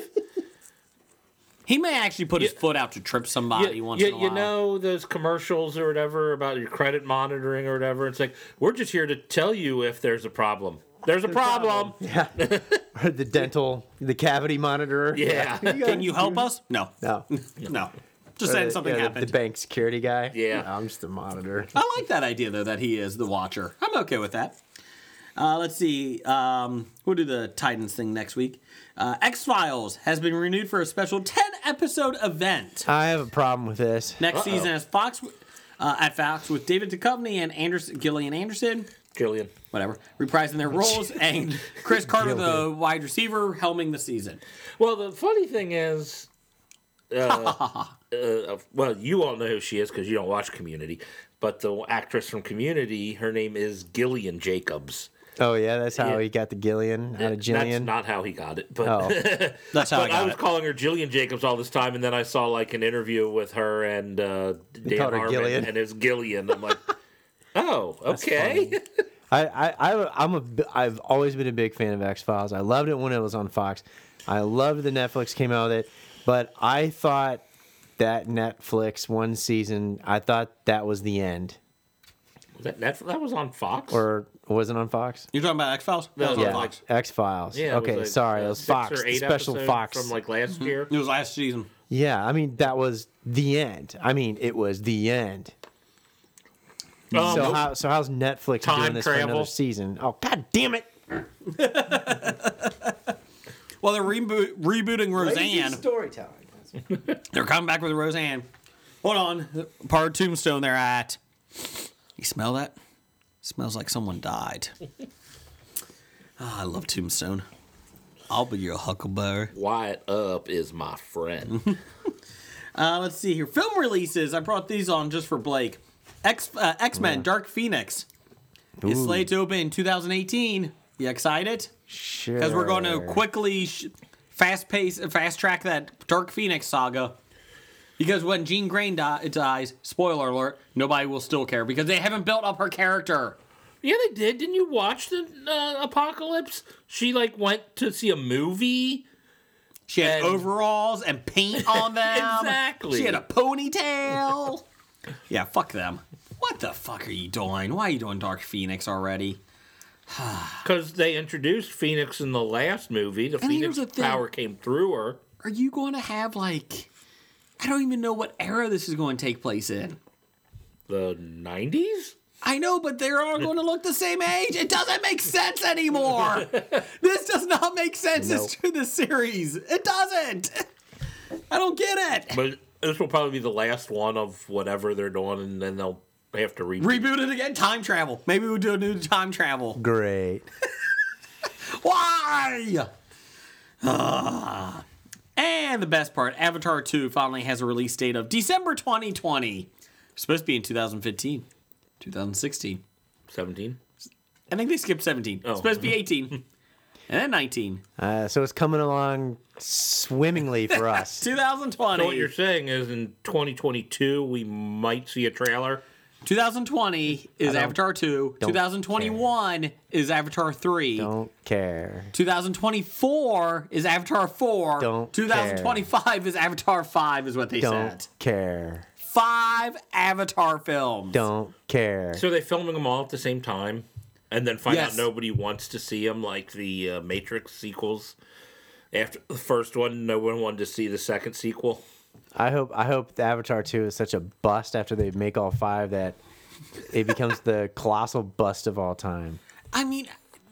B: He may actually put his foot out to trip somebody
C: you,
B: once
C: you-
B: in a while.
C: you know those commercials or whatever about your credit monitoring or whatever it's like we're just here to tell you if there's a problem there's a problem *laughs*
F: the dental, the cavity monitor.
C: *laughs* yeah yeah,
B: Can you help us? No.
C: *laughs*
F: No.
B: No. Just saying something
F: Uh, Yeah, the-
B: happened.
F: The bank security guy.
C: Yeah.
F: No, I'm just the monitor.
B: I like that idea, though, that he is the Watcher. I'm okay with that. Uh, let's see. Um, we'll do the Titans thing next week. Uh, X Files has been renewed for a special 10 episode event.
F: I have a problem with this.
B: Next season as Fox uh, at Fox with David Duchovny and Anderson, Gillian Anderson.
C: Jillian.
B: whatever, reprising their
C: *laughs*
B: roles, and Chris Carter, the wide receiver, helming the season.
C: well the funny thing
F: *laughs*
C: is uh, uh, well you all know who she is because you don't watch community but the actress from community her name is gillian jacobs
F: Oh yeah, that's how
C: Yeah.
F: he got the Uh, Gillian out of
C: that's
F: Jillian.
C: not how he got it but *laughs*
F: oh,
B: That's how
C: But I, was calling her Jillian Jacobs all this time, and then I saw like an interview with her and uh, Dan
F: called her
C: Harmon,
F: Gillian.
C: and it's Gillian. I'm
F: *laughs*
C: like, oh, okay. *laughs*
F: I, I, I, I'm a, bi- I've always been a big fan of X Files. I loved it when it was on Fox. I loved the Netflix came out with it, but I thought that Netflix one season, I thought that was the end,
C: Was that, that that was on Fox.
F: or was it on Fox?
B: You're talking about X Files?
C: No,
B: was
C: yeah.
B: on Fox.
F: X Files.
C: yeah, it
F: okay,
C: was like,
F: sorry,
C: uh,
F: it was
C: six
F: Fox,
C: or
F: the
C: eight
F: special
C: episodes
F: Fox. Mm-hmm.
C: from like last year.
B: It was last season.
F: yeah, I mean that was the end. I mean it was the end.
C: Um,
F: Mm-hmm. so how, so how's Netflix
C: Time
F: doing this for
C: travel.
F: another season? Oh god damn it!
B: Well, they're reboot, rebooting Roseanne.
F: storytelling.
B: They're coming back with Roseanne. Hold on. Part of tombstone they're at. You smell that? Smells like someone *laughs* died. Ah, I love Tombstone. I'll be your huckleberry.
C: Wyatt Up is my friend.
B: Uh, let's see here. Film releases. I brought these on just for Blake. X uh, X Men: Dark Phoenix is slated to open in 2018. You excited?
F: Sure.
B: Because we're going to quickly, sh- fast pace, fast track that Dark Phoenix saga. Because when Jean Grey di- dies, spoiler alert, nobody will still care because they haven't built up her character.
C: yeah, they did. Didn't you watch the uh, apocalypse? She like went to see a movie.
B: She had
C: And-
B: overalls and paint on them.
C: Exactly.
B: Um, She had a ponytail. *laughs* yeah, fuck them. What the fuck are you doing? Why are you doing Dark Phoenix already?
C: Because they introduced Phoenix in the last movie. The
B: And here's
C: Phoenix
B: the thing.
C: power came through her.
B: Are you going to have like I don't even know what era this is going to take place in.
C: The 90s?
B: I know, but they're all going to look the same age. It doesn't make sense anymore. this does not make sense as to the series. It doesn't. I don't get it.
C: But this will probably be the last one of whatever they're doing, and then they'll have to reboot.
B: Reboot it again. Time travel. Maybe we'll do a new time travel.
F: Great.
B: Why? Ah. and the best part, Avatar 2 finally has a release date of December 2020. Supposed to be in 2015, 2016.
C: 17?
B: I think they skipped 17.
C: Oh.
B: Supposed to be 18. and then 19.
F: Uh, so it's coming along swimmingly
B: *laughs*
F: for us.
B: 2020.
C: So what you're saying is in 2022, we might see a trailer.
B: 2020 is
F: don't-
B: Avatar 2.
F: don't
B: 2021 is Avatar 3.
F: Don't care.
B: 2024 is Avatar 4.
F: Don't
B: 2025 is Avatar 5 is what they
F: Don't
B: said.
F: care.
B: Five Avatar films.
F: Don't care.
C: So they're filming them all at the same time, and then find
B: Yes.
C: out nobody wants to see them, like the uh, Matrix sequels. After the first one, no one wanted to see the second sequel.
F: I hope I hope the Avatar 2 is such a bust after they make all five that it becomes the colossal bust of all time.
B: I mean,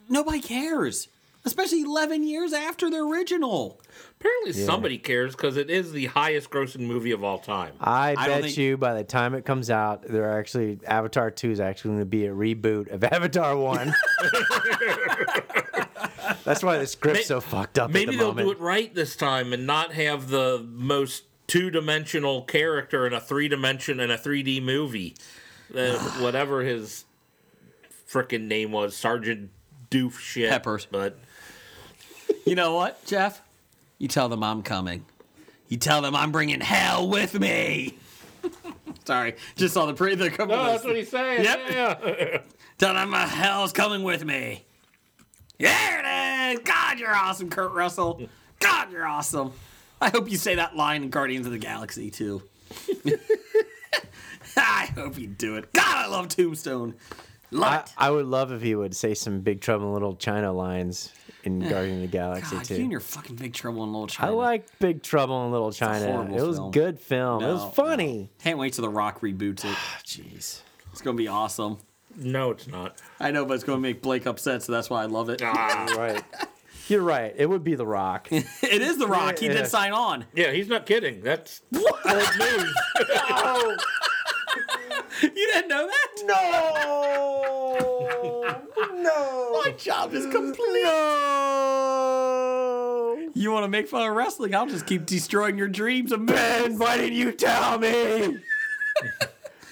B: nobody cares. Especially 11 years after the original.
C: Apparently, somebody cares because it is the highest grossing movie of all time.
F: I,
B: I don't
F: bet
B: think-
F: you by the time it comes out, there are actually Avatar 2 is actually going to be a reboot of *laughs*
B: *laughs*
F: Avatar 1. That's why the script's so fucked up
C: Maybe
F: at the
C: they'll
F: moment.
C: do it right this time and not have the most two dimensional character in a three dimension and a 3D movie.
F: *sighs*
C: Uh, whatever his frickin' name was, Sergeant Doof shit.
B: Peppers.
C: But
B: You know what, Jeff? You tell them I'm coming. You tell them I'm bringing hell with me. *laughs* Sorry, just saw the pre the cover. list.
C: he's saying.
B: Yep. *laughs* Tell them my hell's coming with me. Yeah, it is. God, you're awesome, Kurt Russell. God, you're awesome. I hope you say that line in Guardians of the Galaxy too. *laughs* I hope you do it. God, I love Tombstone.
F: I,
B: Love it.
F: I would love if he would say some Big Trouble in Little China lines
B: *sighs*
F: in Guardian of the Galaxy
B: God, you and
F: too.
B: your fucking Big Trouble in Little
F: I
B: China.
F: like Big Trouble in Little China.
B: horrible
F: It was
B: film.
F: good film. it
B: No, Oh,
F: was funny.
B: Can't wait till The Rock reboots it.
F: Jeez.
B: It's gonna be awesome.
C: No, it's
F: *laughs*
C: not.
B: I know, but it's gonna make Blake upset, so that's why I love it.
C: Ah.
F: Right. You're right. It would be The Rock.
B: *laughs* It is The Rock. He
F: Yeah.
B: did sign on.
C: Yeah, he's not kidding. That's old news.
B: You didn't know that?
F: no. No.
B: My job is complete. You want to make fun of wrestling? I'll just keep destroying your dreams of
F: Ben, why didn't you tell me?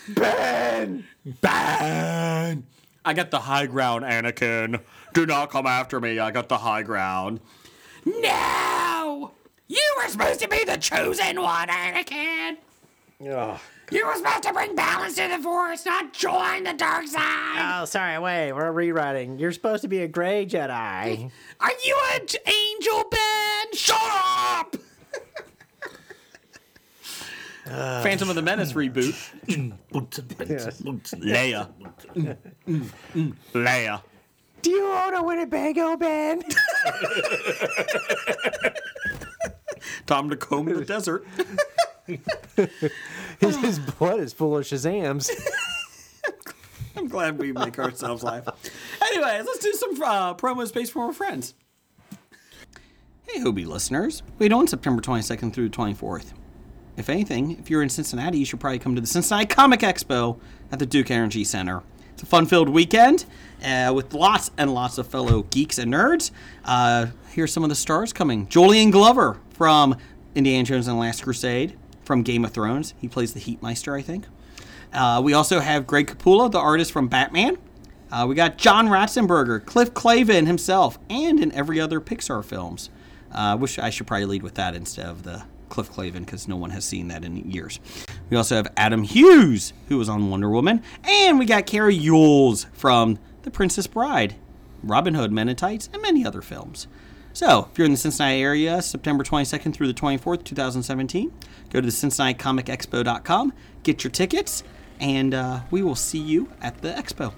F: ben.
B: Ben. I got the high ground, Anakin. Do not come after me. I got the high ground. No! You were supposed to be the chosen one, Anakin. You were supposed to bring balance to the Force, not join the dark side.
F: Oh, sorry. Wait, we're rewriting. You're supposed to be a gray
B: *laughs*
F: Jedi.
B: Are you an angel, Ben? Shut up! Phantom of the Menace reboot. Leia. Leia.
F: Do you own a Winnebago,
B: *laughs*
F: Ben?
B: Time to comb the desert.
F: his, his blood is full of Shazams.
B: *laughs* I'm glad we make ourselves laugh. Anyways, let's do some uh, promo space from our friends. Hey, Hobie listeners. We know on September 22nd through the 24th. If anything, if you're in Cincinnati, you should probably come to the Cincinnati Comic Expo at the Duke Energy Center. It's a fun filled weekend uh, with lots and lots of fellow geeks and nerds. Uh, here's some of the stars coming Julian Glover from Indiana Jones and the Last Crusade, from Game of Thrones. He plays the Heatmeister, I think. Uh, we also have Greg Capullo, the artist from Batman. Uh, we got John Ratzenberger, Cliff Clavin himself, and in every other Pixar films. Uh, which I should probably lead with that instead of the Cliff Clavin because no one has seen that in years. We also have Adam Hughes, who was on Wonder Woman, and we got Carrie Yules from The Princess Bride, Robin Hood, Men in Tights, and many other films. So, if you're in the Cincinnati area, September 22nd through the 24th, 2017, go to the CincinnatiComicExpo.com, get your tickets, and uh, we will see you at the expo.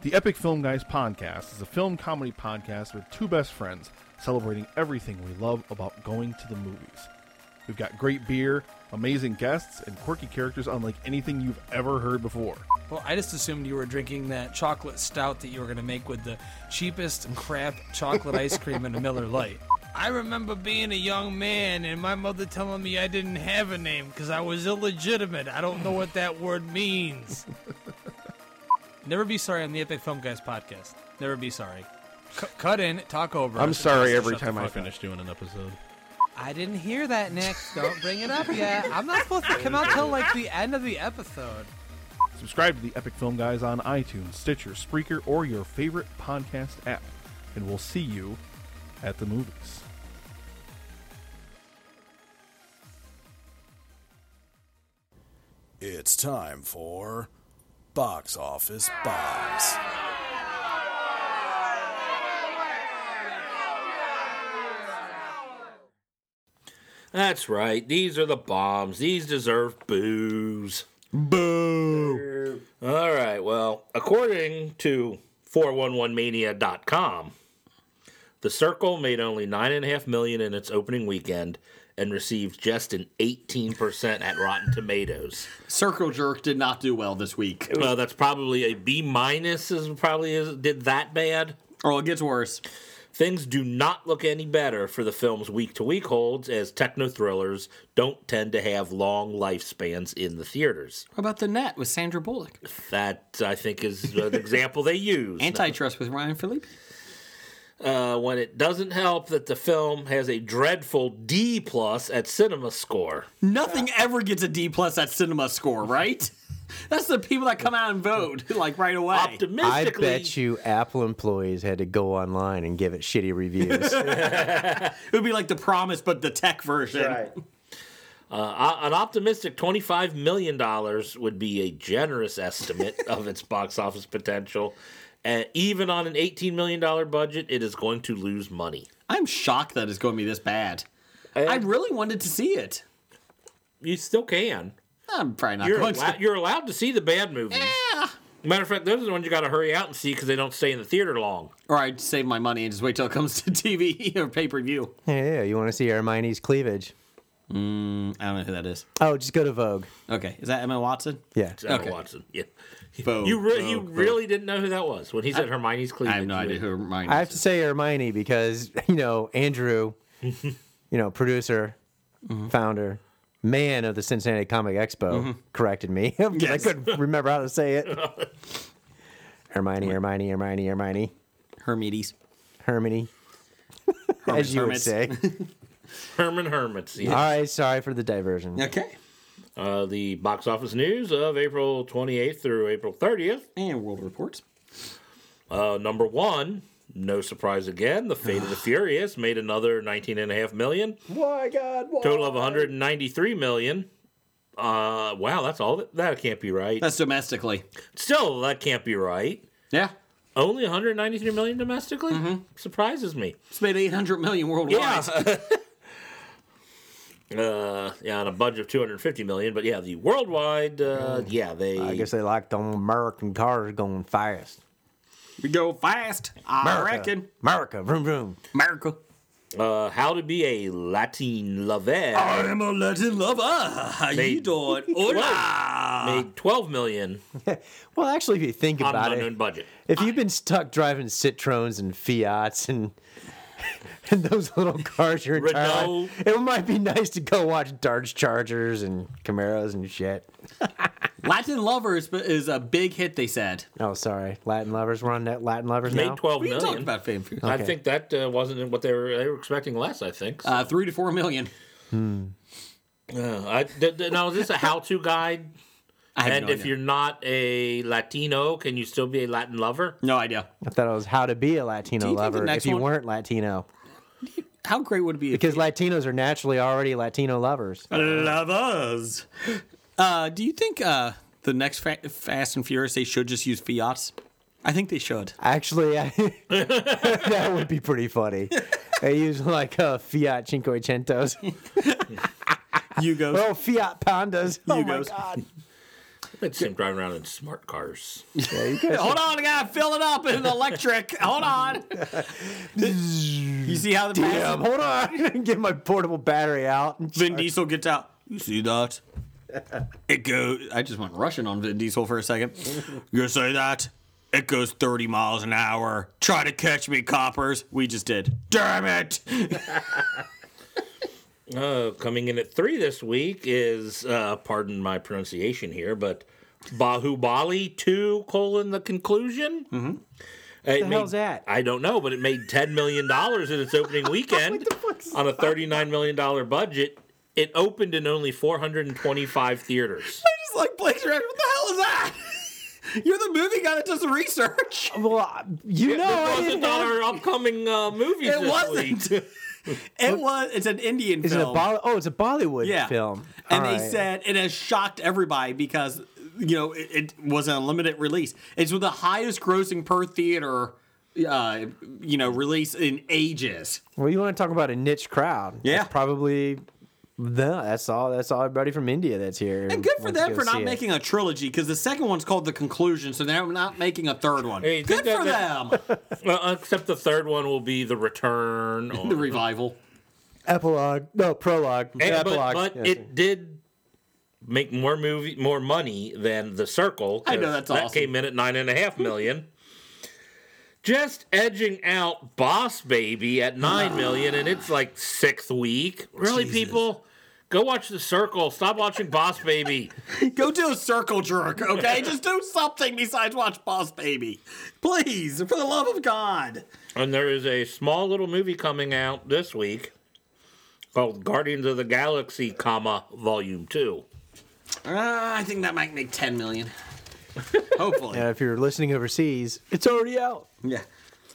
I: The Epic Film Guys podcast is a film comedy podcast with two best friends celebrating everything we love about going to the movies. We've got great beer, amazing guests, and quirky characters unlike anything you've ever heard before.
J: Well, I just assumed you were drinking that chocolate stout that you were going to make with the cheapest crap chocolate ice cream and a Miller Lite. *laughs* I remember being a young man and my mother telling me I didn't have a name because I was illegitimate. I don't know what that word means. *laughs* Never be sorry on the Epic Film Guys podcast. Never be sorry. C- cut in, talk over.
I: I'm
J: us, and
I: sorry
J: just
I: every
J: shut the
I: time I
J: fuck up.
I: finish doing an episode.
G: I didn't hear that, Nick. Don't bring it up yet. I'm not supposed to come out till like the end of the episode.
I: Subscribe to the Epic Film Guys on iTunes, Stitcher, Spreaker, or your favorite podcast app, and we'll see you at the movies.
E: It's time for Box Office Bombs.
C: That's right. These are the bombs. These deserve boos. Boo. All right. Well, according to 411mania.com, The Circle made only nine and a half million in its opening weekend and received just an 18% at Rotten Tomatoes.
B: Circle Jerk did not do well this week.
C: Well, that's probably a B minus is probably is did that bad.
B: Oh, it gets worse.
C: Things do not look any better for the film's week to week holds, as techno thrillers don't tend to have long lifespans in the theaters.
B: What about The Net with Sandra Bullock?
C: That, I think, is
F: *laughs*
C: an example they use.
B: Antitrust with Ryan Philippe?
C: Uh, when it doesn't help that the film has a dreadful D plus at cinema score.
B: Nothing ever gets a D plus at cinema score, right? *laughs* That's the people that come out and vote like right away.
F: I
C: Optimistically,
F: bet you Apple employees had to go online and give it
B: *laughs*
F: shitty reviews. *laughs*
B: it would be like the promise, but the tech version.
C: Uh, an optimistic $25 million would be a generous estimate of
F: *laughs*
C: its box office potential. And even on an $18 million budget, it is going to lose money.
B: I'm shocked that it's going to be this bad. I really wanted to see it.
C: You still can.
B: I'm probably not
C: You're,
B: going
C: allo-
B: to.
C: you're allowed to see the bad movies.
B: Yeah.
C: Matter of fact, those are the ones you got to hurry out and see because they don't stay in the theater long.
B: Or I'd save my money and just wait till it comes to TV *laughs* or pay per view.
F: yeah, you want to see Hermione's cleavage?
B: I don't know who that is.
F: Oh, just go to Vogue.
B: Okay, is that Emma Watson?
F: Yeah.
C: It's Emma
B: Okay.
C: Watson. Yeah.
B: Vogue,
C: you re- you
B: Vogue, Vogue.
C: really didn't know who that was when he said Hermione's cleavage.
B: I have no idea who mine
F: I have
B: is.
F: to say Hermione because *laughs* you know
B: *laughs*
F: Andrew, you know producer,
B: Mm-hmm.
F: founder, man of the Cincinnati Comic Expo corrected me *laughs* 'cause I
B: Yes.
F: couldn't remember how to
B: *laughs*
F: say it. Hermione, Hermione, Hermione, Hermione,
B: Hermes.
F: Hermione,
B: Hermes,
F: as you
B: Hermits. *laughs*
F: would say.
C: Herman Hermits. Yeah.
F: All right, sorry for the diversion.
B: Okay.
C: Uh, the box office news of April 28th through April 30th.
B: And World Reports.
C: Uh, number one, no surprise again, The Fate of
B: *sighs*
C: the Furious made another 19.5 million.
F: My God, why?
C: Total of 193 million. Uh, wow, that's all. That, that can't be right.
B: That's domestically.
C: Still, that can't be right.
B: Yeah.
C: Only 193 million domestically?
B: Mm-hmm.
C: Surprises me.
B: It's made 800 million worldwide.
C: Yeah. *laughs* uh, yeah, on a budget of 250 million. But yeah, the worldwide,
B: Mm.
C: uh, yeah, they.
F: I guess they like the American cars going fast.
B: We go fast. I reckon.
F: America, vroom vroom.
B: America.
C: Uh, how to be a Latin lover.
B: I'm a Latin lover. How
C: Made-
B: you doing? Hola.
C: made 12 million
F: Well, actually, if you think
C: on an
F: about
C: unknown
F: it,
C: budget.
F: if you've been stuck driving Citroens and Fiats and *laughs* and those little cars your entire
C: Renault.
F: life, it might be nice to go watch Dodge Chargers and Camaros and shit.
B: Latin Lovers b- is a big hit, they said.
F: Oh, sorry. Latin lovers. We're on net Latin lovers now.
C: Made twelve
B: We
C: million.
B: talked about fame food.
C: I
F: Okay.
C: think that uh, wasn't what they were. They were expecting less. I think.
B: Uh, three to four million.
C: Uh, I, th- th- now, is this a how-to guide?
B: *laughs* I have
C: And
B: no
C: if
B: idea.
C: you're not a Latino, can you still be a Latin lover?
B: No idea.
F: I thought it was how to be a
B: Do
F: Latino
B: you think the
F: lover
B: next
F: if you
B: one-
F: weren't Latino.
B: How great would it be if
F: Because Latinos are naturally already Latino lovers.
B: Lovers. Uh, do you think uh, the next fa- Fast and Furious they should just use Fiats? I think they should.
F: Actually, I, *laughs* that would be pretty funny. They use like uh, Fiat Cinquecentos. *laughs*
B: Yugos.
F: Oh, Fiat Pandas. Oh my
B: Yugos.
F: God.
C: I'd see him driving around in smart cars.
B: Hold on, I gotta fill it up in electric. Hold *laughs* on. you see how the
F: Damn,
B: *laughs*
F: hold on. *laughs* Get my portable battery out.
B: Vin Diesel gets out. You see that? It goes. I just went Russian on Vin Diesel for a second. You see that? It goes 30 miles an hour. Try to catch me, coppers. We just did. Damn it!
C: Uh, coming in at three this week is, uh, pardon my pronunciation here, but Bahubali 2, colon, the conclusion? Mm-hmm.
F: the hell's that?
C: I don't know, but it made $10 million in its
F: *laughs*
C: opening weekend on a $39 million budget. It opened in only 425
F: *laughs*
C: theaters.
B: It's like Blake's reaction. What the hell is that? *laughs* You're the movie guy that does the research.
F: Well, I- you know, I
C: It
F: didn't
C: wasn't
F: have-
C: on our upcoming uh, movies
B: It
C: this
B: wasn't.
C: week.
B: It was. It's an Indian
F: Is it a
B: film.
F: Bolly- oh, it's a Bollywood
B: yeah.
F: film.
B: And
F: All
B: they
F: right.
B: said it has shocked everybody because you know it, it was a limited release. It's with the highest grossing per theater, uh, you know, release in ages.
F: Well, you want to talk about a niche crowd?
B: Yeah.
F: that's probably. No, that's all. That's all. Everybody from India that's here.
B: And good for
F: wants to
B: them
F: go
B: for
F: see
B: not
F: it.
B: making a trilogy because the second one's called the conclusion, so they're not making a third one.
C: Hey,
B: good
C: did
B: for
C: *laughs* that-
B: them.
C: *laughs* Well, except the third one will be The Return. Or...
B: the revival.
F: epilogue. No prologue.
C: And-
F: epilogue.
C: But, but
F: Yeah.
C: it did make more movie, more money than The Circle.
B: I know,
C: 'cause
B: that's
C: that
B: awesome.
C: came in at nine and a half million. Just edging out Boss Baby at nine million, and it's like sixth week. Really,
B: Jesus.
C: people, go watch The Circle. Stop watching Boss Baby. *laughs*
B: Go do a circle jerk, okay?
F: *laughs*
B: Just do something besides watch Boss Baby. Please, for the love of God.
C: And there is a small little movie coming out this week called Guardians of the Galaxy, comma Volume Two.
B: Uh, I think that might make 10
F: *laughs*
B: million. Hopefully.
F: And
B: yeah.
F: if you're listening overseas, it's already out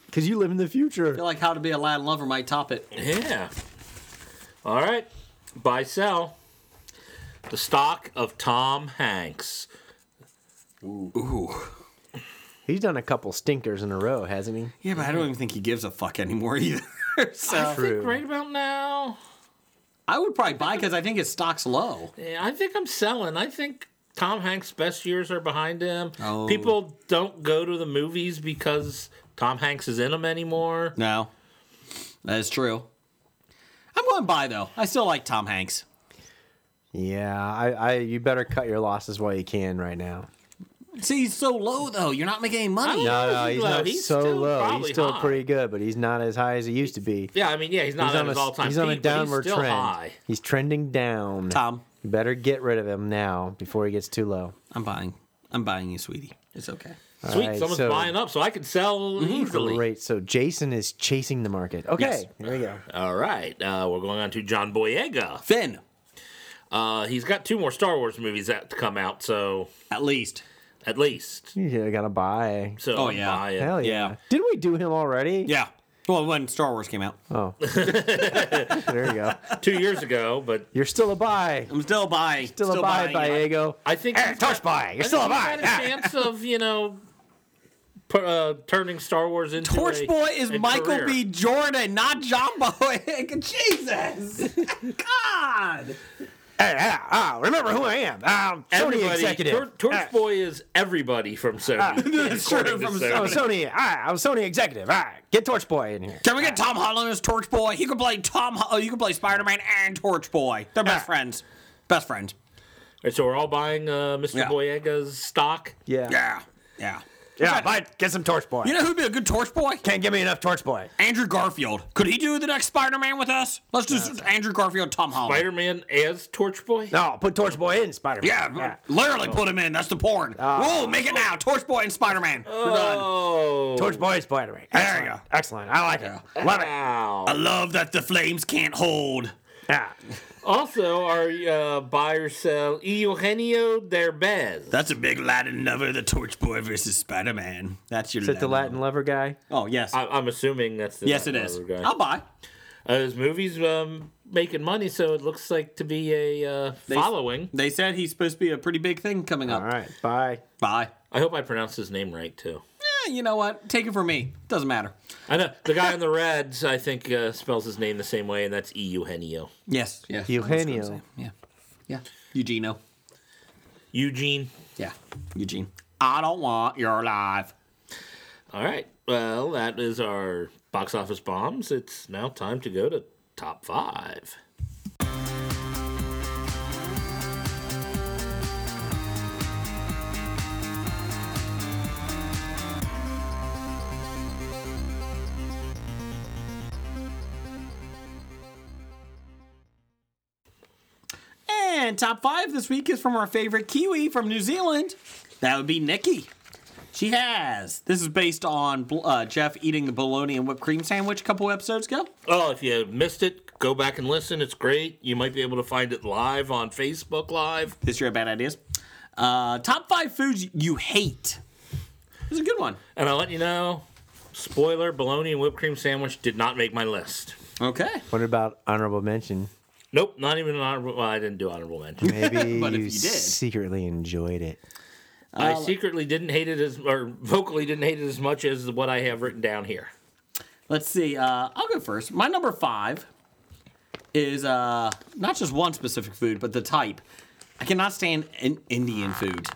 F: because you live in the future.
B: feel like How to Be a Latin Lover might top it.
C: Yeah. All right. Buy, sell. The stock of Tom Hanks.
F: He's done a couple stinkers in a row, hasn't he?
B: Yeah, but I don't even think he gives a fuck anymore *laughs* either. so
F: True.
C: Right about now.
B: I would probably buy because I think his stock's low.
C: Yeah, I think I'm selling. I think Tom Hanks' best years are behind him.
B: Oh.
C: People don't go to the movies because Tom Hanks is in them anymore.
B: No. That is true. I'm going by though. I still like Tom Hanks.
F: Yeah, I, I. You better cut your losses while you can right now.
B: See, he's so low though. You're not making any money.
C: I-
F: No,
C: How is
F: no,
C: he
F: he's
C: low?
F: not
C: He's
F: so
C: still
F: low.
C: probably
F: He's still
C: high.
F: pretty good, but he's not as high as he used to be.
C: Yeah, I mean, yeah, he's not
F: He's
C: at
F: on, a,
C: his all-time
F: he's on a
C: peak, but
F: downward
C: he's still
F: trend.
C: high.
F: He's trending down.
B: Tom,
F: You better get rid of him now before he gets too low.
B: I'm buying. I'm buying you, sweetie. It's okay.
C: Sweet,
F: right,
C: someone's
F: so-
C: buying up, so I could sell easily.
F: Great. So Jason is chasing the market. Okay.
B: Yes.
F: There we go.
C: All right, uh, we're going on to John Boyega.
B: Finn,
C: Uh, he's got two more Star Wars movies that to come out, so
B: at least.
C: at least.
F: You gotta buy.
C: So
B: Oh, yeah.
C: buy it.
F: Hell yeah.
B: Yeah.
F: Didn't we do him already?
B: Yeah. Well, when Star Wars came out,
F: Oh. there you go.
C: *laughs* two years ago, but
F: You're still a buy.
B: I'm still buying.
F: Still, a buy,
B: buying.
F: Diego.
C: I think
B: Eh,
C: he's got-
F: buy. You're
C: I think he's got a chance of you know pu- uh, turning Star Wars into a-
B: Torch Boy is
C: a
B: Michael
C: career.
B: B. Jordan, not John Boyega. *laughs*
C: *laughs*
B: Jesus, God.
F: remember who I am. I'm
C: Everybody, Tor- Torch Boy is everybody from
B: Eh.
C: Sony.
B: Ah. *laughs* That's true,
C: According to
B: from
F: I'm
B: Sony.
F: Sony. I'm Sony executive. get Torch Boy in here.
B: Can we get
C: Ah.
B: Tom Holland as Torch Boy? He could play Tom. Ho- Oh, you could play Spider Man and Torch Boy. They're best friends. Best friends.
C: All right, so we're all buying uh, Mr.
B: Yeah.
C: Boyega's stock.
F: Yeah.
B: Yeah. Yeah.
F: Yeah, but get some Torch Boy.
G: You know who'd be a good torch boy?
F: Can't give me enough Torch Boy.
B: Andrew Garfield. Could he do the next Spider Man with us? Let's do some Andrew Garfield, Tom Holland.
C: Spider Man as Torchboy?
F: No, put Torch Boy in Spider Man.
B: yeah, Ah. literally put him in. That's the porn. Whoa, make it now. Torch Boy and Spider Man. We're done.
C: Oh.
F: Torch Boy is Spider Man.
B: There you go.
F: Excellent. I like it. Love it.
B: I love that the flames can't hold.
F: Yeah.
C: Also, our uh, buyer sell Eugenio Derbez.
B: That's a big Latin lover, the Torch Boy versus Spider Man. That's your
F: Is it the Latin lover guy?
B: Oh, yes.
C: I, I'm assuming that's the
B: yes, it is.
C: Guy.
B: I'll buy.
C: Uh, his movies um, making money, so it looks like to be a uh, following.
B: They said he's supposed to be a pretty big thing coming up.
F: All right. Bye.
B: Bye.
C: I hope I pronounced his name right too.
B: Eh, you know what? Take it from me. Doesn't matter.
C: I know the guy in the reds. I think uh, spells his name the same way, and that's E Eugenio.
B: Yes. Yes.
F: Eugenio.
B: Yeah. Yeah. Eugenio.
C: Eugene.
B: Yeah. Eugene. I don't want your life.
C: All right. Well, that is our box office bombs. It's now time to go to top five.
B: And top five this week is from our favorite Kiwi from New Zealand. That would be Nikki. She has. This is based on bl- uh, Jeff eating the bologna and whipped cream sandwich a couple episodes ago.
C: Oh, if you missed it, go back and listen. It's great. You might be able to find it live on Facebook Live.
B: This year, bad ideas. Uh, top five foods you hate. This is a good one.
C: And I'll let you know. Spoiler: bologna and whipped cream sandwich did not make my list.
B: Okay.
F: What about honorable mention?
C: Nope, not even an honorable. Well, I didn't do honorable mention.
B: *laughs*
F: Maybe
B: But if
F: you,
B: you did.
F: secretly enjoyed it.
C: I secretly didn't hate it as, or vocally didn't hate it as much as what I have written down here.
B: Let's see. Uh, I'll go first. My number five is uh, not just one specific food, but the type. I cannot stand in- Indian food.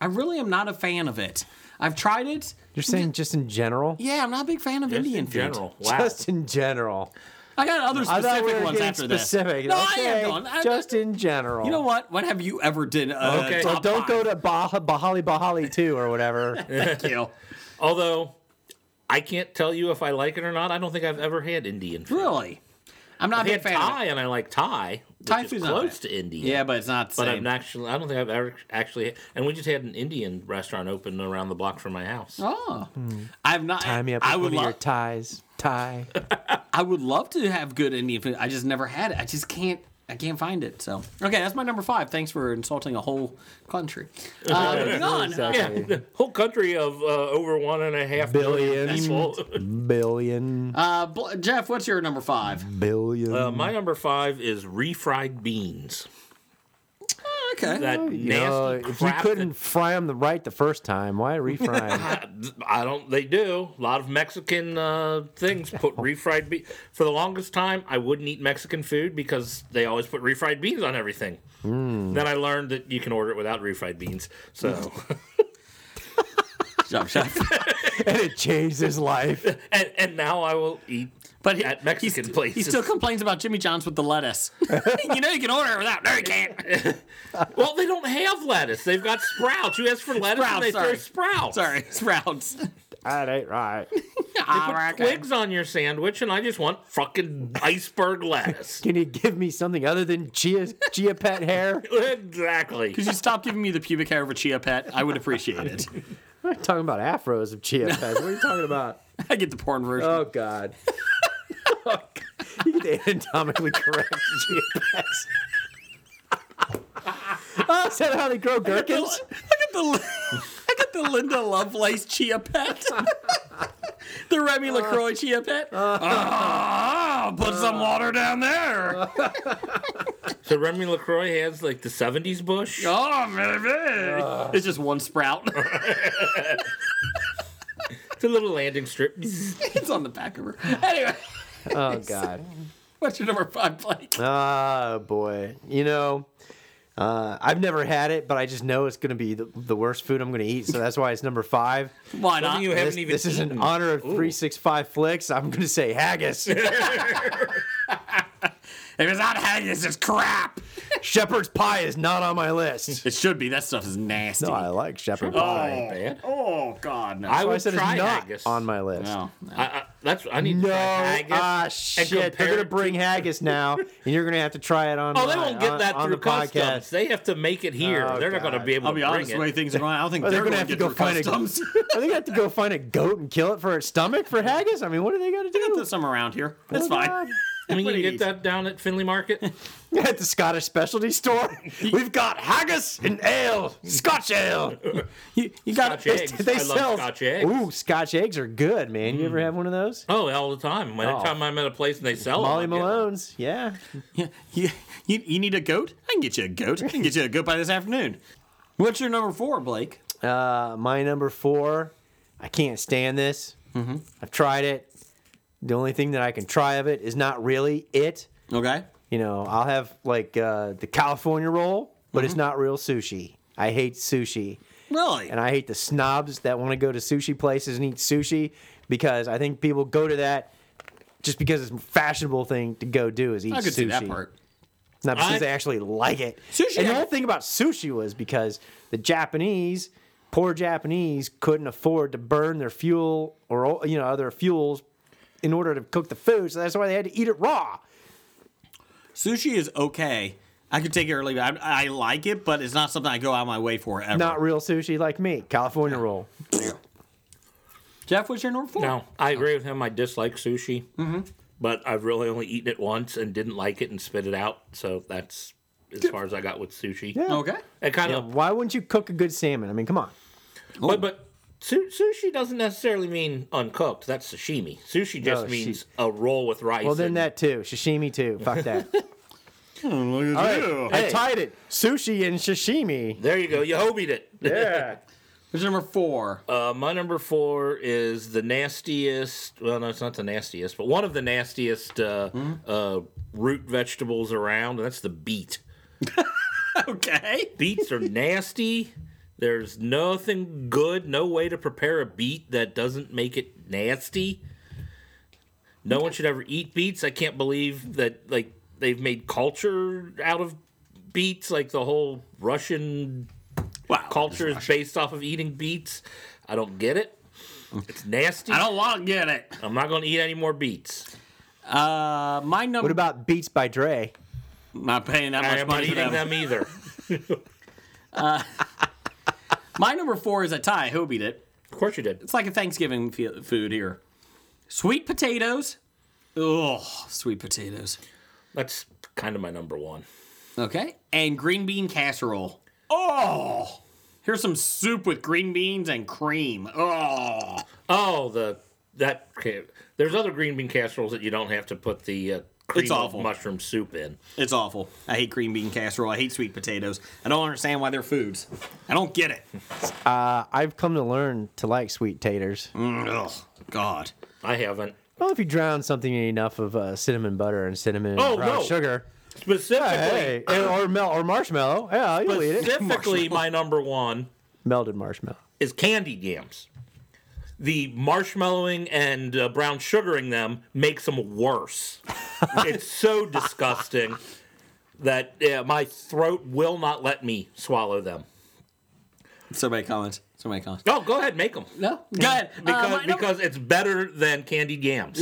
B: I really am not a fan of it. I've tried it.
F: You're saying just in general?
B: Yeah, I'm not a big fan of
C: Just
B: Indian
C: in
B: food. *laughs*
C: general. Wow.
F: Just in general.
B: I got other
F: I thought
B: specific
F: we were
B: ones
F: getting
B: after
F: specific.
B: this. No, I
F: okay.
B: am going. I-
F: just in general.
B: you know what? What have you ever done? Uh,
C: Okay.
B: Top
F: So don't
B: five?
F: go to bah- Bahali Bahali 2
B: *laughs*
F: or whatever.
B: Thank you.
C: Although I can't tell you if I like it or not. I don't think I've ever had Indian food.
B: Really, I'm not a
C: I
B: big
C: had
B: fan of
C: Thai,
B: it.
C: and I like Thai.
B: Thai
C: Thai is
B: food's not
C: close
B: bad.
C: to Indian.
B: Yeah, but it's not the
C: But
B: same.
C: I'm actually, I don't think I've ever actually. And we just had an Indian restaurant open around the block from my house.
B: oh, I've not.
F: Tie me up with
B: I would
F: one of your
B: love.
F: ties. Tie.
B: I would love to have good Indian food. I just never had it. I just can't. I can't find it. So okay, that's my number five. Thanks for insulting a whole
F: *laughs*
B: country. Uh, moving on.
C: Yeah, *laughs* the whole country of uh, over one and a half billion
F: Billion.
C: people.
F: Billion.
B: Uh, Bl- Jeff, what's your number five?
F: billion.
C: Uh, my number five is refried beans.
F: *laughs*
B: Okay.
C: That
F: you know,
C: nasty
F: if you
C: crap.
F: couldn't
C: that-
F: fry them the right the first time, why
C: *laughs*
F: refry 'em?
C: I don't. They do a lot of Mexican uh,
F: *laughs*
C: things put refried beans. For the longest time, I wouldn't eat Mexican food because they always put refried beans on everything.
F: Hmm.
C: Then I learned that you can order it without refried beans.
F: *laughs*
C: So,
B: Jeff, Jeff.
F: and it changed
C: *laughs*
F: his life.
C: and, and now I will eat
B: But he,
C: at Mexican
B: he, st-
C: places.
B: he still complains about Jimmy John's with the
F: *laughs*
B: lettuce. you know you can order it without. No, you can't.
C: *laughs* well, they don't have lettuce. They've got sprouts. You ask for lettuce,
B: Sprouts,
C: and they
B: sorry.
C: throw sprouts.
B: Sorry,
F: *laughs*
B: sprouts.
F: that ain't right.
B: All
C: Put
B: right, okay.
C: twigs on your sandwich, and I just want fucking iceberg
F: *laughs*
C: lettuce.
F: Can you give me something other than chia chia
C: *laughs*
F: pet hair?
C: exactly.
B: Could you stop giving me the pubic hair of a chia pet? I would appreciate
F: *laughs*
B: it.
F: We're not talking about afros of chia pet. What are you talking about?
B: I get the porn version.
F: Oh God. *laughs* Oh, you get the anatomically correct chia pets. *laughs* Oh, is that how they
C: *laughs*
F: grow gherkins?
B: Look at the look at the Linda Lovelace chia pet. *laughs* the Remy LaCroix chia pet. Ah, put some water down there.
C: So Remy LaCroix has like the 70s bush.
B: Oh, baby. it's just one sprout. *laughs*
C: It's a little
B: *laughs*
C: landing strip. *laughs*
B: it's on the back of her. Anyway,
F: Oh God.
B: what's your number five, Blake?
F: Oh boy. You know, uh, I've never had it, but I just know it's going to be the, the worst food I'm going to eat. So that's why it's number five.
B: Why not?
C: *laughs* you haven't
F: This,
C: even
F: this is in
C: eaten. *laughs*
F: honor of 365 flicks. I'm going to say haggis.
H: If it's not had, this is crap.
F: Shepherd's pie is not on my
C: *laughs*
F: list.
H: It should be. That stuff is nasty.
F: No, I like shepherd
H: oh,
F: pie.
H: oh God, no.
F: That's why I said it's
C: try
F: not
C: haggis.
F: on my list.
H: no.
C: I, I, that's I need
F: No,
C: to try haggis.
F: ah,
C: and
F: shit!
C: compare
F: They're gonna
C: it to-
F: bring haggis
C: *laughs*
F: now, and you're gonna have to try it on.
C: Oh, they won't get
F: on-
C: that
F: on
C: through
F: the podcast.
C: customs. They have to make it here.
F: Oh,
C: They're not going to
F: God.
C: be able
B: I'll
C: to
B: be
C: bring
B: honest,
C: it.
B: the way things are going, I don't think
F: Are they
B: they're,
F: gonna
B: going
F: have to
B: get
F: go
B: through
F: find
B: customs. *laughs*
F: a? *laughs* Are they gonna have to go find a goat and kill it for its stomach for haggis? I mean, what are they gonna
B: Put
F: do?
B: some around here. That's
F: Oh,
B: fine.
F: God.
C: I mean, you can
B: Pretty
C: get that down at
B: *laughs*
C: Finley Market.
F: *laughs* At the Scottish specialty *laughs* store, we've got haggis and ale, Scotch ale. *laughs* You, you got
C: Scotch eggs.
F: *laughs* They
C: I love
F: sell
C: Scotch eggs.
F: Ooh, Scotch eggs are good, man. You ever have one of those?
C: oh, all the time. Anytime I'm at a place and they sell
F: Molly
C: them, I get them.
F: Malone's, yeah.
B: Yeah, you, you, you need a goat? I can get you a goat. I can get you a goat by this afternoon. What's your number four, Blake?
F: Uh, my number four, I can't stand this.
C: Mm-hmm.
F: I've tried it. The only thing that I can try of it is not really it.
B: Okay.
F: You know, I'll have like uh, the California roll, but
B: Mm-hmm.
F: it's not real sushi. I hate sushi.
B: Really?
F: And I hate the snobs that want to go to sushi places and eat sushi because I think people go to that just because it's a fashionable thing to go do is eat
B: I could
F: sushi.
B: see that part.
F: Not because
C: I-
F: they actually like it.
B: Sushi-
F: And the whole thing about sushi was because the Japanese, poor Japanese, couldn't afford to burn their fuel or you know other fuels in order to cook the food, so that's why they had to eat it raw.
B: Sushi is okay. I could take it early. I, I like it, but it's not something I go out of my way for ever.
F: Not real sushi like me, California roll.
B: Jeff, what's your number four?
C: No, I agree with him. I dislike sushi,
B: Mm-hmm.
C: but I've really only eaten it once and didn't like it and spit it out. So that's as far as I got with sushi.
F: Yeah.
B: Okay.
C: It kind of,
F: Why wouldn't you cook a good salmon? I mean, come on.
C: but, but su- sushi doesn't necessarily mean uncooked. That's sashimi. Sushi just
F: No,
C: means a roll with rice.
F: Well, then
C: and-
F: that too, sashimi too. Fuck that.
C: *laughs*
F: All right, I
C: Hey.
F: tied it. Sushi and sashimi.
C: there you go. You hobied it.
F: Yeah.
B: What's your number four?
C: *laughs* Uh, my number four is the nastiest. Well, no, it's not the nastiest, but one of the nastiest uh,
F: Hmm?
C: uh, root vegetables around, and that's the beet.
B: *laughs* okay.
C: beets are nasty. There's nothing good, no way to prepare a beet that doesn't make it nasty. No one should ever eat beets. I can't believe that like they've made culture out of beets, like the whole Russian culture is based off of eating beets. I don't get it. It's nasty.
B: Mm. I don't want to get it.
C: I'm not going to eat any more beets.
B: Uh, my number.
F: What about Beats by Dre?
B: Not paying that
C: I
B: much
C: am not
B: money for
C: eating
B: them.
C: them either.
B: My number four is a tie. Who beat it?
C: Of course you did.
B: It's like a Thanksgiving fe- food here. Sweet potatoes. Ugh, sweet potatoes.
C: That's kind of my number one.
B: Okay. And green bean casserole. Oh, here's some soup with green beans and cream. Oh,
C: Oh, the that okay. there's other green bean casseroles that you don't have to put the uh, cream
B: It's
C: of
B: awful.
C: mushroom soup in.
B: it's awful. I hate green bean casserole. I hate sweet potatoes. I don't understand why they're foods. I don't get it.
F: I've come to learn to like sweet taters.
B: Mm. Ugh, God.
C: I haven't
F: Well, if you drown something in enough of uh, cinnamon butter and cinnamon and
C: Oh,
F: brown
C: no.
F: sugar,
C: specifically
F: hey, and- or mel- or marshmallow, yeah, you'll eat it.
C: specifically my number one
F: Melted marshmallow.
C: is candied yams. The marshmallowing and uh, brown sugaring them makes them
B: *laughs*
C: worse. it's so disgusting that yeah, my throat will not let me swallow them.
B: Somebody comments. Somebody comments.
C: Oh, go ahead, make them
B: No. Go ahead. Uh,
C: because
B: my, number,
C: because it's better than candied yams.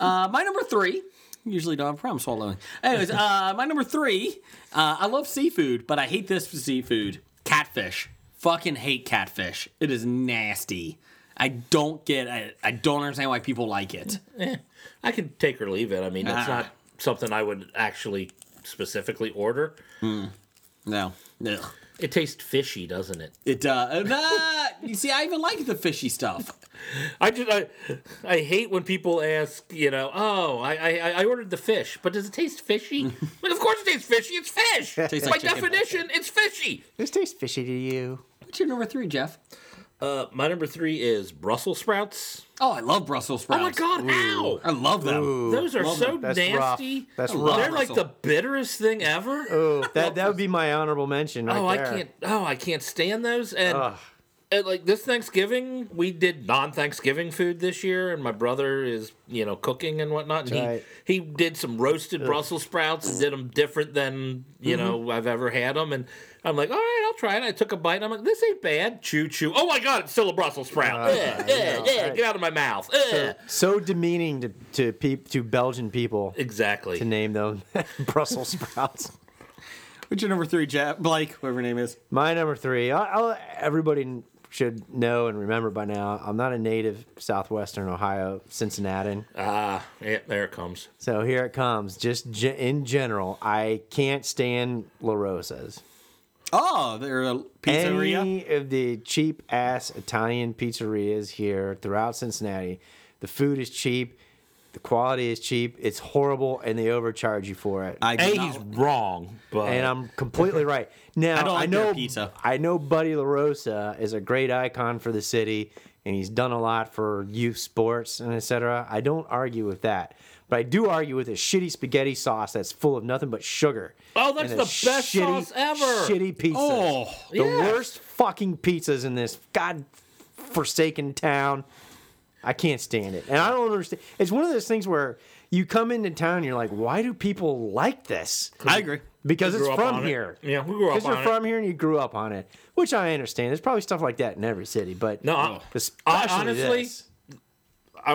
B: uh, my number three. Usually don't have a problem swallowing. Anyways, *laughs* uh, my number three. Uh, I love seafood, but I hate this seafood. Catfish. Fucking hate catfish. It is nasty. I don't get. I, I don't understand why people like it.
C: I could take or leave it. I mean, it's
B: Ah.
C: not something I would actually specifically order.
B: No. Ugh.
C: It tastes fishy, doesn't it?
B: It uh, *laughs* uh, you see, I even like the fishy stuff.
C: I just I, I hate when people ask, you know, oh, I I, I ordered the fish, but does it taste *laughs* fishy? well, of course it tastes fishy. It's fish.
B: Tastes
C: By
B: like chicken.
C: definition, it's fishy.
F: This tastes fishy to you.
B: What's your number three, Jeff?
C: Uh, my number three is Brussels sprouts.
B: Oh, I love Brussels sprouts.
C: Oh my god, ow!
B: I love them.
C: Those are so
F: That's rough.
C: nasty.
F: That's
B: I
F: rough.
B: love
C: They're like the
B: Brussels.
C: bitterest thing ever.
F: Ooh, that that would be my honorable mention. Right
C: oh,
F: there.
C: I can't. Oh, I can't stand those. And and, like this Thanksgiving, we did non-Thanksgiving food this year, and my brother is you know cooking and whatnot. And
F: That's right.
C: he he did some roasted Brussels sprouts and did them different than you
F: Mm-hmm.
C: know I've ever had them. And I'm like, all right, I'll try it. I took a bite. and I'm like, this ain't bad. Chew, chew. Oh my god, it's still a Brussels sprout.
F: Right,
C: Eh,
F: right,
C: eh,
F: right,
C: eh,
F: right.
C: Get out of my mouth. Eh.
F: So demeaning to to peop, to Belgian people
C: exactly.
F: to name them *laughs* Brussels sprouts.
B: What's your number three, Jack? Blake, whatever your name is.
F: My number three. I, I'll, everybody should know and remember by now. I'm not a native Southwestern Ohio Cincinnati.
C: Ah, yeah, there it comes.
F: So here it comes. Just ge- in general, I can't stand La Rosa's.
B: Oh, they're a pizzeria.
F: Any of the cheap ass Italian pizzerias here throughout Cincinnati, the food is cheap, the quality is cheap, it's horrible, and they overcharge you for it.
B: I
C: A,
B: do
C: he's
B: not-
C: wrong, but
F: and I'm completely right.
C: *laughs*
F: Now I,
B: don't like their
F: know
B: pizza.
F: I know Buddy LaRosa is a great icon for the city and he's done a lot for youth sports and etc. I don't argue with that. But I do argue with a shitty spaghetti sauce that's full of nothing but sugar.
C: Oh, that's
F: and a
C: the best sauce ever.
F: Shitty pizza.
B: Oh,
F: the
C: yes.
F: worst fucking pizzas in this god forsaken town. I can't stand it. And I don't understand. It's one of those things where you come into town and you're like, why do people like this?
B: I agree.
F: because
C: We
F: it's
C: grew up on
F: from
C: it.
F: here.
C: Yeah, we grew up
F: Because
C: on
F: you're
C: it.
F: from here and you grew up on it, which I understand. There's probably stuff like that in every city, but
C: No, I-
F: especially
C: I- honestly,
F: this.
C: I,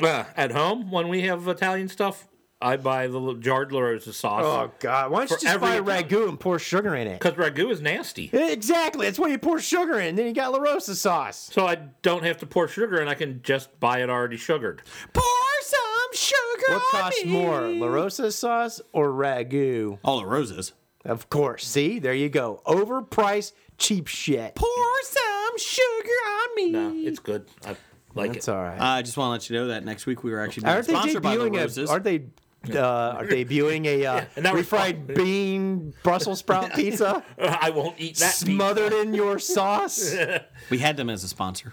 C: I uh, at home when we have Italian stuff, I buy the l- jarred La Rosa sauce
F: Oh God! Why don't you
C: for
F: just buy
C: every account-
F: ragu and pour sugar in it?
C: because ragu is nasty.
F: Exactly. That's why you pour sugar in. Then you got La Rosa sauce.
C: So I don't have to pour sugar, and I can just buy it already sugared.
B: Pour some sugar.
F: What
B: on
F: costs
B: me.
F: more, La Rosa sauce or ragu?
B: All the roses.
F: Of course. See, there you go. Overpriced, cheap shit.
B: Pour some sugar on me.
C: No, it's good. I like
F: That's
C: it.
F: all right.
B: Uh, I just want to let you know that next week we were actually being
F: Aren't they
B: sponsored by the
F: debuting
B: roses.
F: a? Aren't they? Uh, are debuting a
B: *laughs*
F: uh,
C: and that was
F: refried
C: fun.
F: bean Brussels sprout pizza
C: *laughs* I won't eat that. meat.
F: smothered
B: *laughs*
F: in your sauce?
B: we had them as a sponsor.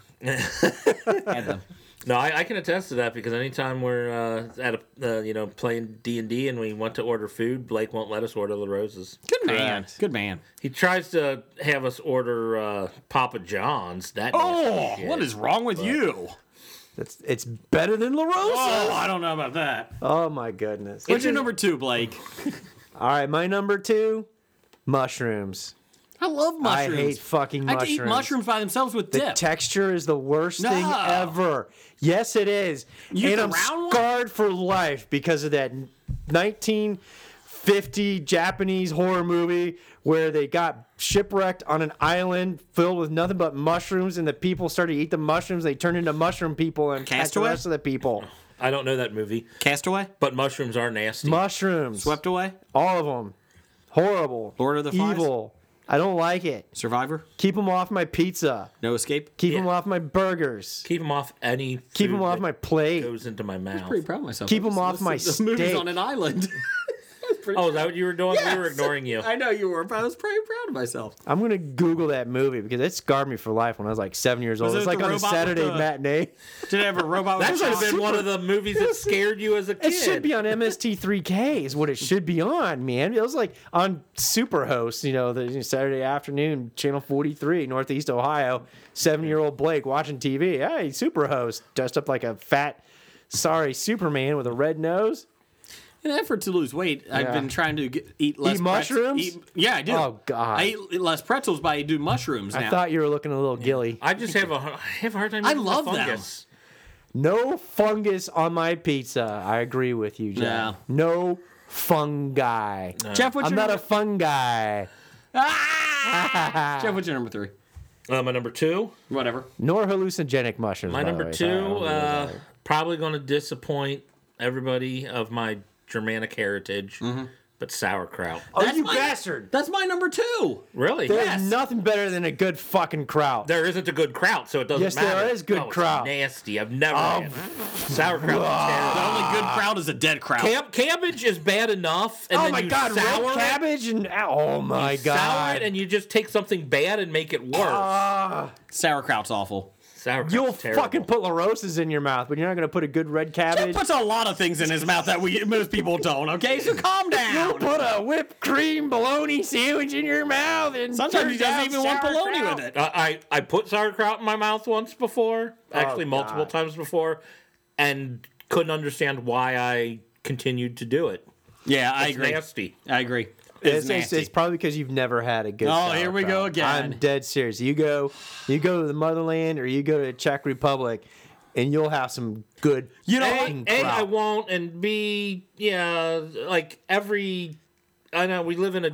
B: had them.
C: No, I, I can attest to that because anytime we're uh, at a uh, you know playing D and D and we want to order food, Blake won't let us order La Rosas.
B: Good man. Good man.
C: He tries to have us order uh, Papa John's. That
B: Oh,
C: nasty shit.
B: what is wrong with you?
F: That's it's better than La Rosa.
B: Oh, I don't know about that.
F: Oh my goodness!
B: What's your number two, Blake?
F: All right, my number two, mushrooms.
B: I love mushrooms.
F: I hate fucking
B: I
F: mushrooms.
B: can eat mushrooms by themselves with
F: The
B: dip.
F: texture is the worst
B: No.
F: thing ever. Yes, it is.
B: You
F: and
B: the
F: I'm
B: round one?
F: scarred for life because of that 1950 Japanese horror movie where they got shipwrecked on an island filled with nothing but mushrooms, and the people started to eat the mushrooms. They turned into mushroom people and attacked the
B: Castaway?
F: rest of the people.
C: I don't know that movie,
B: Castaway,
C: but mushrooms are nasty.
F: Mushrooms,
B: swept away,
F: all of them, horrible.
B: Lord of the Flies?
F: evil. I don't like it.
B: survivor,
F: Keep them off my pizza.
B: no escape.
F: Keep
C: Yeah.
F: them off my burgers.
C: Keep them off any.
F: Keep
C: food
F: them off
C: that
F: my plate.
C: Goes into my mouth.
B: Pretty proud of myself.
F: Keep
B: I was
F: 'em off
B: listening
F: my
B: to the movies
F: steak.
B: on an island. *laughs*
C: Oh, is that what you were doing? We were
B: Yes.
C: ignoring you.
B: I know you were, but I was pretty proud of myself.
F: I'm gonna Google that movie because it scarred me for life when I was like seven years old.
B: it
F: It's
B: with
F: like
B: the
F: on a
B: robot with
F: Saturday
B: the-
F: matinee.
B: Did I have a robot?
C: That
B: with
C: should have been
B: chops?
C: one of the movies that scared you as a kid.
F: It should be on MST3K is what it should be on, man. It was like on Superhost, you know, the Saturday afternoon, Channel 43, Northeast Ohio. Seven year old Blake watching TV. Hey, Superhost, dressed up like a fat, sorry Superman with a red nose.
B: In an effort to lose weight, I've
F: Yeah.
B: been trying to get, eat less pretz-
F: mushrooms?
B: eat- yeah, I do.
F: Oh, God.
B: I eat less pretzels, but I do mushrooms now.
F: I thought you were looking a little gilly.
C: I just have a, I have a hard time.
B: I
C: eating the
B: love them.
C: fungus.
F: No fungus on my pizza. I agree with you, Jeff. No fungi.
B: Jeff, what's
F: I'm
B: your
F: not a
B: number?
F: fungi.
B: Ah! Jeff, what's your number three?
C: Uh, my number two.
B: Whatever.
F: Nor hallucinogenic mushrooms.
C: My
F: by the
C: number
F: way.
C: two.
F: I don't
C: Uh, probably going to disappoint everybody of my Germanic heritage,
F: Mm-hmm.
C: but sauerkraut.
F: Oh, you
B: my-
F: bastard!
B: That's my number two.
C: Really?
F: There's nothing better than a good fucking kraut.
C: There isn't a good kraut, so it doesn't
F: Yes, there
C: matter.
F: is good
C: no, it's
F: kraut. Oh.
C: Nasty. I've never had it. sauerkraut. is
B: The
C: terrible.
F: Ah.
B: only good crowd is a dead crowd.
C: Cab- cabbage is bad enough. And
F: oh
C: then
F: my
C: you
F: god,
C: sour
F: red
C: it.
F: cabbage and oh my
C: Sour
F: god.
C: it, and you just take something bad and make it worse.
B: Sauerkraut's awful.
C: Sauerkraut's
F: Uh, You'll
C: terrible.
F: fucking put La Rosa's in your mouth, but you're not going to put a good red
B: He
F: cabbage.
B: puts a lot of things in his mouth that we most people don't. Okay, so *laughs* calm down.
F: You'll put a whipped cream bologna sandwich in your mouth, and
B: Sometimes he
F: turns out
B: doesn't even want bologna
F: sauerkraut.
B: with it.
C: I, I I put sauerkraut in my mouth once before, actually multiple
F: Oh, God.
C: times before, and couldn't understand why I continued to do it.
B: Yeah, I
C: It's
B: agree.
C: nasty.
B: I agree.
F: It's,
B: It's,
F: it's,
B: nasty.
F: it's probably because you've never had a good.
B: Oh, here we go
F: sauerkraut.
B: again.
F: I'm dead serious. You go, you go to the motherland, or you go to Czech Republic, and you'll have some good.
B: You *laughs* know
C: A,
F: fucking
C: A, I
F: kraut.
C: won't, and B, yeah, like every, I know we live in a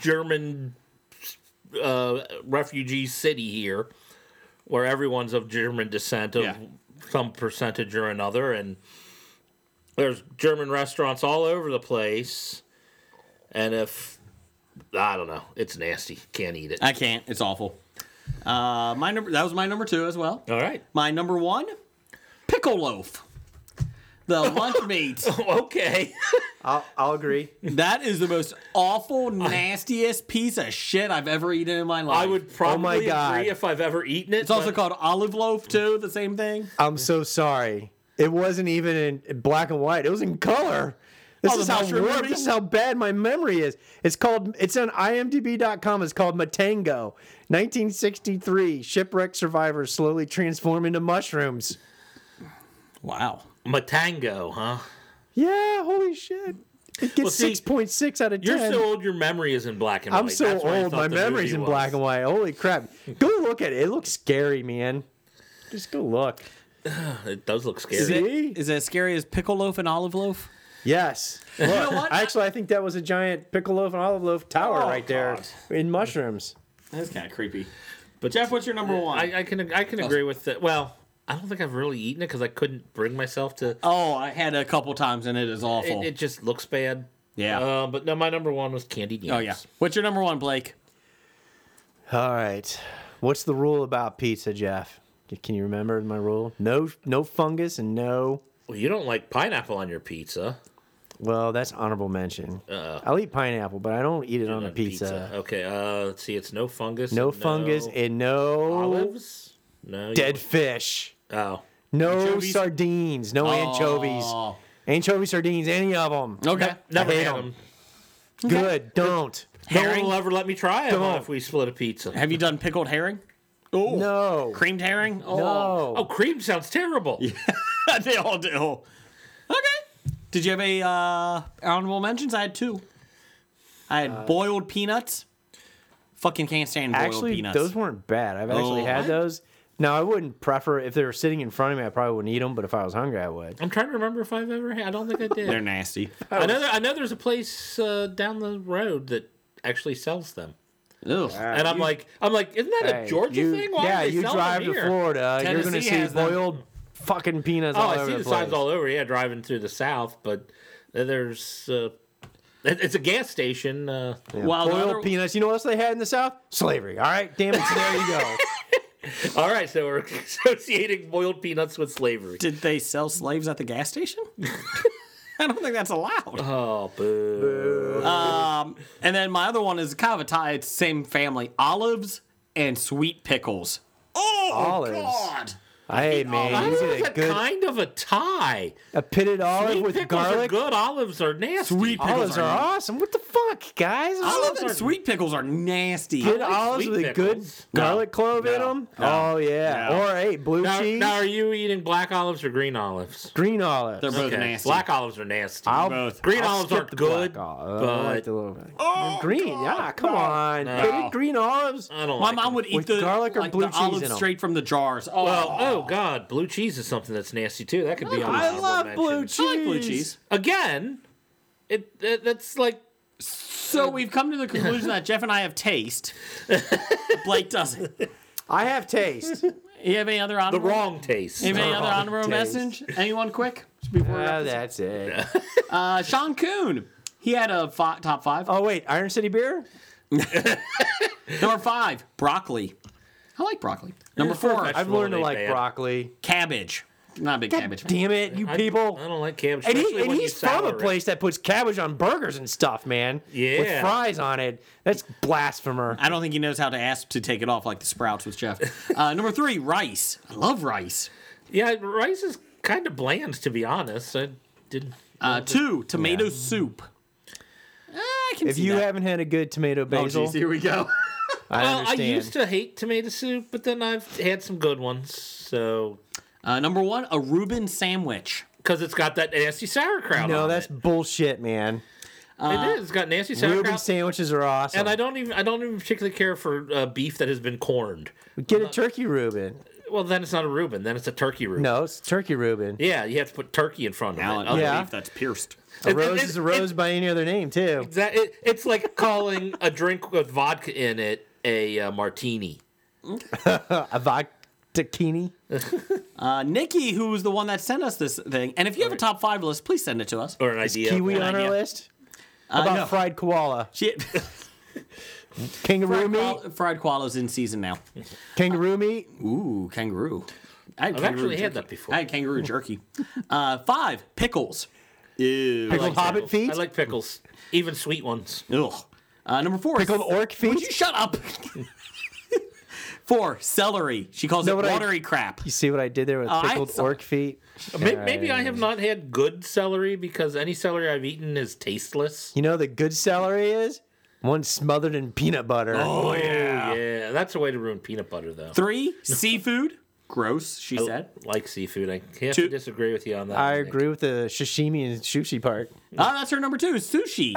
C: German uh, refugee city here, where everyone's of German descent of
B: Yeah.
C: some percentage or another, and there's German restaurants all over the place, and if I don't know, it's nasty. Can't eat it.
B: I can't. It's awful. Uh, my number. That was my number two as well.
C: all right. *laughs*
B: My number one, pickle loaf. *laughs* The lunch meat. *laughs*
C: Okay.
B: Oh
F: I'll, I'll agree.
B: That is the most awful, nastiest piece of shit I've ever eaten in my life.
C: I would probably
F: my God.
C: agree if I've ever eaten it.
B: It's also
C: but-
B: called olive loaf too. The same thing.
F: I'm so sorry. It wasn't even in black and white. It was in color. This
B: Oh, the
F: is how
B: mushroom
F: warped,
B: movie?
F: This is how bad my memory is. It's called. It's on IMDb.com. It's called Matango, 1963. Shipwreck survivors slowly transform into mushrooms.
B: Wow.
C: Matango, huh?
F: Yeah, holy shit. It gets
C: see,
F: six point six out of
C: You're
F: ten.
C: so old, your memory is in black and white.
F: I'm so
C: That's why I
F: old.
C: thought
F: My
C: the
F: memory's
C: movie
F: in
C: was.
F: black and white. Holy crap! Go look at it. It looks scary, man. Just go look.
C: It does look scary.
B: Is it,
F: See?
B: is it as scary as pickle loaf and olive loaf?
F: Yes. Look.
B: what?
F: Actually, I think that was a giant pickle loaf and olive loaf tower
B: Oh,
F: right there
B: God.
F: in mushrooms.
B: That's kind of creepy. But Jeff, what's your number one?
C: I, I can I can agree with that. Well, I don't think I've really eaten it because I couldn't bring myself to.
B: oh, I had it a couple times and it is awful.
C: It, it just looks bad.
B: yeah.
C: Uh, but no, my number one was candied yams.
B: oh yeah. What's your number one, Blake?
F: All right. What's the rule about pizza, Jeff? Can you remember my rule? No, no fungus and no.
C: Well, you don't like pineapple on your pizza.
F: Well, that's honorable mention.
B: Uh.
F: I'll eat pineapple, but I don't eat it on a pizza.
C: Okay. Uh, let's see. It's no fungus.
F: No
C: and
F: fungus and no
C: olives. No you-
F: dead fish.
C: Oh.
F: No
B: Anchovies?
F: sardines. No anchovies.
B: Oh.
F: Anchovy sardines. Any of them?
B: Okay.
C: Never
F: hate
C: had
F: 'em.
C: them.
F: Good. Don't.
C: No one will ever let me try them
F: Don't.
C: if we split a pizza.
B: Have you done pickled herring? Oh.
F: No.
B: Creamed herring? Oh.
F: No.
C: Oh, cream sounds terrible.
B: *laughs* they all do. Okay. Did you have a uh, honorable mentions? I had two. I had
F: Uh,
B: boiled peanuts. Fucking can't stand boiled
F: actually,
B: peanuts.
F: those weren't bad. I've actually
B: Oh.
F: had those. Now I wouldn't prefer if they were sitting in front of me. I probably wouldn't eat them, but if I was hungry, I would.
C: I'm trying to remember if I've ever had. I don't think
F: *laughs*
C: I did.
B: They're nasty.
C: I know, there, I know there's a place uh, down the road that actually sells them.
B: Ugh.
C: and I'm like, I'm like, isn't that
F: Uh, Hey,
C: a Georgia
F: you-
C: thing? Why
F: yeah,
C: do they
F: you
C: sell
F: drive
C: them
F: to
C: here?
F: Florida, you're going to
B: Tennessee
F: see
B: has them.
F: boiled fucking peanuts.
C: Oh,
F: all
C: I
F: over
C: see
F: the,
C: the
F: place.
C: signs all over. Yeah, driving through the South, but there's uh, it- it's a gas station. Uh,
B: While the
F: boiled
B: other-
F: peanuts. You know what else they had in the South? Slavery. All right, damn it. So there
C: *laughs*
F: you go.
C: All right, so we're *laughs* associating boiled peanuts with slavery.
B: Did they sell slaves at the gas station? *laughs* I don't think that's allowed. Um,
C: Oh, boo!
B: And then my other one is kind of a tie. It's same family: olives and sweet pickles. Oh
F: Olives.
B: God!
F: Hey man, you
C: That's
F: get
C: a
F: a good
C: kind of a tie.
F: a pitted olive
C: Sweet
F: with
C: pickles are
F: garlic.
C: good. Olives are nasty. Oh,
B: Sweet pickles
F: Olives are awesome. What the fuck, guys?
B: Olive and sweet pickles are nasty.
F: Good olives
C: sweet
F: with a good
C: pickles.
F: garlic clove in them. oh yeah.
B: no.
F: Or hey, blue
C: Now,
F: cheese,
C: now, are you eating black olives or green olives?
F: green olives.
B: They're both
C: Okay.
B: nasty.
C: Black olives are nasty.
F: I'll-
B: both.
C: Green
F: I'll
C: olives
F: skip
C: aren't
F: the
C: good,
F: black olive. I don't like
C: but-
F: the little-
B: Oh,
F: green. yeah, come on. Baby, green olives.
C: I don't
B: my
C: like
B: mom
C: them.
B: would eat
F: With
B: the
F: garlic or
B: like,
F: blue
B: the
F: cheese in
B: olives
F: 'em.
B: straight from the jars. Oh,
C: Well, oh god, blue cheese is something that's nasty too. That could be. on
F: I
C: honorable
F: love
C: mentions.
F: blue cheese.
B: I like blue cheese.
C: Again, it, it that's like
B: So we've come to the conclusion that Jeff and I have taste.
F: *laughs*
B: Blake doesn't.
F: I
B: *laughs*
F: have taste.
B: You have any other
C: the
B: honorable?
C: wrong taste.
B: You have
F: *laughs*
B: any other honorable
F: taste.
B: message? Anyone quick? Before we wrap
F: oh,
B: this up?
F: that's it.
B: uh, Sean Coon. He had a fi- top five.
F: Oh wait, Iron City beer.
B: Number five, broccoli. I like broccoli. Number four,
C: perfect.
F: I've learned to
C: really
F: like
C: bad.
F: broccoli.
B: cabbage. Not a big cabbage fan.
F: Damn it, you people!
C: I don't like cabbage.
F: And, he,
C: especially
F: and
C: when you
F: he's from a
C: sour it.
F: place that puts cabbage on burgers and stuff, man. With
C: Yeah.
F: fries on it. That's blasphemer.
B: I don't think he knows how to ask to take it off like the sprouts with Jeff. Uh, number three, rice. I love rice.
C: Yeah, rice is kind of bland, to be honest. I didn't.
B: Uh, two, tomato soup. Uh, I can
F: If
B: see
F: you
B: that.
F: haven't had a good tomato
B: oh,
F: basil,
B: geez, here we go.
F: I
C: well,
F: understand.
C: I used to hate tomato soup, but then I've had some good ones. So
B: Uh, number one, a Reuben sandwich.
C: because it's got that nasty sauerkraut.
F: no,
C: on
F: that's uh,
C: it.
F: bullshit, man.
C: it is. It's got nasty sauerkraut.
F: Reuben sandwiches are awesome.
C: and I don't even I don't even particularly care for uh, beef that has been corned.
F: Get a turkey Reuben.
C: Well, then it's not a Reuben. Then it's a turkey Reuben.
F: No, it's turkey Reuben.
C: Yeah, you have to put turkey in front of it.
B: Alan,
C: Other-
F: Yeah.
B: yeah. that's pierced.
F: A
C: It-
F: rose
C: it-
F: is a rose
C: it-
F: by any other name too.
C: that- it- it's like calling a drink with vodka in it a uh, martini.
F: A vodka
B: Uh, Nikki, who was the one that sent us this thing, and if you have a top five list, please send it to us.
C: Or an idea.
F: kiwi on our
B: idea.
F: list. About
B: Uh, no.
F: fried koala,
B: She,
F: kangaroo
B: fried,
F: meat,
B: koala, fried koala's in season now.
F: kangaroo meat.
B: Ooh, kangaroo. I had
C: I've
B: kangaroo
C: actually had
B: jerky.
C: that before.
B: I had kangaroo jerky. Uh, five, pickles. Ew.
F: Pickled hobbit
C: pickles.
F: feet?
C: I like pickles, even sweet ones.
B: Ugh. Uh, number four.
F: Pickled orc feet?
B: Would you shut up? *laughs* four, celery. She calls
F: No,
B: it
F: but I-
B: watery crap.
F: You see what I did there with
B: Uh, I
F: pickled
B: saw-
F: orc feet?
C: May- Maybe I have not had good celery because any celery I've eaten is tasteless.
F: You know the good celery is one smothered in peanut butter.
C: Oh yeah, yeah. That's a way to ruin peanut butter, though.
B: Three, seafood. Gross, she said.
C: Like seafood, I have
B: Two-
C: to disagree with you on that.
F: I
C: one, Nick.
F: agree with the sashimi and sushi part.
B: Ah, that's her number two, sushi.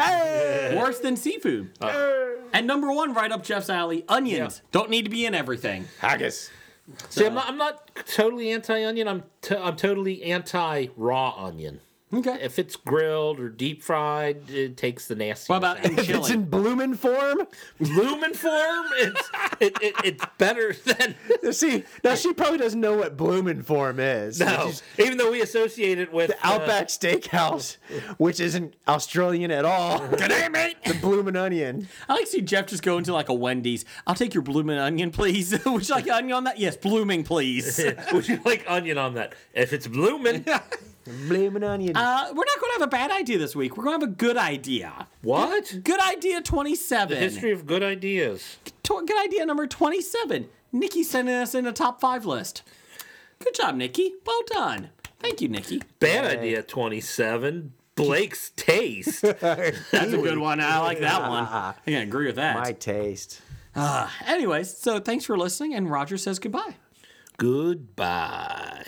B: Worse than seafood.
C: Uh.
B: and number one, right up Jeff's alley, onions. Don't need to be in everything.
F: Haggis.
C: See, I'm not, I'm not totally anti onion. I'm to, I'm totally anti raw onion.
B: Okay.
C: If it's grilled or deep fried, it takes the nasty.
B: what
C: *laughs*
B: about in
F: If it's
B: chili?
F: in bloomin' form,
C: lumen form? It's it, it, it's better *laughs* than
F: see now she probably doesn't know what bloomin' form is.
C: no.
F: which is
C: Even though we associate it with uh,
F: Outback Steakhouse, which isn't Australian
C: *laughs*
F: at all. Good day, mate. The bloomin' onion.
B: I like to see Jeff just go into like a Wendy's. I'll take your blooming onion, please. *laughs* Would you like onion on that? Yes, blooming, *laughs* please.
C: would you like onion on that? If it's *laughs* blooming,
F: Bloomin' onion.
B: Uh, we're not going to have a bad idea this week. We're going to have a good idea.
C: what?
B: Good idea 27.
C: History of good ideas.
B: Tw- good idea number 27. Nikki sending us in a top five list. Good job, Nikki. Well done. Thank you, Nikki.
C: Bad idea 27. Blake's *laughs* taste.
B: That's a good one. I like that one. I can agree with that.
F: My taste.
B: Anyways, so thanks for listening, and Roger says goodbye.
C: Goodbye.